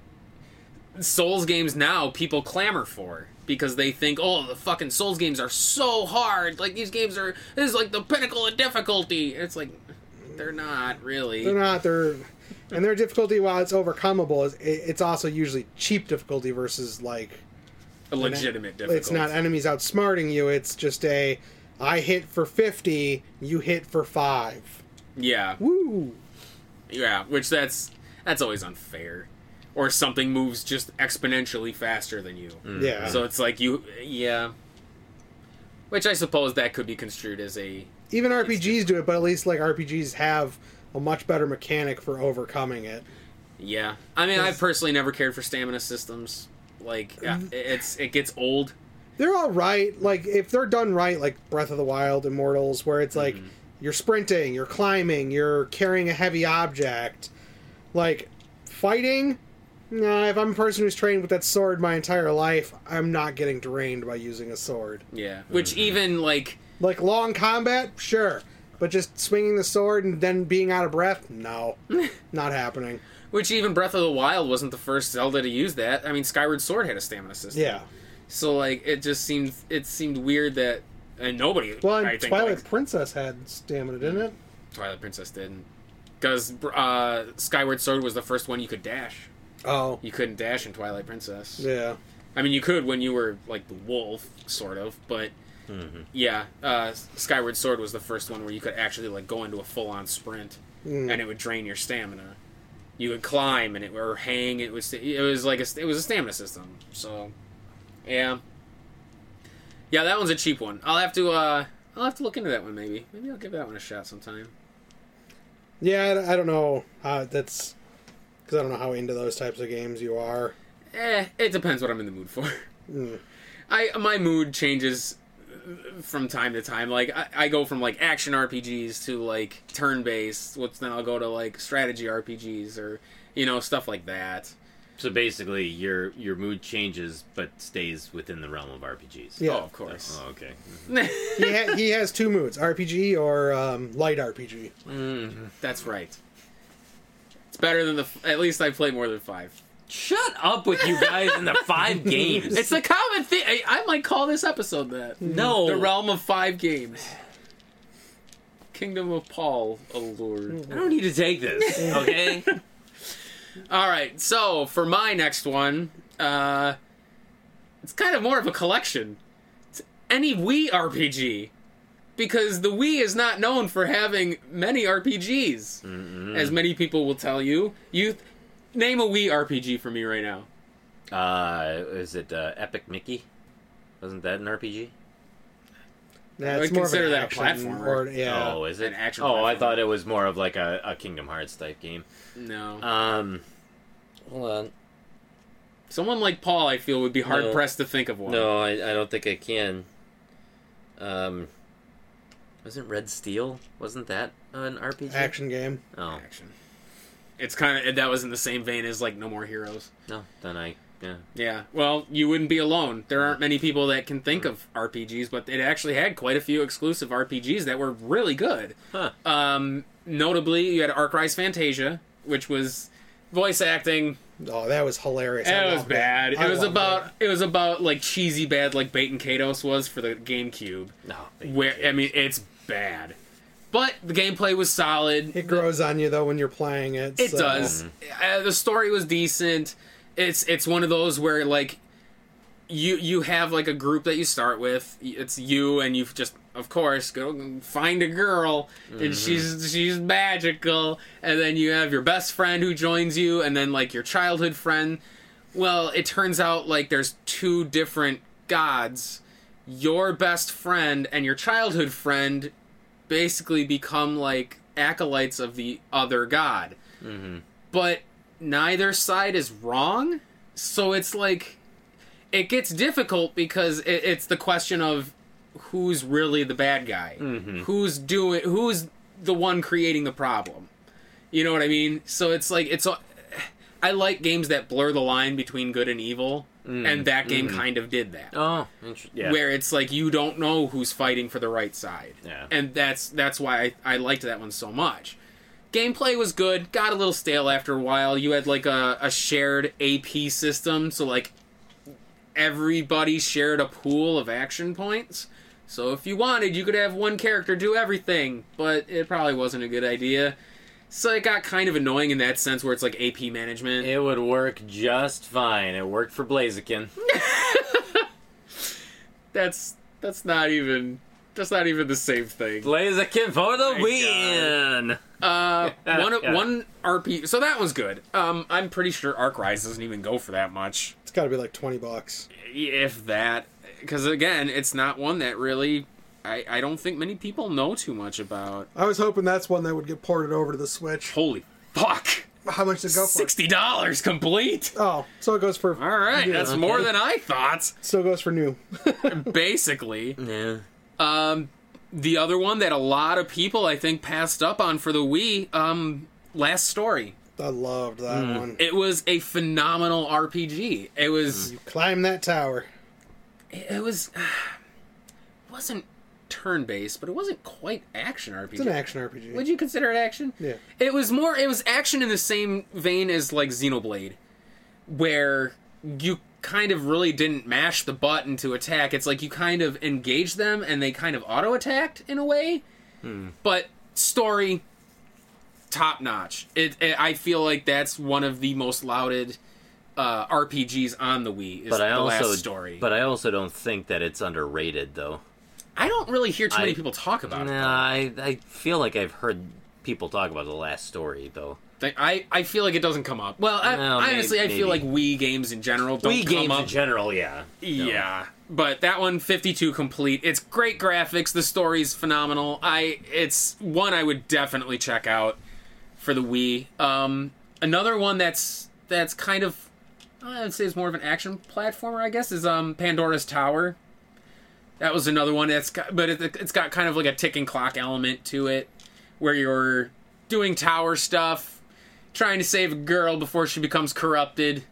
Souls games now people clamor for because they think, oh, the fucking Souls games are so hard. Like these games are this is like the pinnacle of difficulty. It's like they're not really.
They're not. They're and their difficulty, while it's overcomable, is it, it's also usually cheap difficulty versus like
a legitimate difficulty.
it's not enemies outsmarting you. It's just a I hit for fifty, you hit for five.
Yeah,
Woo!
yeah. Which that's that's always unfair. Or something moves just exponentially faster than you.
Yeah.
So it's like you, yeah. Which I suppose that could be construed as a
Even RPGs do it, but at least like RPGs have a much better mechanic for overcoming it.
Yeah, I mean, I
Because-
personally never cared for stamina systems. Like, yeah,
Mm.
it's it gets old.
They're all right. Like if they're done right, like Breath of the Wild, Immortals, where it's
Mm-hmm.
like you're sprinting, you're climbing, you're carrying a heavy object, like fighting. Nah, if I'm a person who's trained with that sword my entire life, I'm not getting drained by using a sword.
Yeah, which even like,
Like long combat, sure, but just swinging the sword and then being out of breath, no, not happening.
which even Breath of the Wild wasn't the first Zelda to use that. I mean, Skyward Sword had a stamina system.
Yeah.
So like, it just seems it seemed weird that and nobody.
Well,
I
and
think,
Twilight
likes-
Princess had stamina, didn't it?
Twilight Princess didn't, because uh, Skyward Sword was the first one you could dash.
Oh,
You couldn't dash in Twilight Princess.
yeah.
I mean, you could when you were like the wolf, sort of, but yeah, uh, Skyward Sword was the first one where you could actually like go into a full on sprint,
Mm.
and it would drain your stamina. you could climb and it or hang. It was it was like a, it was a stamina system. So, yeah, yeah, that one's a cheap one. I'll have to uh, I'll have to look into that one maybe. Maybe I'll give that one a shot sometime.
Yeah, I, I don't know. Uh, that's because I don't know how into those types of games you are.
Eh, it depends what I'm in the mood for.
Mm.
I my mood changes from time to time. Like I, I go from like action RPGs to like turn based. What's then I'll go to like strategy RPGs or you know stuff like that.
So basically, your your mood changes but stays within the realm of RPGs.
Yeah,
Oh, of course.
Oh, okay.
he, ha- he has two moods: RPG or um, light RPG.
That's right. It's better than the. f- At least I play more than five.
Shut up with you guys and the five games.
It's a common thing. I, I might call this episode that.
no
The realm of five games. Kingdom of Paul oh allure.
Mm-hmm.
I don't need to take this. Okay.
All right, so for my next one, uh, it's kind of more of a collection. It's any Wii RPG, because the Wii is not known for having many RPGs, as many people will tell you. You th- name a Wii RPG for me right now.
uh, is it uh, Epic Mickey? Wasn't that an RPG?
That's
would consider that a platformer.
Or, yeah,
Oh, is it
An action
Oh, I
platformer.
thought it was more of like a, a Kingdom Hearts type game.
No,
Um, hold on.
someone like Paul, I feel, would be hard
No.
pressed to think of one.
No, I, I don't think I can. Um, wasn't Red Steel? Wasn't that an RPG?
action game.
Oh
action. It's kind of that was in the same vein as like No More Heroes.
no, then I yeah.
Yeah, well, you wouldn't be alone. There aren't many people that can think of RPGs, but it actually had quite a few exclusive RPGs that were really good.
Huh.
Um, notably, you had Arkwright's Fantasia, which was voice acting.
Oh, that was hilarious. I
That was
loved
bad. It,
I
was
loved
about it. was about like cheesy bad, like Bait and Kados was for the GameCube.
No. thank
Where
you.
I mean, it's bad, but the gameplay was solid.
It grows on you though when you're playing it.
It
so-
does. Uh, the story was decent. It's it's one of those where like you you have like a group that you start with. It's you and you've just of course go find a girl and she's she's magical. And then you have your best friend who joins you, and then like your childhood friend. Well, it turns out like there's two different gods. Your best friend and your childhood friend basically become like acolytes of the other god. But neither side is wrong. So it's like it gets difficult because it, it's the question of who's really the bad guy, who's doing, who's the one creating the problem. You know what I mean? So it's like it's. a- I like games that blur the line between good and evil, and that game kind of did that
Oh, inter- yeah.
where it's like you don't know who's fighting for the right side.
Yeah.
And that's that's why I, I liked that one so much. Gameplay was good, got a little stale after a while. You had like a, a shared AP system, so like everybody shared a pool of action points. So if you wanted, you could have one character do everything, but it probably wasn't a good idea. So it got kind of annoying in that sense where it's like AP management.
It would work just fine. It worked for Blaziken.
that's that's not even that's not even the same thing.
Blaziken for the
God.
win.
Uh, one
Yeah.
one RP. So that one's good. Um, I'm pretty sure Arc Rise doesn't even go for that much,
It's got to be like twenty bucks.
if that. Because again, it's not one that really. I, I don't think many people know too much about.
I was hoping that's one that would get ported over to the Switch.
Holy fuck!
How much does it go for?
Sixty dollars complete.
Oh, so it goes for
All right,
Yeah,
that's
okay.
more than I thought.
so it goes for new.
Basically,
Yeah.
um, the other one that a lot of people I think passed up on for the Wii, um, Last Story.
I loved that one.
It was a phenomenal RPG. It was.
Climb that tower.
it it was it wasn't turn based, but it wasn't quite action RPG.
It's an action RPG.
Would you consider it action?
Yeah.
It was more. It was action in the same vein as like Xenoblade, where you kind of really didn't mash the button to attack. It's like you kind of engaged them and they kind of auto attacked in a way.
Hmm.
But story, top notch. It, it. I feel like that's one of the most lauded uh, RPGs on the Wii. Is
But I
the
also
last story.
But I also don't think that it's underrated though.
I don't really hear too many
I-
people talk about
Nah,
it.
I I feel like I've heard people talk about the last story though.
Th- I, I feel like it doesn't come up. Well, I,
No, may-
honestly, I feel like
maybe.
Wii games in general don't
Wii
come
games
up.
in general, yeah.
Yeah. But that one, 52 complete. It's great graphics. The story's phenomenal. I it's one I would definitely check out for the Wii. Um, another one that's that's kind of I would say it's more of an action platformer. I guess is um Pandora's Tower. That was another one that's got, but it, it's got kind of like a ticking clock element to it, where you're doing tower stuff, trying to save a girl before she becomes corrupted.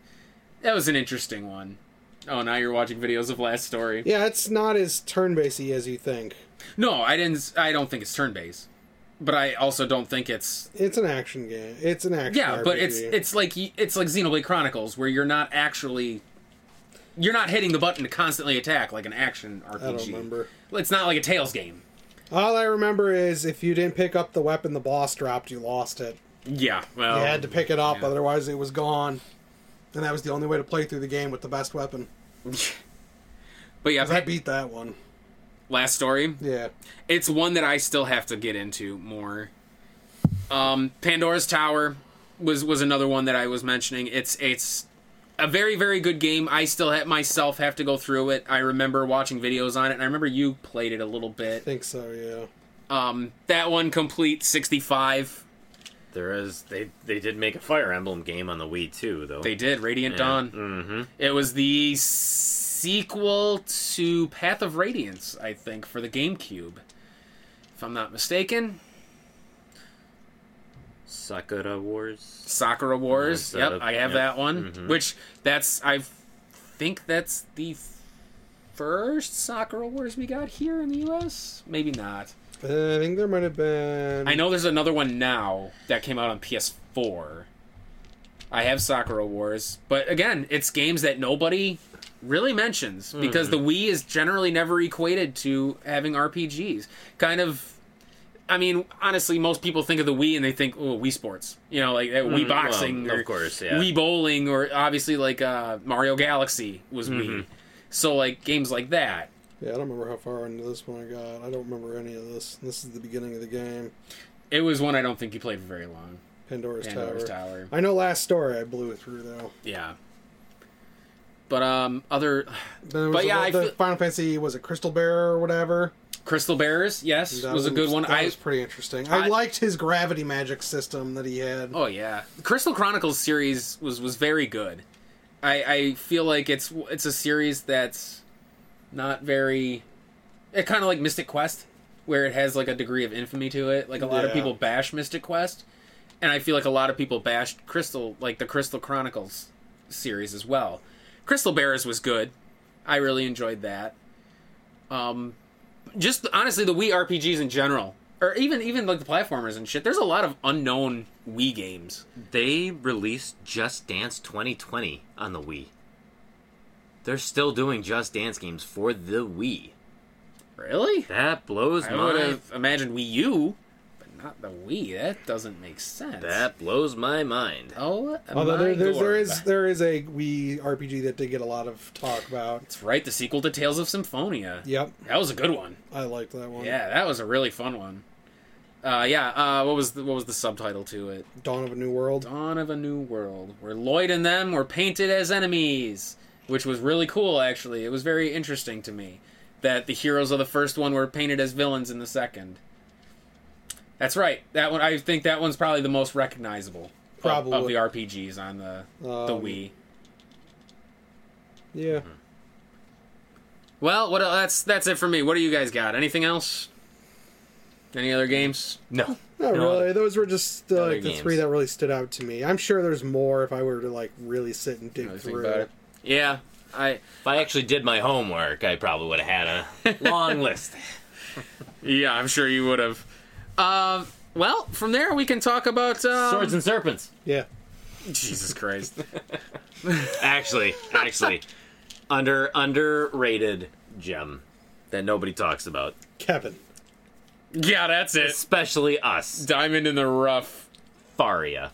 That was an interesting one. Oh, now you're watching videos of Last Story.
Yeah, it's not as turn based as you think.
No, I didn't. I don't think it's turn-based, but I also don't think it's
It's an action game. It's an action.
yeah. But
RPG.
it's it's like y- it's like Xenoblade Chronicles, where you're not actually you're not hitting the button to constantly attack like an action RPG.
I don't remember.
It's not like a Tails game.
All I remember is if you didn't pick up the weapon the boss dropped, you lost it.
Yeah, well,
You had to pick it up, otherwise it was gone. And that was the only way to play through the game with the best weapon.
but yeah,
'Cause I beat that one.
Last Story.
Yeah.
It's one that I still have to get into more. Um, Pandora's Tower was was another one that I was mentioning. It's it's a very very good game. I still have myself have to go through it. I remember watching videos on it, and I remember you played it a little bit.
think so, yeah.
Um, that one complete sixty five.
There is they they did make a Fire Emblem game on the Wii too, though.
They did Radiant Dawn. Mm-hmm. It was the sequel to Path of Radiance, I think, for the GameCube, if I'm not mistaken.
Sakura Wars.
Sakura Wars.
Yeah,
yep,
it's, uh,
I have
yep.
that one. Which that's I think that's the first Sakura Wars we got here in the U.S. Maybe not.
I think there might have been.
I know there's another one now that came out on PS4. I have Sakura Wars, but again, it's games that nobody really mentions
Hmm.
because the Wii is generally never equated to having RPGs. Kind of, I mean, honestly, most people think of the Wii and they think, oh, Wii Sports, you know, like uh, Wii
Mm,
Boxing,
well,
or
of course, yeah.
Wii Bowling, or obviously like uh, Mario Galaxy was
Mm-hmm.
Wii. So like games like that.
Yeah, I don't remember how far into this one I got. I don't remember any of this. This is the beginning of the game.
It was one I don't think you played for very long.
Pandora's,
Pandora's
Tower.
Tower.
I know last story I blew it through though.
Yeah. But um other
Then there was
But
a-
yeah, I
the
feel-
Final Fantasy was a Crystal Bearer or whatever.
Crystal Bears, yes,
That
was a good one.
That
I
was pretty interesting. I,
I-
liked his gravity magic system that he had.
Oh yeah. Crystal Chronicles series was was very good. I I feel like it's it's a series that's not very it kind of like Mystic Quest where it has like a degree of infamy to it. Like a lot of
Yeah.
people bash Mystic Quest and I feel like a lot of people bashed Crystal like the Crystal Chronicles series as well. Crystal Bears was good. I really enjoyed that. Um just honestly the Wii RPGs in general or even even like the platformers and shit. There's a lot of unknown Wii games.
They released Just Dance 2020 on the Wii. They're still doing Just Dance games for the Wii.
Really?
That blows
I would
my
have imagined Wii U, but not the Wii. That doesn't make sense.
that blows my mind.
oh,
Although
my
there, there's, there
Lord.
is there is a Wii RPG that did get a lot of talk about.
That's right. The sequel to Tales of Symphonia.
Yep,
That was a good one.
I liked that one.
Yeah, that was a really fun one. Uh, yeah. Uh, what was the, what was the subtitle to it?
Dawn of a New World.
Dawn of a New World, where Lloyd and them were painted as enemies, which was really cool. Actually, it was very interesting to me that the heroes of the first one were painted as villains in the second. That's right. That one, I think that one's probably the most recognizable of- of,
Probably.
the RPGs on the the
Um,
Wii.
Yeah.
Mm-hmm. Well, what el- that's that's it for me. What do you guys got? Anything else? Any other games?
No.
Not
No,
really. Those were just uh,
other
like the
games.
three that really stood out to me. I'm sure there's more if I were to like really sit and dig
Really think
through
about it.
Yeah.
I
If I actually did my homework, I probably would have had a long list.
yeah, I'm sure you would have. Um, well, from there we can talk about um,
Swords and serpents.
Yeah.
Jesus Christ.
Actually, actually, under underrated gem that nobody talks about,
Kevin.
Yeah, that's it.
especially us.
Diamond in the rough.
Faria.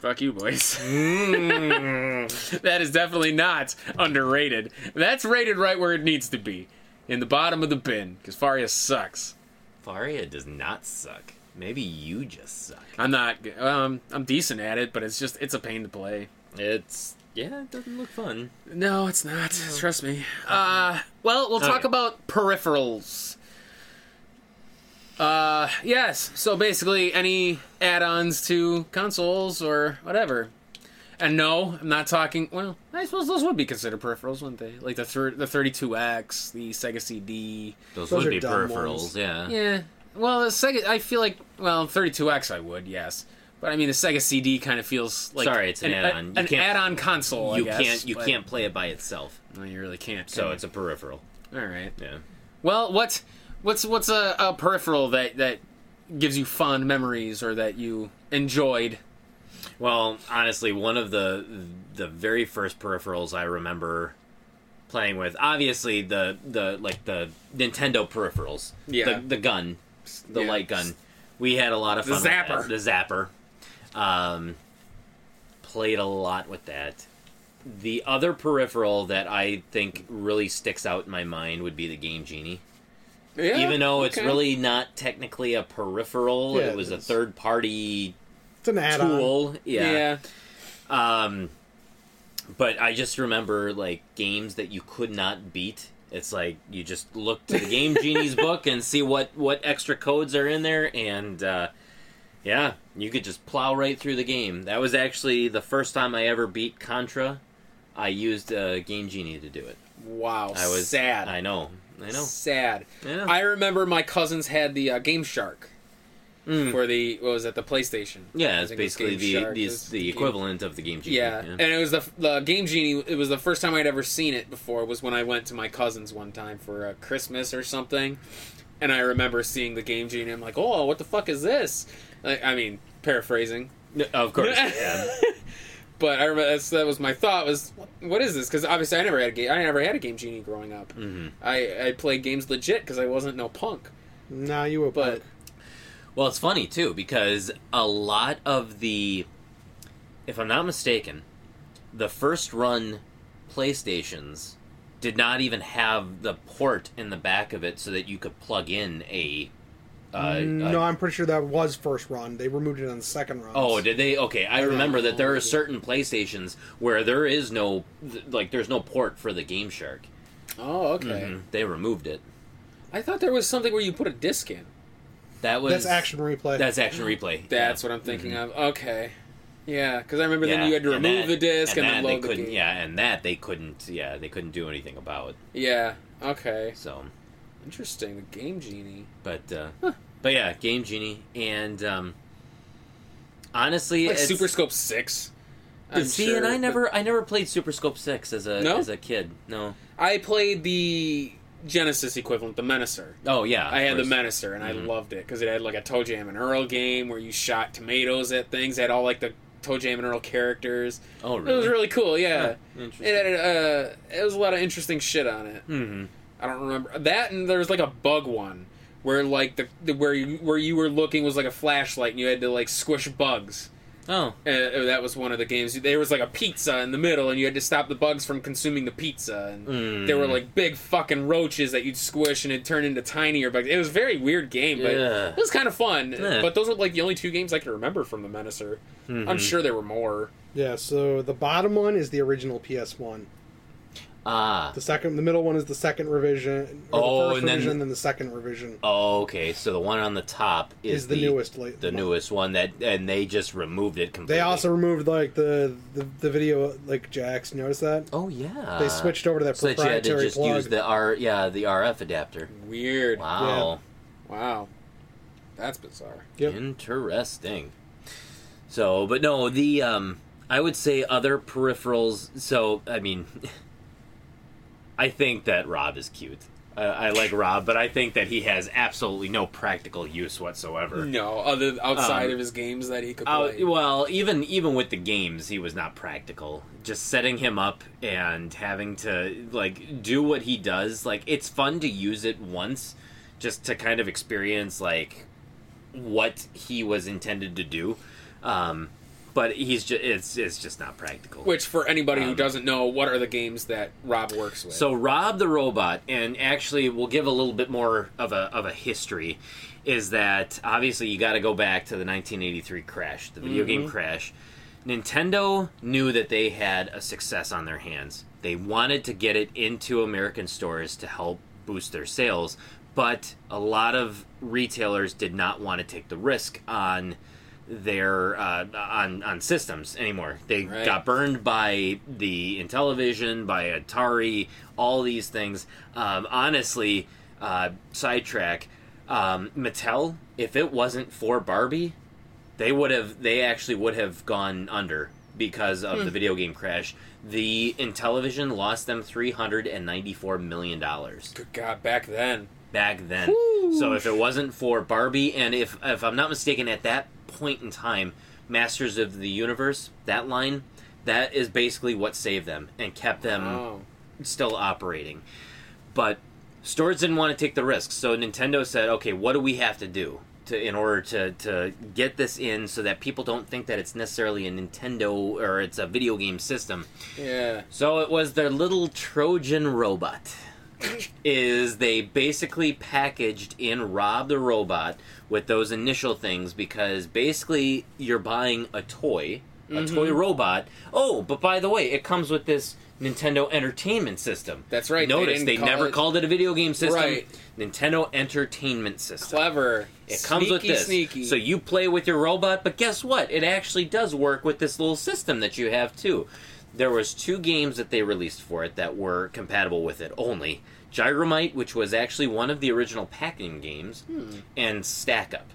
Fuck you, boys. that is definitely not underrated. That's rated right where it needs to be, in the bottom of the bin, because Faria sucks.
Faria does not suck. Maybe you just suck.
I'm not. g- Um, I'm decent at it, but it's just it's a pain to play.
It's yeah, it doesn't look fun.
No, it's not. Trust me. Uh, well, we'll talk
Okay.
about peripherals. Uh, yes. So basically, any add-ons to consoles or whatever. And no, I'm not talking. Well, I suppose those would be considered peripherals, wouldn't they? Like the thir- the 32X, the Sega CD.
Those,
Those
would
are
be
dumb
peripherals,
ones.
yeah.
Yeah. Well, the Sega. I feel like well, 32X. I would yes. But I mean, the Sega CD kind of feels like
Sorry, it's an
a-
add-on. You
an
can't-
add-on console. I
You
guess,
can't you
but-
can't play it by itself.
No, you really can't.
So
can you?
it's a peripheral.
all right.
Yeah.
Well, what's what's what's a, a peripheral that that gives you fond memories or that you enjoyed?
Well, honestly, one of the the very first peripherals I remember playing with, obviously the the like the Nintendo peripherals.
Yeah.
The, the gun, the
Yeah.
light gun. We had a lot of
The
fun. with that.
zapper.
The zapper. Um, played a lot with that. The other peripheral that I think really sticks out in my mind would be the Game Genie.
Yeah,
Even though it's really not technically a peripheral,
Yeah,
it
it
was a
is.
third party
It's an add-on.
tool.
yeah.
yeah. Um, but I just remember like games that you could not beat. It's like you just look to the game genie's book and see what what extra codes are in there, and uh, yeah, you could just plow right through the game. That was actually the first time I ever beat Contra. I used uh, Game Genie to do it.
Wow.
I was
sad.
I know. I know.
Sad.
I know.
I remember my cousins had the uh, Game Shark
Mm.
for the what was that the PlayStation?
yeah, it's
I think it was
basically
Game
the
Shark,
the,
it's
the
Game-
equivalent of the Game Genie.
Yeah. and it was the the Game Genie. It was the first time I'd ever seen it before. Was when I went to my cousin's one time for uh, Christmas or something, and I remember seeing the Game Genie. I'm like, oh, what the fuck is this? Like, I mean, paraphrasing,
of course.
but I remember that's, that was my thought was, what, what is this? Because obviously I never had a game. I never had a Game Genie growing up.
Mm-hmm.
I I played games legit because I wasn't no punk.
No, you were
But
Well, it's funny too because a lot of the, if I'm not mistaken, the first run PlayStations did not even have the port in the back of it so that you could plug in a. Uh, uh,
Mm, no, I'm pretty sure that was first run. They removed it on the second run.
Oh, did they? Okay, I remember that there
know.
are certain PlayStations where there is no, th- like, there's no port for the Game Shark. Mm-hmm.
oh, okay.
They removed it.
Mm-hmm. I thought there was something where you put a disc in.
That was
that's action replay.
That's action replay.
That's
yeah. Mm-hmm.
what I'm thinking of. Okay. Yeah, because I remember
Yeah,
then you had to
and
remove
that-
the disc and,
that
then load
they
the
couldn't.
game.
Yeah, and that they couldn't. Yeah, they couldn't do anything about.
Yeah. Okay.
So,
Interesting. The Game Genie.
but uh, but yeah, Game Genie and um, honestly,
Like
it's,
Super Scope Six. I'm
see,
sure,
and I
but-
never I never played Super Scope Six as a
No?
as a kid. No.
I played the Genesis equivalent, the Menacer.
Oh yeah,
I had the
meta.
Menacer and I
Mhm.
loved it because it had like a Toe Jam and Earl game where you shot tomatoes at things. It had all like the Toe Jam and Earl characters.
Oh
It was
really?
really cool. Yeah.
Interesting.
It had uh, it was a lot of interesting shit on it.
hmm
I don't remember that, and there was like a bug one where like the, the where you where you were looking was like a flashlight, and you had to like squish bugs.
Oh,
Uh, uh, that was one of the games. There was like a pizza in the middle, and you had to stop the bugs from consuming the pizza. And there
Hmm.
were like big fucking roaches that you'd squish, and it turned into tinier bugs. It was a very weird game, but
Yeah.
it was kind of fun.
Yeah. Mm-hmm.
But those were like the only two games I can remember from the Menacer. I'm sure there were more.
Yeah, so the bottom one is the original PS1.
ah.
The second, the middle one is the second revision. Or
Oh,
the first
and then-
revision, then the second revision
Oh, okay. So the one on the top is,
is the, newest. Late
the newest one that, and they just removed it completely.
They also removed like the the, the video like jacks. You Notice that
Oh yeah.
they switched over to that
so that you had to
proprietary
just
plug.
use the R, yeah, the RF adapter.
Weird. Wow.
Wow.
That's bizarre.
Yep.
Interesting. So, but no, the um I would say other peripherals. So, I mean, I think that Rob is cute. I, I like Rob, but I think that he has absolutely no practical use whatsoever.
No, other outside
Um,
of his games that he could
Uh,
play.
well, even even with the games, he was not practical. Just setting him up and having to like do what he does, like it's fun to use it once, just to kind of experience like what he was intended to do. Um, but he's just it's it's just not practical.
Which, for anybody who
Um,
doesn't know, what are the games that Rob works with?
So Rob the robot, and actually we'll give a little bit more of a of a history, is that obviously you got to go back to the 1983 crash, the video game crash. Nintendo knew that they had a success on their hands. They wanted to get it into American stores to help boost their sales, but a lot of retailers did not want to take the risk on their uh, on on systems anymore. They
Right.
got burned by the Intellivision, by Atari, all these things. Um, honestly, uh, sidetrack. Um, Mattel, if it wasn't for Barbie, they would have. They actually would have gone under because of the video game crash. The Intellivision lost them three hundred and ninety-four million dollars
Good God, back then.
back then. So if it wasn't for Barbie, and if if I'm not mistaken, at that point in time, Masters of the Universe, that line, that is basically what saved them and kept them
Oh.
still operating. But stores didn't want to take the risk, so Nintendo said, "Okay, what do we have to do to in order to to get this in so that people don't think that it's necessarily a Nintendo or it's a video game system?"
Yeah.
So it was their little Trojan robot. is they basically packaged in Rob the robot with those initial things because basically you're buying a toy, a
Mm-hmm.
toy robot. Oh, but by the way, it comes with this Nintendo Entertainment System.
That's right, they
Notice
didn't
they,
call
never
it-
called it a video game system.
Right.
Nintendo Entertainment System.
Clever.
It comes
sneaky,
with this.
Sneaky.
So you play with your robot, but guess what? It actually does work with this little system that you have too. There was two games that they released for it that were compatible with it only. Gyromite, which was actually one of the original packing games,
Hmm.
and Stack Up.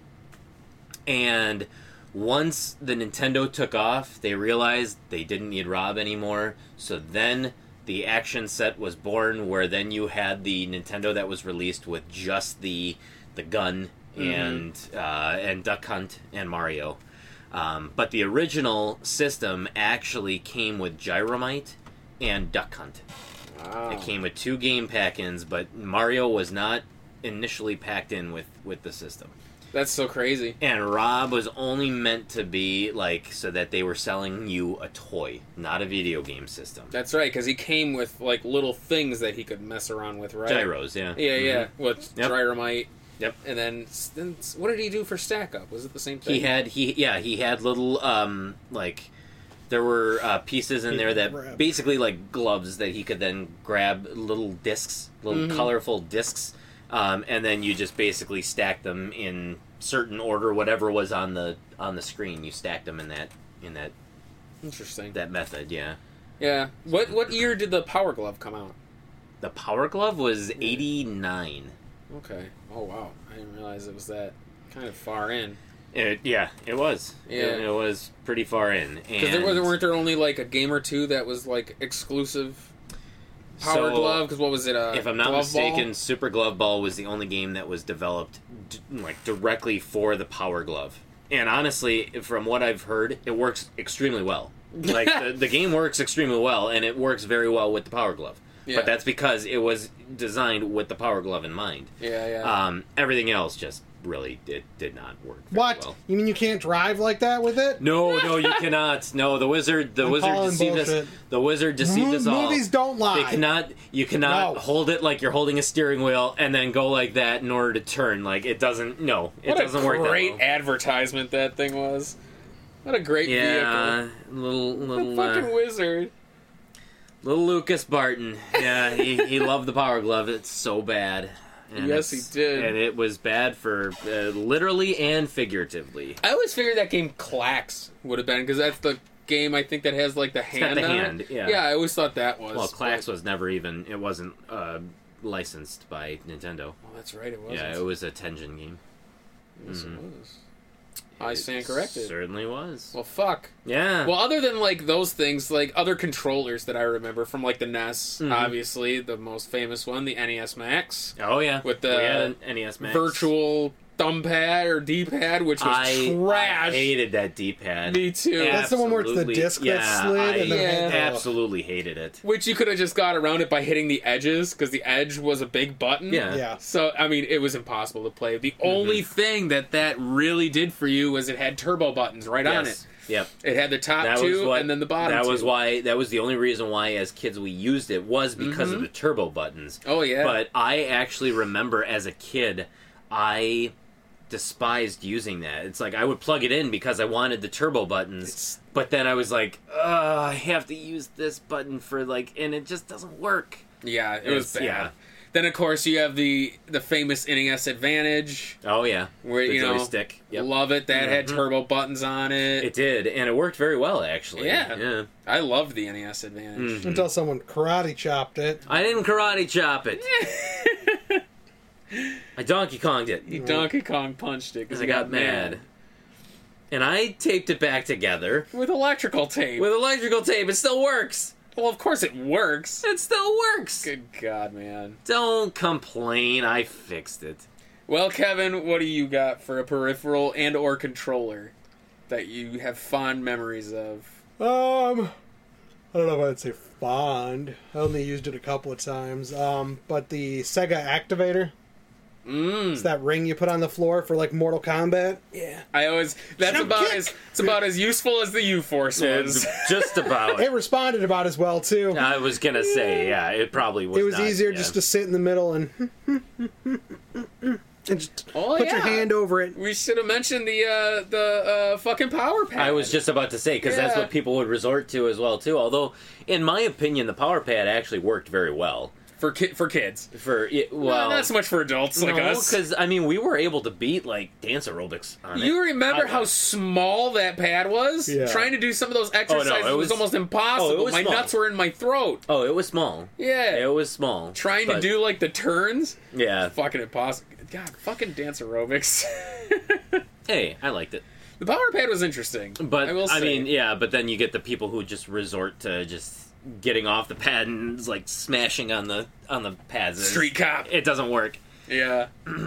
And once the Nintendo took off, they realized they didn't need Rob anymore. So then the action set was born, where then you had the Nintendo that was released with just the the gun and uh, and Duck Hunt and Mario. Um, but the original system actually came with Gyromite and Duck Hunt.
Wow.
It came with two game pack-ins, but Mario was not initially packed in with with the system
That's so crazy.
and Rob was only meant to be like so that they were selling you a toy, not a video game system.
That's right, because he came with like little things that he could mess around with, right?
Gyros, yeah.
Yeah, yeah.
Mhm.
With
Yep.
Gyromite.
Yep.
And then, then what did he do for Stack Up? Was it the same thing?
Mm-hmm. He had he yeah, he had little um like there were uh, pieces in
He
there
could
that
grab.
basically like gloves that he could then grab little discs, little
Mm-hmm.
colorful discs, um, and then you just basically stack them in certain order, whatever was on the on the screen. You stacked them in that in that
Interesting.
that method. Yeah,
Yeah. What what year did the Power Glove come out?
the power glove was eighty nine.
Okay. Oh wow, I didn't realize it was that kind of far in.
It, yeah, it was.
Yeah.
It, it was pretty far in.
Because
Because
there, were- there weren't there only like a game or two that was like exclusive Power Glove? 'Cause Glove. Because what was it? Uh,
If I'm not
Glove Ball?
mistaken, Super Glove Ball was the only game that was developed d- like directly for the Power Glove. And honestly, from what I've heard, it works extremely well. Like the, the game works extremely well, and it works very well with the Power Glove.
Yeah.
But that's because it was designed with the Power Glove in mind.
Yeah, yeah.
Um, everything else just really it did not work. very
What?
well.
You mean you can't drive like that with it?
No, no, you cannot. No, the wizard, the wizard
calling
deceived us.
bullshit.
The wizard deceived
Mo-
Mm-hmm.
us all.
movies don't lie.
They cannot. You cannot
No.
hold it like you're holding a steering wheel and then go like that in order to turn. Like it doesn't. No, it
what
doesn't
a
work.
great
that well.
advertisement that thing was. What a great
Yeah, little
vehicle.
little
The fucking
uh,
wizard.
little Lucas Barton. Yeah, he, he loved the Power Glove. It's so bad. And
Yes,
it's-
he did.
And it was bad for uh, literally and figuratively.
I always figured that game Clax would have been because that's the game I think that has like the
got
hand.
the
on it.
hand, yeah.
I always thought that was.
Well, Clax
but-
was never even. It wasn't uh, licensed by
Oh,
Nintendo.
that's right. It was.
Yeah, it Mm-hmm. was a Tengen game.
Yes, it was. I
It
stand corrected.
Certainly was.
Well, fuck.
yeah.
Well, other than like those things, like other controllers that I remember from like the NES,
Mm-hmm.
obviously the most famous one, the NES Max,
oh yeah.
with the
We had an NES Max.
virtual thumb pad or D pad, which was
I,
trash.
I hated that D-pad.
Me too.
That's the one where it's the
Absolutely.
disc that
yeah,
slid and
I
then-
Yeah.
absolutely hated it.
Which you could have just got around it by hitting the edges because the edge was a big button.
Yeah. Mm-hmm.
Yeah.
So I mean, it was impossible to play. The only thing that that really did for you was it had turbo buttons right on it.
Yes. Yep.
It had the top
That was
two
what,
and then the bottom.
That was
two.
why. That was the only reason why, as kids, we used it was because
Mm-hmm.
of the turbo buttons.
Oh yeah.
But I actually remember as a kid, I despised using that. It's like I would plug it in because I wanted the turbo buttons,
It's-
but then I was like, Ugh, I have to use this button for like, and it just doesn't work.
yeah, it
It's-
was bad.
yeah.
Then of course you have the the famous NES Advantage.
Oh yeah,
Where,
the
you know,
joystick. Yep.
Love it. That had
Mhm.
turbo buttons on it.
It did, and it worked very well actually.
Yeah.
yeah.
I love the NES Advantage.
Mhm.
Until someone karate chopped it.
I didn't karate chop it. I Donkey Konged it.
He Donkey Kong punched it
because
because
I got mad. And I taped it back together
with electrical tape.
with electrical tape. It still works.
well, of course it works.
It still works.
Good God, man.
Don't complain. I fixed it.
Well, Kevin, what do you got for a peripheral and or controller that you have fond memories of?
Um, I don't know if I'd say fond. I only used it a couple of times. Um, but the Sega Activator.
Mm.
It's that ring you put on the floor for like Mortal Kombat. Yeah.
I always that's
Jump
about
kick.
as it's about as useful as the U Force was.
Just about.
It responded about as well too.
I was gonna say, yeah, it probably was.
it was
not,
easier
yeah.
just to sit in the middle and, and just
Oh,
put
yeah.
your hand over it.
We should have mentioned the uh, the uh, fucking power pad.
I was just about to say because that's
Yeah.
what people would resort to as well too. Although, in my opinion, the power pad actually worked very well
for ki- for kids.
for it. Well,
Well, not so much for adults like us.
because I mean, we were able to beat like dance aerobics on it.
You remember
I-
how small that pad was?
Yeah.
Trying to do some of those exercises
Oh, it
was,
was-
almost impossible.
oh, it was
my
small.
nuts were in my throat.
Oh, it was small.
Yeah.
It was small.
Trying to
but-
do like the turns,
Yeah.
fucking impossible. God, fucking dance aerobics.
Hey, I liked it.
the power pad was interesting,
But
I
I,
will. Say.
mean, yeah, but then you get the people who just resort to just getting off the pad and like smashing on the on the pads. It's-
street cop.
It doesn't work.
Yeah.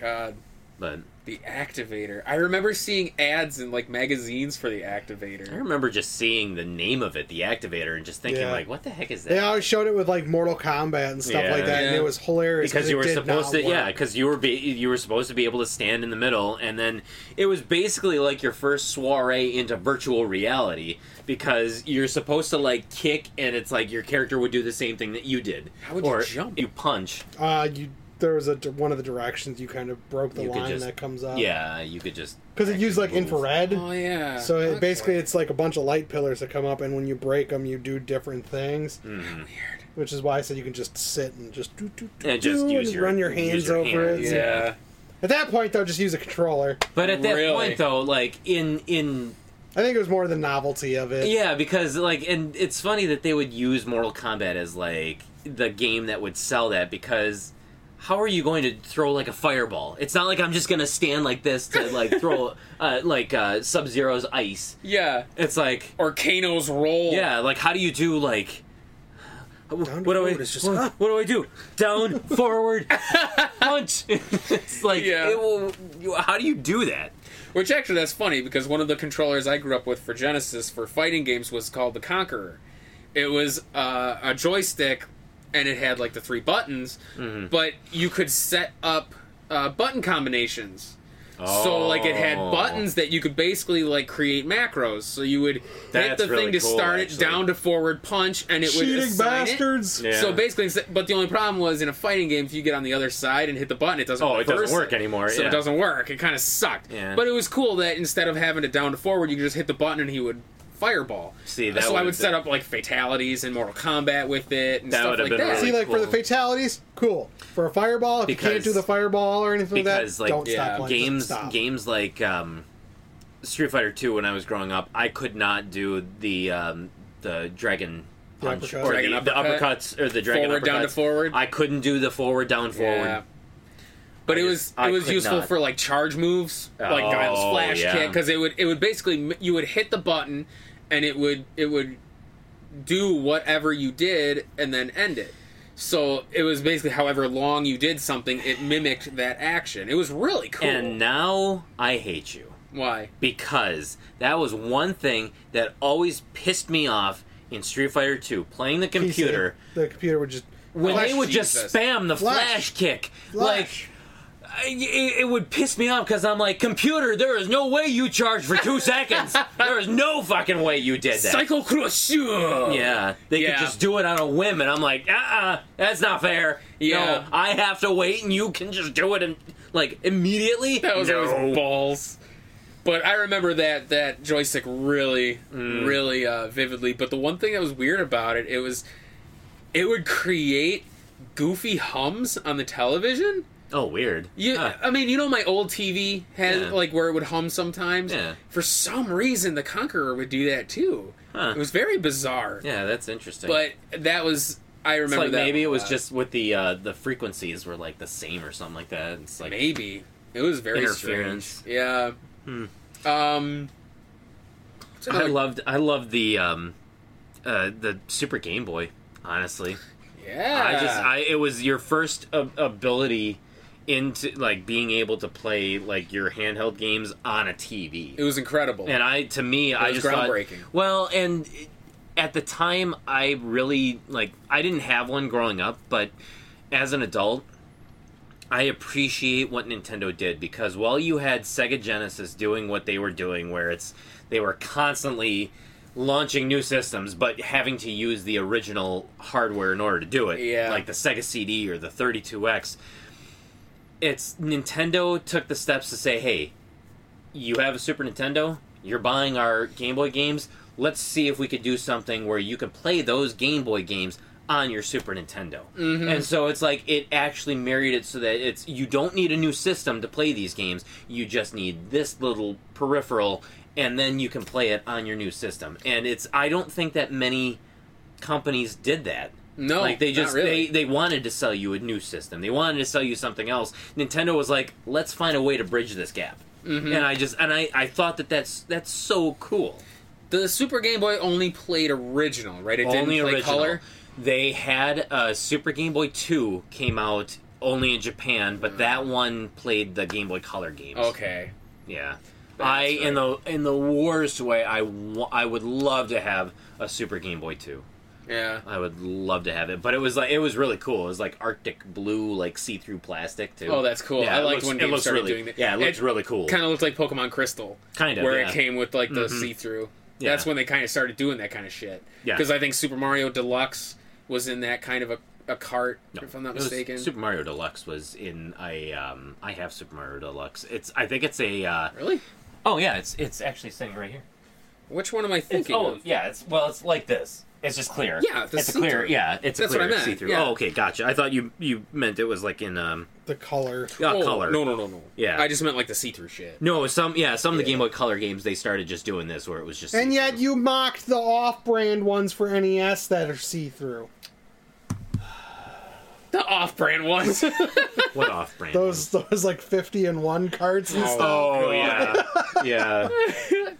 God,
But
the activator. I remember seeing ads in like magazines for the
I
activator.
remember just seeing the name of it, the activator, and just thinking
Yeah.
like, what the heck is that?
They always showed it with like Mortal Kombat and stuff
Yeah.
like that, and
Yeah.
it was hilarious
because
it
you were
did
supposed
not
to yeah
work.
because you were be, you were supposed to be able to stand in the middle and then it was basically like your first soiree into virtual reality because you're supposed to like kick and it's like your character would do the same thing that you did
How would you
or
jump?
you punch
Uh, you there was a di- one of the directions you kind of broke the
You could
line
just-
that comes up.
yeah you could just
because it used like
actually move.
infrared.
Oh yeah.
So it,
Okay.
basically, it's like a bunch of light pillars that come up, and when you break them, you do different things.
Hmm.
Which is why I said you can just sit and just do do do
And just
do,
use
and
your-
run your
use
hands
your
over
hands,
it.
yeah.
At that point, though, just use a controller.
but at that
Really?
point though like in in
I think it was more the novelty of it.
Yeah, because like, and it's funny that they would use Mortal Kombat as like the game that would sell that because how are you going to throw like a fireball? It's not like I'm just gonna stand like this to like throw uh, like uh, Sub Zero's ice.
Yeah.
It's like
Or Kano's roll.
yeah, like how do you do like?
Down
what do I
forward is just,
what,
huh?
what do I do? Down, forward, punch. it's like
Yeah.
it will, you- how do you do that?
Which actually, that's funny because one of the controllers I grew up with for Genesis for fighting games was called the Conqueror. It was uh, a joystick, and it had like the three buttons,
Mm-hmm.
but you could set up uh, button combinations. So like it had
Oh.
buttons that you could basically like create macros. So you would hit
That's
the
really
thing to
cool,
start it
actually.
down to forward punch, and it would
cheating
assign it.
bastards.
Yeah.
So basically, but the only problem was in a fighting game, if you get on the other side and hit the button, it doesn't.
Oh, it doesn't
reverse
work anymore,
So
yeah.
it doesn't work. It kind of sucked.
Yeah.
But it was cool that instead of having it down to forward, you could just hit the button and he would fireball.
See, that
so I would
would've
set
been-
up like fatalities in Mortal Kombat with it and
That
stuff
would've
like
been
that.
See,
really
like for the
cool.
fatalities, cool. For a fireball, if you can't
Because-
do the fireball or anything
because
like that,
like
don't
yeah,
stop playing. Just
games
stop.
games like um, Street Fighter Two when I was growing up, I could not do the um, the dragon
The
punch
uppercut.
or
Dragon
the,
uppercut.
the uppercuts or the dragon
Forward,
uppercuts.
down to forward.
I couldn't do the forward down forward.
Yeah. But
I
it was
just- I
it was
could
useful
not.
for like charge moves, like
Oh,
Guile's flash
yeah.
kick, because it would it would basically you would hit the button, and it would it would do whatever you did and then end it. So it was basically however long you did something, it mimicked that action. It was really cool.
And now I hate you
Why?
because that was one thing that always pissed me off in Street Fighter Two. Playing the
PC,
computer
The computer would just
when
Flash
they would just
Jesus.
spam the
Flash.
flash, kick,
Flash.
like I- it, it would piss me off because I'm like, computer, there is no way you charged for two seconds. There is no fucking way you did that.
Cycle Crusher.
Yeah, they
Yeah.
could just do it on a whim, and I'm like, uh, uh that's not fair.
Yeah.
no, I have to wait, and you can just do it and like immediately.
That was
no.
always balls. But I remember that that joystick really,
Mm.
really uh, vividly. But the one thing that was weird about it, it was, it would create goofy hums on the television.
oh weird.
You,
Huh.
I mean, you know, my old TV had
Yeah.
like where it would hum sometimes.
Yeah.
For some reason, the Conqueror would do that too.
Huh.
It was very bizarre.
yeah, that's interesting.
But that was I
it's
remember
like
that
maybe
a
it was
lot.
just with the uh, the frequencies were like the same or something like that. It's like
maybe it was very
Interference. Hmm.
strange. Yeah. Um. what's
I
another-
loved I loved the um, uh, the Super Game Boy. Honestly,
Yeah.
I just I it was your first ab- ability into like being able to play like your handheld games on a TV.
It was incredible.
and I to me I
was
just thought-
groundbreaking.
well, and it- at the time I really like I didn't have one growing up, but as an adult I appreciate what Nintendo did because while you had Sega Genesis doing what they were doing where it's they were constantly launching new systems but having to use the original hardware in order to do it
Yeah.
like the Sega CD or the 32X it's Nintendo took the steps to say, "Hey, you have a Super Nintendo. You're buying our Game Boy games. Let's see if we could do something where you can play those Game Boy games on your Super Nintendo." And so it's like it actually married it so that it's you don't need a new system to play these games. You just need this little peripheral and then you can play it on your new system. And it's I don't think that many companies did that.
No,
like they
Oh, not
just
really.
they they wanted to sell you a new system. They wanted to sell you something else. Nintendo was like, let's find a way to bridge this gap.
Mm-hmm.
And I just and I I thought that that's that's so cool.
the Super Game Boy only played original, right? It
Only
didn't play
original.
color.
They had uh, Super Game Boy Two came out only in Japan, but that one played the Game Boy Color games.
Mm. Okay.
Yeah.
That's
I in the in the worst way I wa- I would love to have a Super Game Boy 2.
Yeah.
I would love to have it, but it was like it was really cool. It was like Arctic blue, like see-through plastic too.
Oh, that's cool.
Yeah,
I
it
liked
looks-
when
it
games
looks
started
really,
doing that.
Yeah, it looks
It
really cool.
Kind of looked like Pokemon Crystal.
Kind of,
where
yeah.
it came with like the
Mhm.
see-through.
Yeah.
That's when they kind of started doing that kind of shit.
Yeah.
Because I think Super Mario Deluxe was in that kind of a, a cart, if I'm not
It was-
mistaken.
Super Mario Deluxe was in a. Um, I have Super Mario Deluxe. It's. I think it's a. Uh,
really?
oh yeah, it's it's actually sitting right here.
Which one am I thinking?
oh
of?
yeah, it's well, it's like this. It's just clear.
Yeah, the
it's a clear.
see-through.
Yeah, it's
That's
a
what
clear
I meant,
see-through.
yeah.
Oh okay, gotcha. I thought you you meant it was like in um
The color.
uh,
Oh,
color.
No, no, no, no.
Yeah.
I just meant like the see-through shit.
No, some yeah, some of the Game Boy Color games they started just doing this where it was just
And
see-through.
yet you mocked the off-brand ones for NES that are see-through.
The off-brand ones.
what off brand
Those those like 50 and 1 cards and stuff.
Oh yeah, yeah.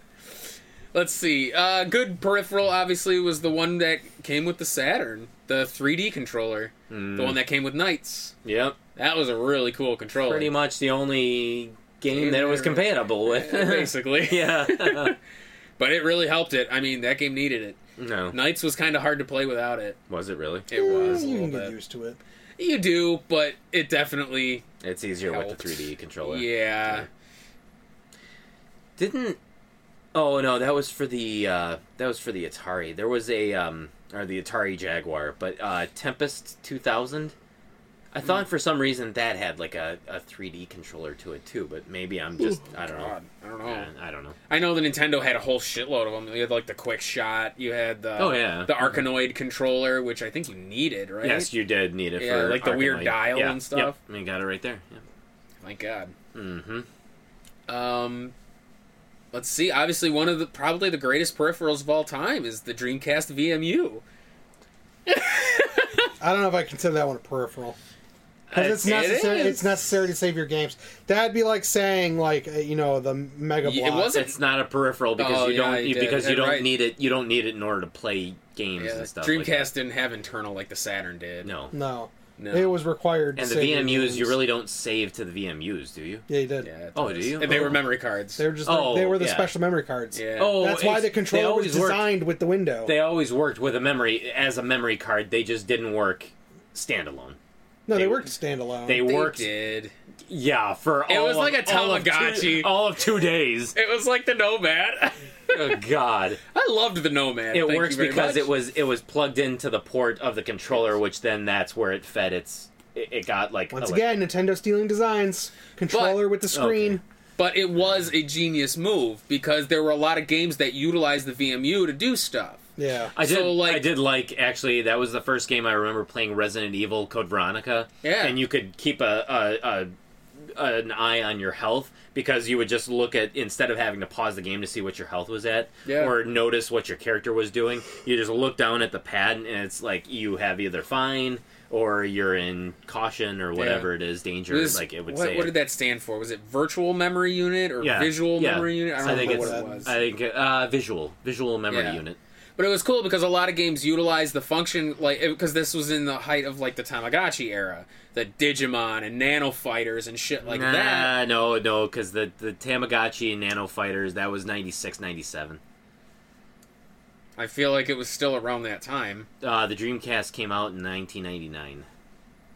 Let's see. Uh, good peripheral, obviously, was the one that came with the Saturn, the 3D controller, the one that came with Knights.
Mm, Yep.
That was a really cool controller,
Pretty much the only game that it was compatible with.
basically.
yeah.
But it really helped it. I mean, that game needed it.
no.
Knights was kind of hard to play without it.
Was it really?
It was a
you
little
can get
bit.
used to it.
You do, but it definitely,
It's easier with
Helped.
the 3D controller.
yeah.
Didn't Oh no, that was for the uh that was for the Atari. There was a um or the Atari Jaguar, but uh Tempest 2000 I
Hmm.
thought for some reason that had like a, a 3D controller to it too, but maybe I'm just I don't know.
God, Oh. I don't know.
Man, I don't know.
I know the Nintendo had a whole shitload of them. You had like the Quick Shot. You had the
Oh, yeah.
the Arkanoid controller, which I think you needed, right?
Yes, you did need it
Yeah,
for
like the weird
Arkanoid.
dial
Yeah,
and stuff.
Yep. You got it right there. Yeah.
Thank God.
Mm-hmm.
Um, let's see. Obviously, one of the probably the greatest peripherals of all time is the Dreamcast VMU.
I don't know if I consider that one a peripheral. Because it's
It
necessary.
is.
It's necessary to save your games. That'd be like saying, like uh, you know, the Mega
Y- it
Block.
wasn't-
It's not a peripheral because
Oh,
you
yeah,
don't
I
you-
did.
because you
You're
don't
right.
need it you don't need it in order to play games
Yeah,
and stuff. like
Dreamcast
that.
didn't have internal like the Saturn did.
no.
No,
no.
it was required. to
And the
save your
VMUs, you
games.
really don't save to the VMUs, do you?
yeah, you did.
Yeah, it
Oh,
does.
do you?
And they
Oh.
were memory cards.
They were just
Oh,
they were the
yeah.
special memory cards.
yeah.
Oh,
that's why
it's-
the controller was
always worked-
designed with the window.
They always worked with a memory as a memory card. They just didn't work standalone.
no, they,
they-
worked standalone.
They,
They
worked
did.
yeah, for
It
all
was
of-
like a
all of two-
Tamagotchi.
all of two days.
It was like the Nomad.
oh God.
I loved the Nomad.
it
Thank
works
you very
because
much.
it was it was plugged into the port of the controller, which then that's where it fed its. It, it got like
Once
elec-
again, Nintendo stealing designs. Controller with the screen.
okay.
But it was a genius move because there were a lot of games that utilized the VMU to do stuff.
Yeah.
I did.
so, like-
I did like actually. That was the first game I remember playing Resident Evil Code Veronica.
Yeah.
and you could keep a, a, a an eye on your health because you would just look at instead of having to pause the game to see what your health was at
Yeah.
or notice what your character was doing. You just look down at the pad and it's like you have either fine or you're in caution or whatever it is danger.
This-
like it would
what,
say.
what did that stand for? Was it virtual memory unit or
Yeah,
visual
yeah.
memory unit? I don't
I think
remember what
it's-
it was.
I think uh, visual visual memory
Yeah.
unit.
But it was cool because a lot of games utilized the function, like because this was in the height of like the Tamagotchi era, the Digimon and Nano Fighters and shit like
nah,
that.
no, no, because the the Tamagotchi and Nano Fighters that was 96, 97.
I feel like it was still around that time.
Uh, the Dreamcast came out in 1999.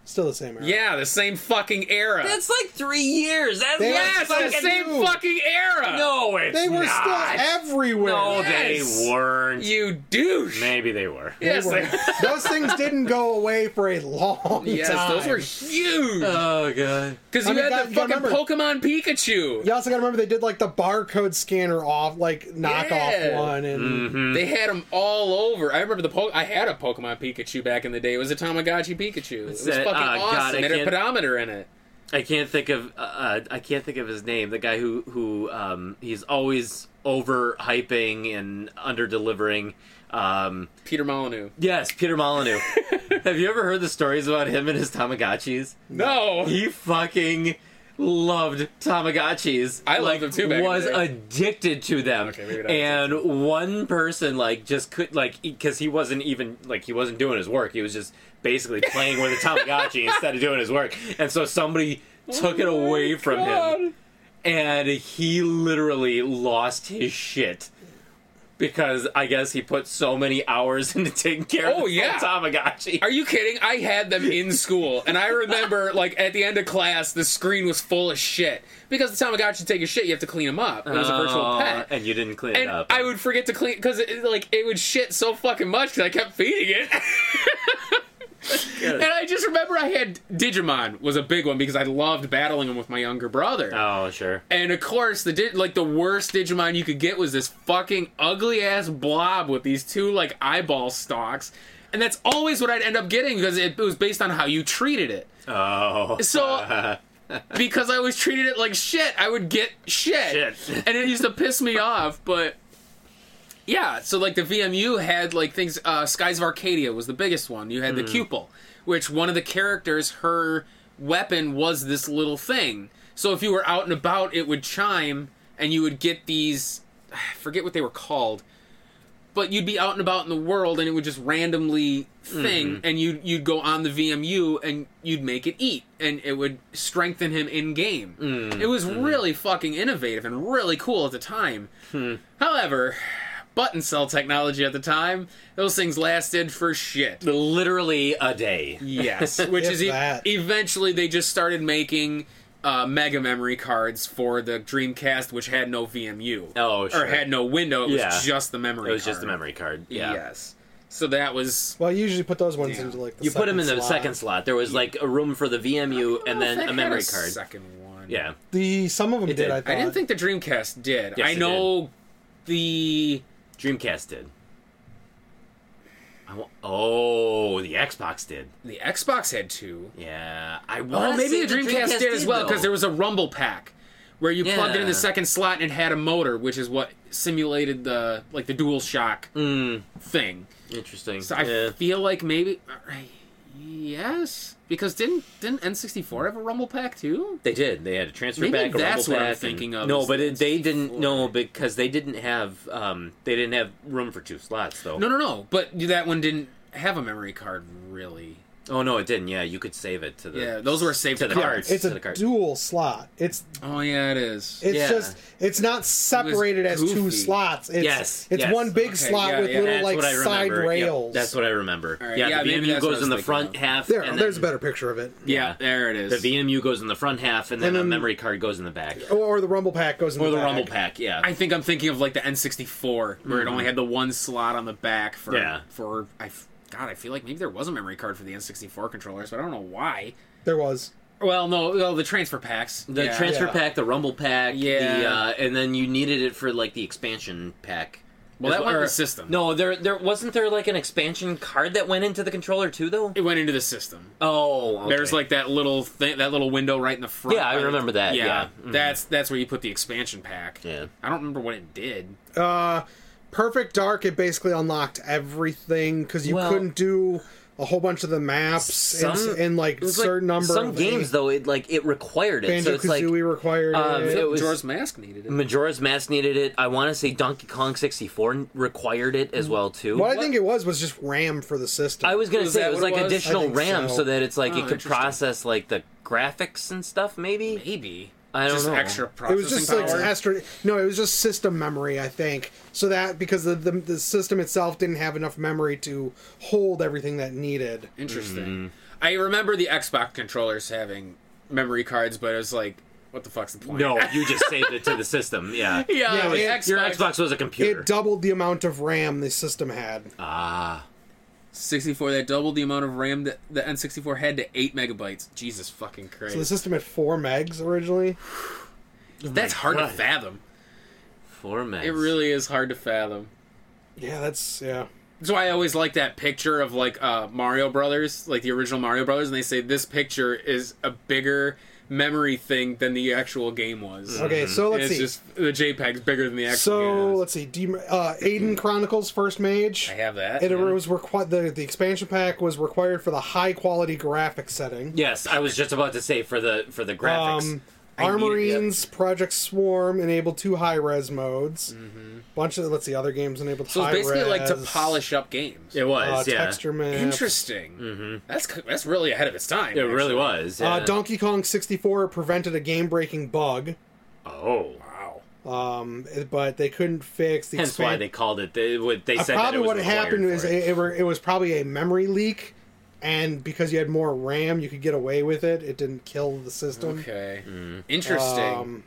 Still the same era.
Yeah, the same fucking era.
like three years. That's
They-
yes, the
fucking
same
you.
fucking era.
No, it's
They were
not.
still everywhere.
No,
Yes.
Oh, they weren't.
you douche.
Maybe they were.
They
yes,
were-
they-
those things didn't go away for a long
yes,
time.
those were huge.
Oh god.
Because
Uh, I
you
mean,
had
that-
the
you
fucking
remember-
Pokemon Pikachu.
You also got to remember they did like the barcode scanner off, like knockoff
Yeah.
one, and
Mm-hmm. Hmm.
They had them all over. I remember the po- I had a Pokemon Pikachu back in the day. It was a Tamagotchi Pikachu. It was
that-
fucking
oh, God,
awesome.
I
it had a
can't-
pedometer in it.
I can't think of uh, uh, I can't think of his name. The guy who who um, he's always over hyping and under delivering. Um,
Peter Molyneux.
yes, Peter Molyneux. Have you ever heard the stories about him and his Tamagotchis?
No.
He fucking loved Tamagotchis.
I loved them too back in the
was
day.
addicted to them.
Okay, maybe not
and one person like just could like because he wasn't even like he wasn't doing his work. He was just basically playing with a Tamagotchi instead of doing his work. And so somebody took
Oh
it away from him, and he literally lost his shit. Because I guess he put so many hours into taking care
Oh,
of this
yeah.
whole Tamagotchi.
Are you kidding? I had them in school, and I remember, like, at the end of class, the screen was full of shit. Because the Tamagotchi take a shit, you have to clean them up. It was a virtual
Oh,
pet.
and you didn't clean it
And
up.
I would forget to clean, because, it, like, it would shit so fucking much because I kept feeding it. and I just remember I had Digimon was a big one because I loved battling them with my younger brother.
Oh, sure.
And of course, the di- like the worst Digimon you could get was this fucking ugly ass blob with these two like eyeball stalks, and that's always what I'd end up getting because it, was based on how you treated it.
Oh.
So. Because I always treated it like shit, I would get shit,
Shit.
and it used to piss me off. But yeah, so like the VMU had like things. Uh, Skies of Arcadia was the biggest one. You had the Cupel, which one of the characters, her weapon was this little thing. So if you were out and about, it would chime, and you would get these. I forget what they were called, but you'd be out and about in the world, and it would just randomly thing,
Mm-hmm.
and you you'd go on the VMU, and you'd make it eat, and it would strengthen him in game.
Mm-hmm.
It was really fucking innovative and really cool at the time.
Hmm.
However, button cell technology at the time, those things lasted for shit.
literally a day.
Yes, which
If
is e-
that.
eventually they just started making uh, Mega Memory cards for the Dreamcast, which had no VMU
Oh, sure.
or had no window. It
Yeah.
was just the memory.
it was just
card.
a memory card. Yeah.
Yes. So that was
well, you usually put those ones
Yeah.
into like the
You put them in the
second slot.
second slot. There was like a room for the VMU and
I
then
had
a memory card.
Second one. Oh
Yeah.
The some of them did,
did.
I thought.
I didn't think the Dreamcast did.
Yes,
I
it
know the
Dreamcast did. I wa- oh, the Xbox did.
the Xbox had two.
Yeah. I
Oh,
want
maybe the Dreamcast, did as well because there
was
was a rumble pack where you plugged it in the
Yeah.
second slot and it had a motor, which is what simulated the like the Dual Shock thing.
interesting.
So I
yeah.
feel like maybe uh, yes, because didn't didn't N64 have a rumble pack too?
They did. They had a transfer
Maybe
back. a
that's
rumble
what I'm
pack, and-
thinking of
No,
is
but
the
it, they didn't.
N64.
No, because they didn't have. Um, they didn't have room for two slots though.
No, no, no. But that one didn't have a memory card really.
Oh no, it didn't. Yeah, you could save it to the.
Yeah, those were saved
To
to
the
the
card.
cards.
It's
It's
to the
a
card.
dual slot. It's
Oh yeah, it is.
it's
Yeah.
just it's not separated as two
goofy.
slots. It's,
Yes,
it's
yes.
one big
Okay,
slot
yeah,
with
yeah,
little
That's
like
what I
side
remember. Yep,
rails.
that's what I remember.
All right,
Yeah,
yeah,
the
maybe
VMU
that's what I
goes
was
in the
thinking
front
of.
half.
there,
and
there's a
then
better picture of it.
yeah,
yeah.
there it is.
The VMU goes in the front half, and then,
And
the
then-
memory card goes in the back,
Or, or the rumble pack goes in
or
the,
the
back.
rumble pack. Yeah,
I think I'm thinking of like the N64, where it only had the one slot on the back for
Mm-hmm. Yeah.
for I f- God, I feel like maybe there was a memory card for the N64 controllers, but I don't know why.
There was
Well, no, well, the transfer packs.
the
yeah.
transfer
Yeah.
pack, the rumble pack. the,
Yeah.
uh, and then you needed it for like the expansion pack.
Well,
As
that went in
or-
the system.
No, there there wasn't there like an expansion card that went into the controller too, though.
It went into the system.
Oh, okay.
There's like that little thing, that little window right in the front.
Yeah, I remember that, yeah. Mhm.
that's that's where you put the expansion pack.
Yeah.
I don't remember what it did.
uh, perfect dark. It basically unlocked everything because you
Well-
couldn't do a whole bunch of the maps and
Some-
and, like
It was, like,
certain number.
Some
of
games though, it like it required it, so
Banjo
it's like
Kazooie required.
um,
it.
it was-
George's Mask needed it.
Majora's Mask needed it. I want to say Donkey Kong 64 required it as well too.
what, I think it was was just RAM for the system.
I was gonna
Was
say
that
it was
what it
like
was?
I
additional
think
RAM, so.
so.
that it's like
Oh,
it could
interesting.
process like the graphics and stuff. Maybe
Maybe
I don't
just
know.
extra
It
processing
was just
power.
like astro. No, it was just system memory, I think. So that because the, the the system itself didn't have enough memory to hold everything that needed.
Interesting.
Mm-hmm.
I remember the Xbox controllers having memory cards, but it was like, what the fuck's the point?
No, you just saved it to the system. Yeah,
yeah,
Yeah,
like
it-
Xbox,
your Xbox was a computer.
It doubled the amount of RAM the system had.
ah,
64. That doubled the amount of RAM that the N64 had to eight megabytes. Jesus fucking Christ,
So the system had four megs originally.
that's hard
God.
to fathom.
four minutes.
It really is hard to fathom.
Yeah, that's yeah.
That's why I always like that picture of like uh, Mario Brothers, like the original Mario Brothers, and they say this picture is a bigger memory thing than the actual game was.
Mm-hmm.
Okay, so
And
let's
it's
see.
just the JPEG's bigger than the actual.
so
game was.
let's see. Do you, uh, Aiden Chronicles First Mage.
I have that.
It
yeah.
was required. The, the expansion pack was required for the high quality graphic setting.
Yes, I was just about to say for the for the graphics.
Um,
I need it, yep.
Armorines, Project Swarm enabled two high res modes. Bunch of let's see, other games enabled.
Mm-hmm. So
high
it's basically like to
res,
polish up games.
it
uh,
was, yeah. Mm-hmm.
texture maps.
Interesting. That's that's really ahead of its time.
It really
actually.
was. Yeah.
Uh, Donkey Kong 64 prevented a game breaking bug,
oh,
Wow.
um, but they couldn't fix the
hence why
expan-
they called it. They, would- they
Uh,
said
probably
that it was
what
required
happened
for
is
it.
it, it, were, it was probably a memory leak, and because you had more RAM, you could get away with it. It didn't kill the system.
Okay.
Mm-hmm.
Interesting.
Um,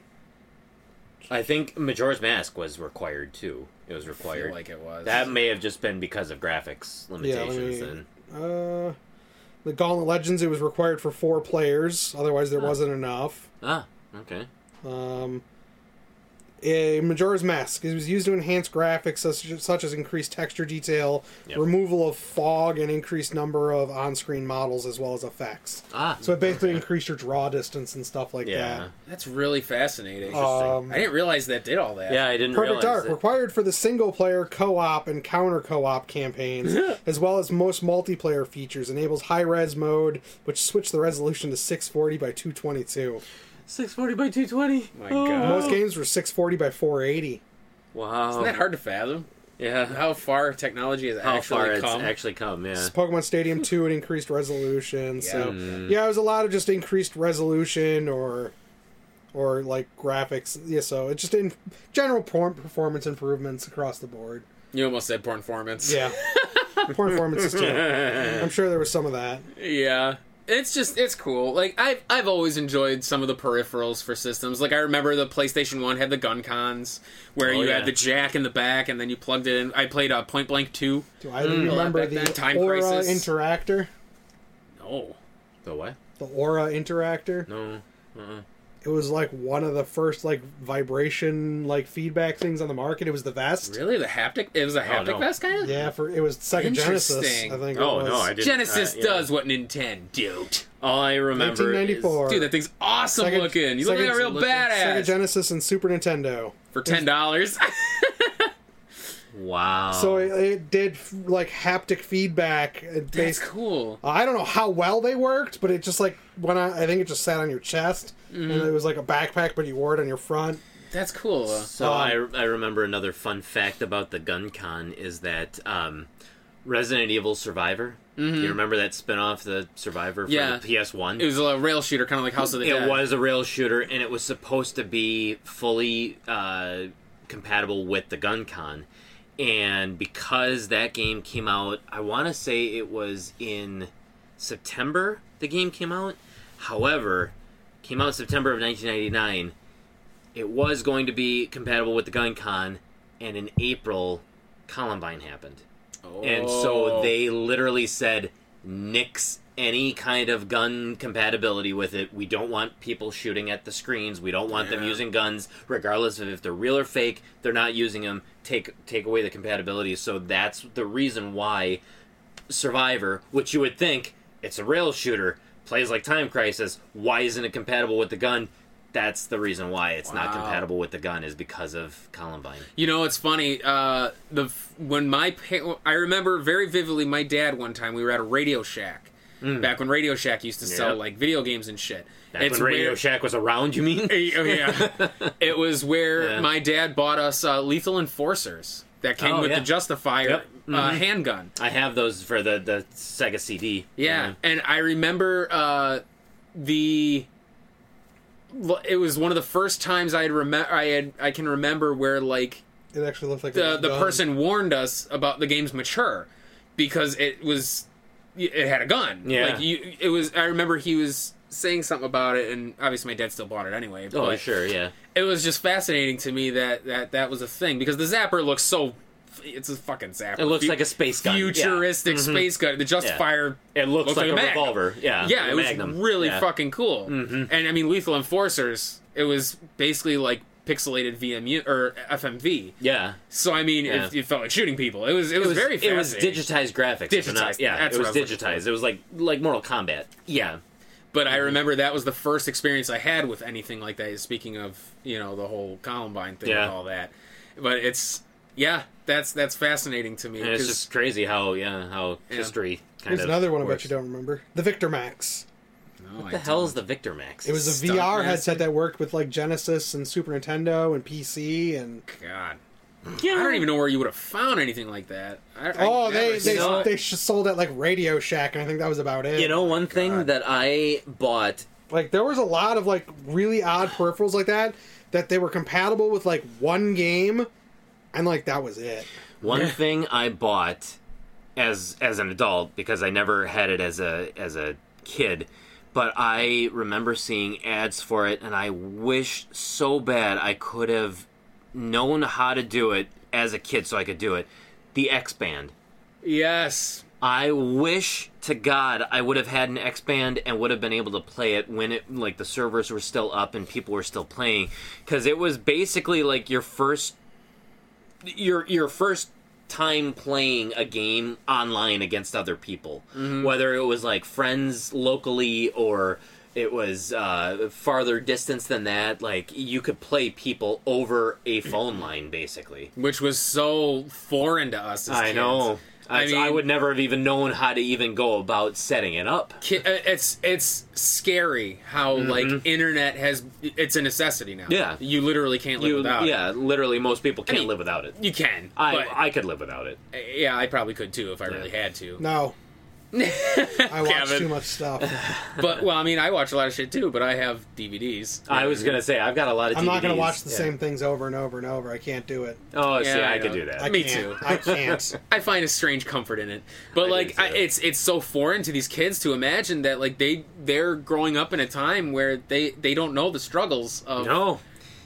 I think Majora's Mask was required too. It was
I
required.
feel like it was.
that may have just been because of graphics
yeah,
limitations.
let me-
then.
uh, the Gauntlet Legends. It was required for four players; otherwise, there wasn't enough.
Ah, okay.
Um, a Majora's Mask. It was used to enhance graphics such, as- such as increased texture detail,
Yep.
removal of fog, and increased number of on-screen models as well as effects.
Ah,
So it basically increased your draw distance and stuff like
yeah.
that.
That's really fascinating.
Um,
I didn't realize that did all that.
Yeah, I didn't
Perfect
realize
Dark
that.
required for the single player co op and counter co op campaigns, as well as most multiplayer features. Enables high res mode, which switched the resolution to 640 by 222.
640 by Oh. 220.
My
Oh
God.
Most games were 640 by 480.
Wow.
Isn't that hard to fathom?
Oh. Yeah.
How far technology has
How
actually
far it's
come?
actually come, yeah.
Pokemon Stadium 2 it increased resolution. So
Mm.
yeah, it was a lot of just increased resolution or or like graphics. Yeah, so it's just in general por- performance improvements across the board.
you almost said porn performance.
Yeah. performances too. I'm sure there was some of that.
Yeah. It's just it's cool. Like I've I've always enjoyed some of the peripherals for systems. Like I remember the PlayStation One had the gun cons where
Oh,
you
yeah.
had the jack in the back and then you plugged it in. I played uh, Point Blank Two.
Do I
Oh,
remember
back
the
then, Time
Aura
Crisis.
Interactor?
No.
Oh. The what?
The Aura Interactor.
No.
uh-uh.
It was like one of the first like vibration like feedback things on the market. It was the vest.
Really? The haptic? It was a haptic
no.
vest kind of?
Yeah, for it was second Genesis. I
Interesting.
think. it
Oh,
was.
no, I didn't.
Genesis
uh, yeah.
does what Nintendo don't.
All I remember is...
1994.
Dude, that thing's awesome
Second-
looking. You look like
second-
a real
looking-
Sega
badass.
Genesis and Super Nintendo.
For ten dollars.
Wow.
So it, it did like haptic feedback. It
Oh. That's
based,
cool.
I don't know how well they worked, but it just like when I, I think it just sat on your chest, and
Mm-hmm.
it was like a backpack, but you wore it on your front.
That's cool.
So I, I remember another fun fact about the gun con is that um, Resident Evil Survivor. Do
Mm-hmm.
you remember that spin-off, the Survivor for
Yeah.
the PS1?
It was a rail shooter, kind of like House of the
It
Dead.
was a rail shooter, and it was supposed to be fully uh, compatible with the Gun Con. And because that game came out, I want to say it was in September the game came out. However, came out September of 1999. It was going to be compatible with the Gun Con, and in April, Columbine happened. And so
Oh.
they literally said, nix any kind of gun compatibility with it. We don't want people shooting at the screens. We don't want them
Yeah.
using guns, regardless of if they're real or fake. They're not using them. Take take away the compatibility. So that's the reason why Survivor, which you would think it's a rail shooter, plays like Time Crisis. Why isn't it compatible with the gun? That's the reason why it's not
Wow.
compatible with the gun is because of Columbine.
You know, it's funny. Uh, the f- when my pa- I remember very vividly my dad one time we were at a Radio Shack back when Radio Shack used to sell
Mm. Yep.
like video games and shit.
That's
It's
when Radio
where-
Shack was around. You mean?
Eh, oh, yeah, it was where
Yeah.
my dad bought us uh, Lethal Enforcers that came
Oh,
with
yeah.
the Justifier
Yep. Mm-hmm.
uh, handgun.
I have those for the the Sega CD.
Yeah, and I remember uh, the. It was one of the first times I had remember I had I can remember where like
It actually looked like it
the
was
the
done.
person warned us about the game's mature because it was it had a gun.
Yeah.
like you, it was. I remember he was saying something about it, and obviously my dad still bought it anyway.
Oh,
but
sure, yeah.
It was just fascinating to me that that that was a thing because the zapper looks so. It's a fucking zapper.
It looks
Fu-
like a space gun. Mm-hmm.
futuristic space gun. The Justifier.
Yeah. It looks, like, a,
mag.
revolver. Yeah.
Yeah,
like a
it was
Magnum.
really
Yeah. Mm-hmm.
fucking cool. And I mean, Lethal Enforcers. It was basically like pixelated VMU or FMV.
Yeah.
So I mean, it,
Yeah.
it felt like shooting people. It was it was, very
It was
fascinating.
digitized graphics. if I'm
Digitized,
Not, yeah.
that's
it
what
was
I was looking
digitized. It was like like Mortal Kombat. Yeah. Mm-hmm.
But I remember that was the first experience I had with anything like that. Speaking of you know the whole Columbine thing
Yeah.
and all that, but it's yeah that's that's fascinating to me.
And it's
'cause-
just crazy how yeah how
Yeah.
history kind
Here's
of.
another one I bet
works.
you don't remember. The Victor Max.
No, I
What the
don't.
hell is the Victor Max?
It was a
Stuntman.
VR headset that worked with like Genesis and Super Nintendo and PC and
God. I don't even know where you would have found anything like that. I, I
oh
never
they they,
saw it.
they sh- sold at like Radio Shack and I think that was about it.
You know, one thing that I bought.
like there was a lot of like really odd peripherals like that that they were compatible with like one game, and like that was it.
One thing I bought as as an adult because I never had it as a as a kid, but I remember seeing ads for it and I wish so bad I could have known how to do it as a kid so I could do it. The X band.
yes.
I wish to God I would have had an X band and would have been able to play it when it like the servers were still up and people were still playing because it was basically like your first your your first time playing a game online against other people, whether it was like friends locally or it was uh, farther distance than that. Like you could play people over a phone line, basically.
Which was so foreign to us. As
I
kids.
know. I,
I mean-
I would never have even known how to even go about setting it up.
Ki- uh, It's it's scary how like internet has it's a necessity now.
Mm-hmm. Yeah.
you literally can't live
You,
without it.
yeah, literally, most people can't
mean,
live without it.
You can.
I,
but, uh,
I could live without it.
yeah, I probably could too if I really had to.
No, I watched
Kevin.
too much stuff.
But well, I mean, I watch a lot of shit too. But I have DVDs.
I was gonna say I've got a lot of.
I'm not gonna
DVDs.
watch the
Yeah.
same things over and over and over. I can't do it.
Oh, see,
Yeah,
I,
I
could
know.
do that.
I
Me
can't.
too.
I can't.
I find a strange comfort in it. But
do
like,
too.
I, it's it's so foreign to these kids to imagine that like they they're growing up in a time where they they don't know the struggles of
no,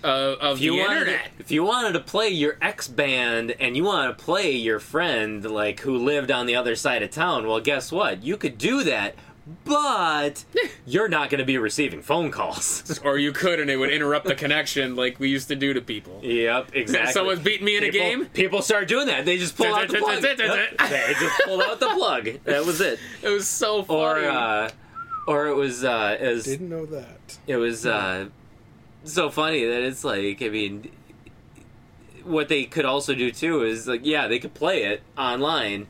uh, of
you
the
wanted,
internet.
If you wanted to play your ex band and you wanted to play your friend like who lived on the other side of town, well, guess what? You could do that, but you're not going to be receiving phone calls.
Or you could, and it would interrupt the connection, like we used to do to people.
yep, exactly.
Someone's beating me in a
People-
game?
People start doing that. They just pull out the plug. Yep, they just pulled out the plug. That was it.
It was so funny.
Or, uh, or it was uh, as
Didn't know that.
it was uh, so funny that it's like I mean, what they could also do too is like yeah they could play it online,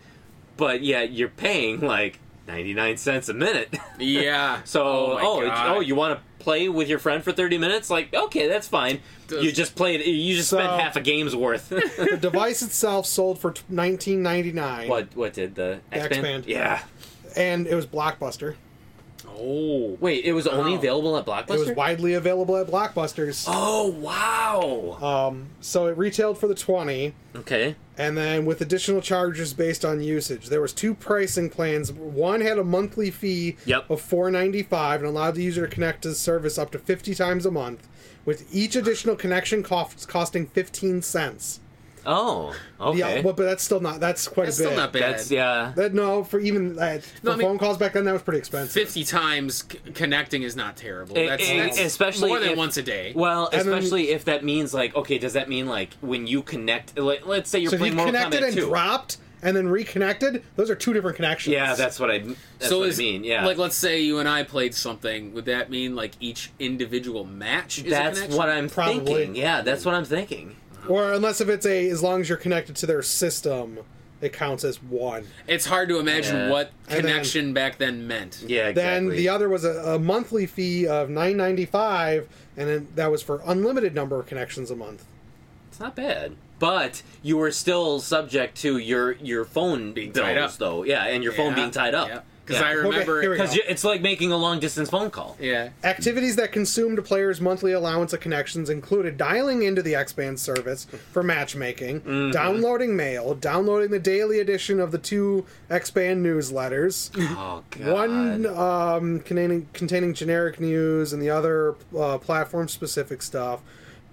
but yeah you're paying like 99 cents a minute.
Yeah.
So, oh,
my
oh, it-
God.
oh, you want to play with your friend for 30 minutes? Like, okay, that's fine.
Does-
You just played, you just
So-
spent half a game's worth.
The device itself sold for 19.99,
what what did the X
X-Band.
Yeah.
and it was Blockbuster.
Oh.
Wait, it was only
Wow.
available at
It was
Blockbuster?
widely available at Blockbusters.
oh, wow.
Um, so it retailed for the 20
Okay.
and then with additional charges based on usage. There was two pricing plans. One had a monthly fee
Yep.
of 4.95 and allowed the user to connect to the service up to 50 times a month, with each additional connection cost, costing 15 cents.
Oh, okay.
Yeah, but, but that's still not that's quite
That's
a bit.
still not bad.
that's yeah.
That no, for even uh, for
No, I mean-
phone calls back then, that was pretty expensive.
50 times c- connecting is not terrible.
It-
That's,
it-
that's
especially
more than
if-
once a day.
Well,
And then-
especially if that means like, okay, does that mean like when you connect? Like, let's say you're
so if you
playing Mortal
connected
Kombat
and
2.
dropped and then reconnected, those are two different connections.
yeah, that's what I. That's what
is-
I mean. Yeah,
Like, let's say you and I played something. Would that mean like each individual match? Is a
that's
connection?
what I'm
Probably.
thinking. Yeah, that's what I'm thinking.
or unless if it's a as long as you're connected to their system, it counts as one.
It's hard to imagine
Yeah.
what
And then-
connection back then meant.
Yeah, exactly.
Then the other was a, a monthly fee of nine ninety five, and then that was for unlimited number of connections a month.
it's not bad, but you were still subject to your your phone being
tied up.
though. Yeah, and your phone being tied up.
Because
Yeah.
I remember.
here we go.
Because you- it's like making a long distance phone call.
Yeah.
Activities that consumed a player's monthly allowance of connections included dialing into the X-Band service for matchmaking, downloading mail, downloading the daily edition of the two X-Band newsletters,
Oh god.
one um, containing, containing generic news and the other uh, platform-specific stuff.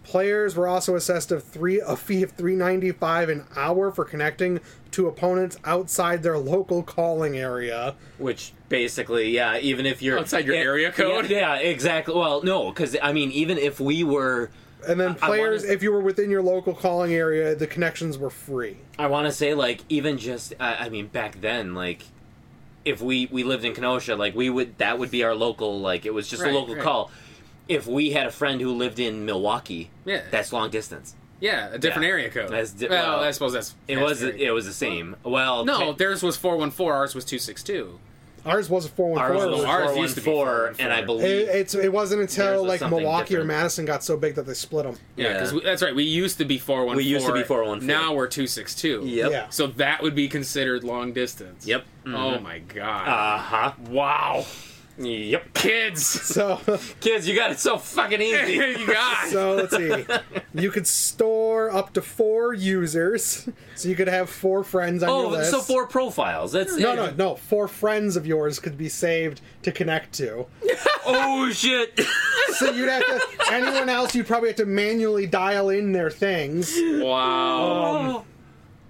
Players were also assessed of three a fee of three ninety five an hour for connecting to opponents outside their local calling area.
Which basically, yeah, even if you're
Outside your area code?
Yeah, yeah, exactly. Well, no, because I mean, even if we were,
And then
I wanna-
players, if you were within your local calling area, the connections were free.
I want to say like even just, I, I mean, back then, like if we we lived in Kenosha, like we would that would be our local, like it was just
Right,
a local
right.
call. If we had a friend who lived in Milwaukee,
Yeah.
that's long distance.
Yeah. A different
Yeah.
area code.
That's di-
well,
well,
I suppose that's.
It
that's
was
area
it was the same. Well,
No,
te-
theirs was 414, ours was 262.
Ours was a four one
ours
four.
was
was ours used to be
414, and
414.
I believe
It, it's it wasn't
Theirs
until
was
like
something
Milwaukee or
different.
Madison got so big that they split them.
Yeah, because
Yeah.
that's right. We used to be 414.
We used to be 414.
Now we're 262.
Yep.
Yeah.
So that would be considered long distance.
Yep.
Mm-hmm.
Oh my god.
Ah.
Uh huh.
wow.
Yep.
Kids.
So
Kids, you got it so fucking easy.
you guys.
so let's see. You could store up to four users, so you could have four friends on your
Oh,
list.
so four profiles. That's
No,
it.
no, no. Four friends of yours could be saved to connect to.
Oh shit.
So you'd have to. anyone else, you'd probably have to manually dial in their things.
wow.
Um,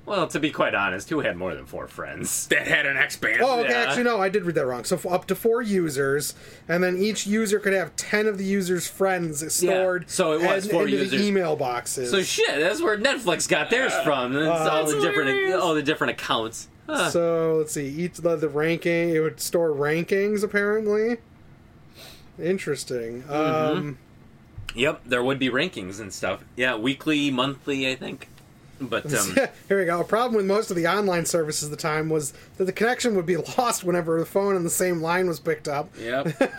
well, to be quite honest, who had more than four friends?
that had an X band.
Oh, okay.
Yeah.
Actually, no, I did read that wrong. So f- up to four users, and then each user could have ten of the user's friends stored.
So it was
and-
four
into
users.
The email boxes.
So shit, that's where Netflix got theirs from. It's all the
That's
different,
hilarious.
all the different accounts. Huh.
So, let's see. Each the, the ranking it would store rankings apparently. Interesting. Um,
Yep, there would be rankings and stuff. Yeah, weekly, monthly, I think. But um,
here we go. A problem with most of the online services at the time was that the connection would be lost whenever the phone on the same line was picked up.
Yep.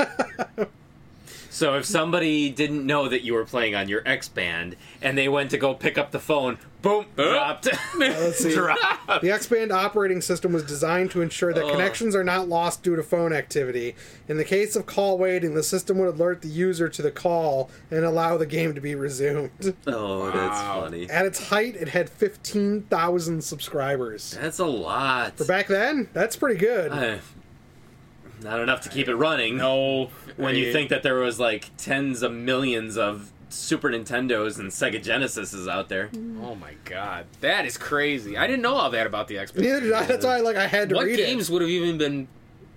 so if somebody didn't know that you were playing on your X band and they went to go pick up the phone, boom,
Oh.
dropped.
Let's see.
Dropped.
The X-Band operating system was designed to ensure that connections are not lost due to phone activity. In the case of call waiting, the system would alert the user to the call and allow the game to be resumed.
Oh, that's
Wow.
funny.
At its height, it had 15,000 subscribers.
That's a lot.
Back then, that's pretty good.
Uh, not enough to keep it running.
no.
when you
Right.
think that there was like tens of millions of Super Nintendos and Sega Genesises out there.
Oh my god. That is crazy. I didn't know all that about the X band.
Neither did I. That's why, like, I had to
What
read
games
it.
would have even been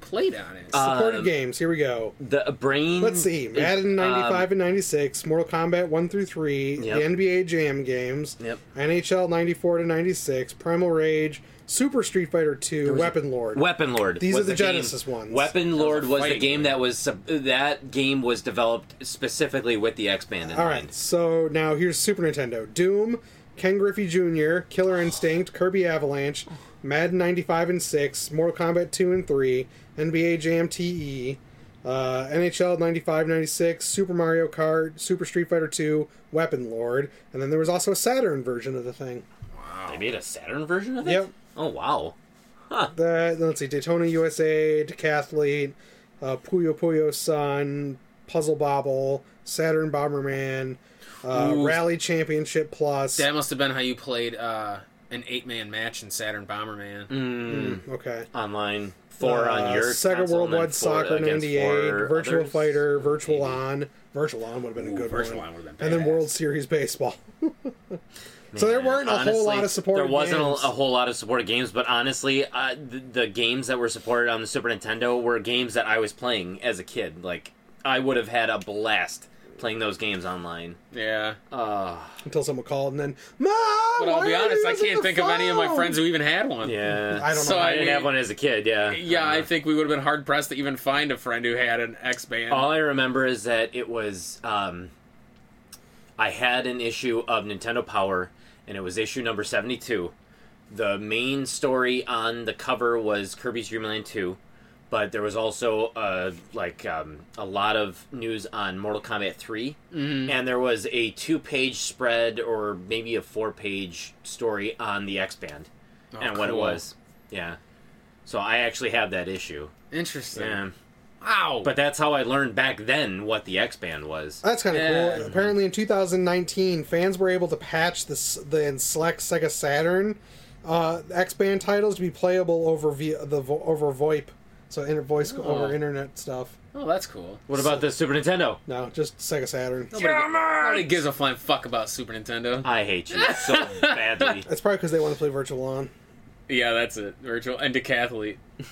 played on it?
Uh, mm,
Supported
Um,
games. Here we go.
The brain. um,
Let's see. Madden 95 and 96, Mortal Kombat 1 through 3,
Yep.
the NBA Jam games,
Yep.
NHL 94 to 96, Primal Rage, Super Street Fighter 2, Weapon Lord.
Weapon Lord.
These
was
are the
game-
Genesis ones.
Weapon Lord
a
was the
fighting
game
game.
that was sub- that game was developed specifically with the X Band in
All
mind.
right, so now here's Super Nintendo: Doom, Ken Griffey Jr., Killer Instinct, Kirby Avalanche, Madden 95 and 6, Mortal Kombat 2 and 3, NBA Jam TE, uh, NHL 95 96, Super Mario Kart, Super Street Fighter 2, Weapon Lord, and then there was also a Saturn version of the thing.
They made a Saturn version of it.
Yep.
Oh wow.
That let's see, Daytona USA, Decathlete, uh, Puyo Puyo Sun, Puzzle Bobble, Saturn Bomberman, uh,
Ooh.
Rally Championship Plus.
That must have been how you played uh, an eight man match in Saturn Bomberman.
Mm. Okay.
Online.
Four on
Uh,
your
Sega
console and then
Worldwide
four
Soccer
against
'98,
four
Virtual
others.
Fighter, Virtual On, Virtual On would have been a
Ooh,
good
Virtual
one,
On would've been
and then
badass.
World Series baseball. so there weren't a whole lot of support.
There wasn't a, a
games.
whole lot of supported games, but honestly, uh, the, the games that were supported on the Super Nintendo were games that I was playing as a kid. Like I would have had a blast playing those games online.
Yeah.
Uh,
until someone called, and then Mom.
But I'll
why
be
are you
honest, I
using
can't
the
think of any of my
phone?"
friends who even had one.
yeah,
I don't
So
know.
I
I didn't
mean-
have one as a kid. Yeah,
Yeah, I think we would have been hard pressed to even find a friend who had an X band.
All I remember is that it was um, I had an issue of Nintendo Power, and it was issue number seventy-two. The main story on the cover was Kirby's Dream Land Two, but there was also uh, like um, a lot of news on Mortal Kombat 3 and there was a two-page spread or maybe a four-page story on the X Band
Oh,
and what it
Oh, cool.
was. Yeah, so I actually have that issue.
Interesting.
Yeah.
Wow.
But that's how I learned back then what the X band was.
That's kind of
Yeah.
cool. Apparently, in 2019, fans were able to patch the s- the and select Sega Saturn uh, X Band titles to be playable over via the vo- over VoIP, so inter- voice over internet stuff.
oh, that's cool.
What about the Super Nintendo?
No, just Sega Saturn.
Nobody gives a flying fuck about Super Nintendo.
I hate you so badly.
That's probably because they want to play Virtual On.
Yeah, that's it. Virtual and Decathlete. yeah,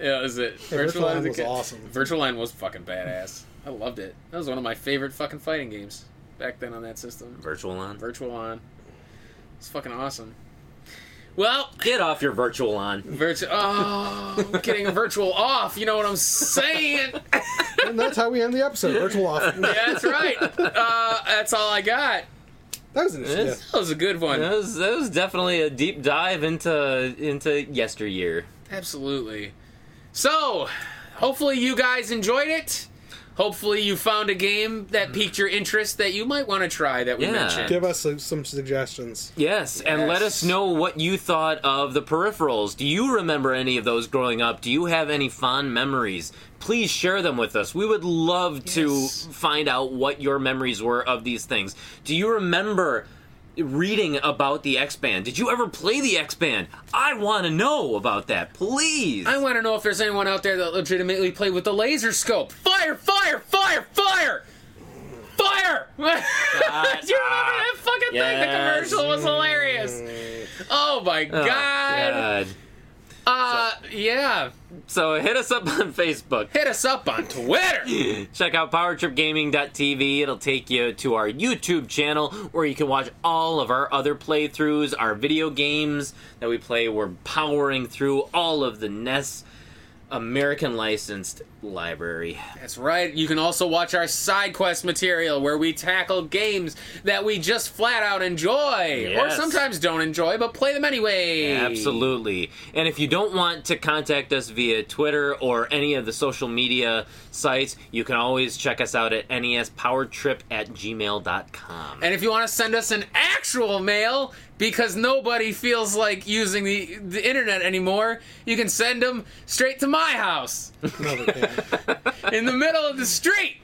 that was it.
Virtual
Line
Line was
Deca-
awesome.
Virtual Line was fucking badass. I loved it. That was one of my favorite fucking fighting games back then on that system.
Virtual on.
Virtual Line. It's fucking awesome. Well,
Get off your virtual on.
virtual. Oh, I'm getting a virtual off. You know what I'm saying?
And that's how we end the episode. Virtual Off. That
That's right. Uh, that's all I got.
was an
It
yeah.
is.
That was a good one.
That was, that was definitely a deep dive into into yesteryear.
Absolutely. So, hopefully you guys enjoyed it. Hopefully you found a game that piqued your interest that you might want to try that we
Yeah.
mentioned.
Give us some- some suggestions.
Yes, and let us
Yes.
know what you thought of the peripherals. Do you remember any of those growing up? Do you have any fond memories? Please share them with us. We would love
Yes.
to find out what your memories were of these things. Do you remember reading about the X Band? Did you ever play the X Band? I want to know about that, please.
I want to know if there's anyone out there that legitimately played with the laser scope. Fire, fire, fire, fire! Fire! Do you remember that fucking thing? The
yes.
commercial was hilarious. Oh my
Oh,
god.
God.
Uh, yeah.
So hit us up on Facebook.
Hit us up on Twitter.
Check out powertripgaming.tv. It'll take you to our YouTube channel where you can watch all of our other playthroughs, our video games that we play. We're powering through all of the NES American licensed library.
That's right. You can also watch our side quest material where we tackle games that we just flat out enjoy or
Yes.
sometimes don't enjoy but play them anyway.
Absolutely. And if you don't want to contact us via Twitter or any of the social media sites, you can always check us out at nespowertrip at gmail.com.
And if you want to send us an actual mail because nobody feels like using the, the internet anymore, you can send them straight to my house
No, they can't.
in the middle of the street.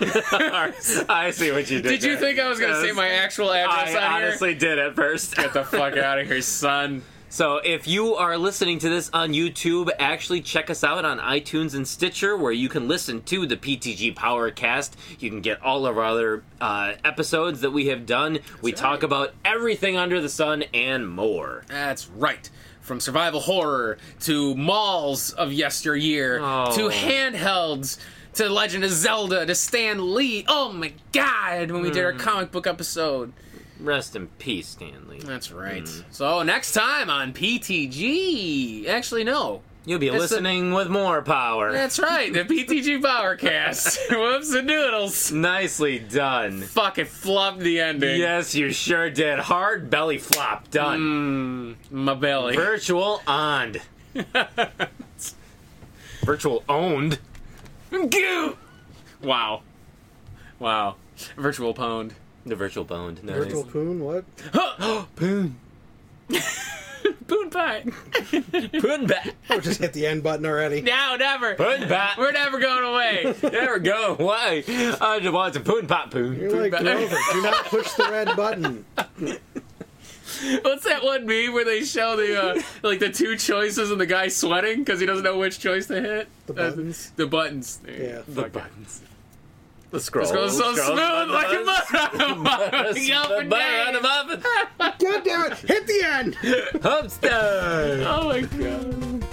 I see what you did.
Did you
there.
think I was going to
That
say
was-
my actual address on
I honestly did at first.
here? Get the fuck out of here, son.
So if you are listening to this on YouTube, actually check us out on iTunes and Stitcher, where you can listen to the PTG Powercast. You can get all of our other uh, episodes that we have done. we talk about everything under the sun and more.
That's right. From survival horror to malls of yesteryear
Oh.
to handhelds to Legend of Zelda to Stan Lee. Oh my god, when we did our comic book episode.
Rest in peace, Stanley.
That's right. So next time on PTG. Actually, no.
You'll be
It's a-
listening with more power.
That's right, the PTG Powercast. Whoops and noodles.
Nicely done.
Fucking flopped the ending.
Yes, you sure did. Hard belly flop. Done.
Hmm, My belly.
Virtual owned. Virtual owned.
Goo! Wow. Wow. Virtual pwned.
The virtual boned. Nice.
Virtual Poon, what?
Oh,
poon.
Poon pie.
Poon back.
Oh, just hit the end button already.
Now, never.
Poon back.
We're never going away.
There we go. Why? I just want some poon pop poon.
You're like
back.
Grover. Do not push the red button.
What's that one meme where they show the uh, like the two choices and the guy sweating because he doesn't know which choice to hit?
The
Uh,
buttons.
the buttons. There you
Yeah.
go.
The
Fuck it.
buttons. The scroll.
It's going so smooth like a butter. We go for
The butter
days.
on the muffin.
God damn it! Hit the end.
Humpster.
Oh my god.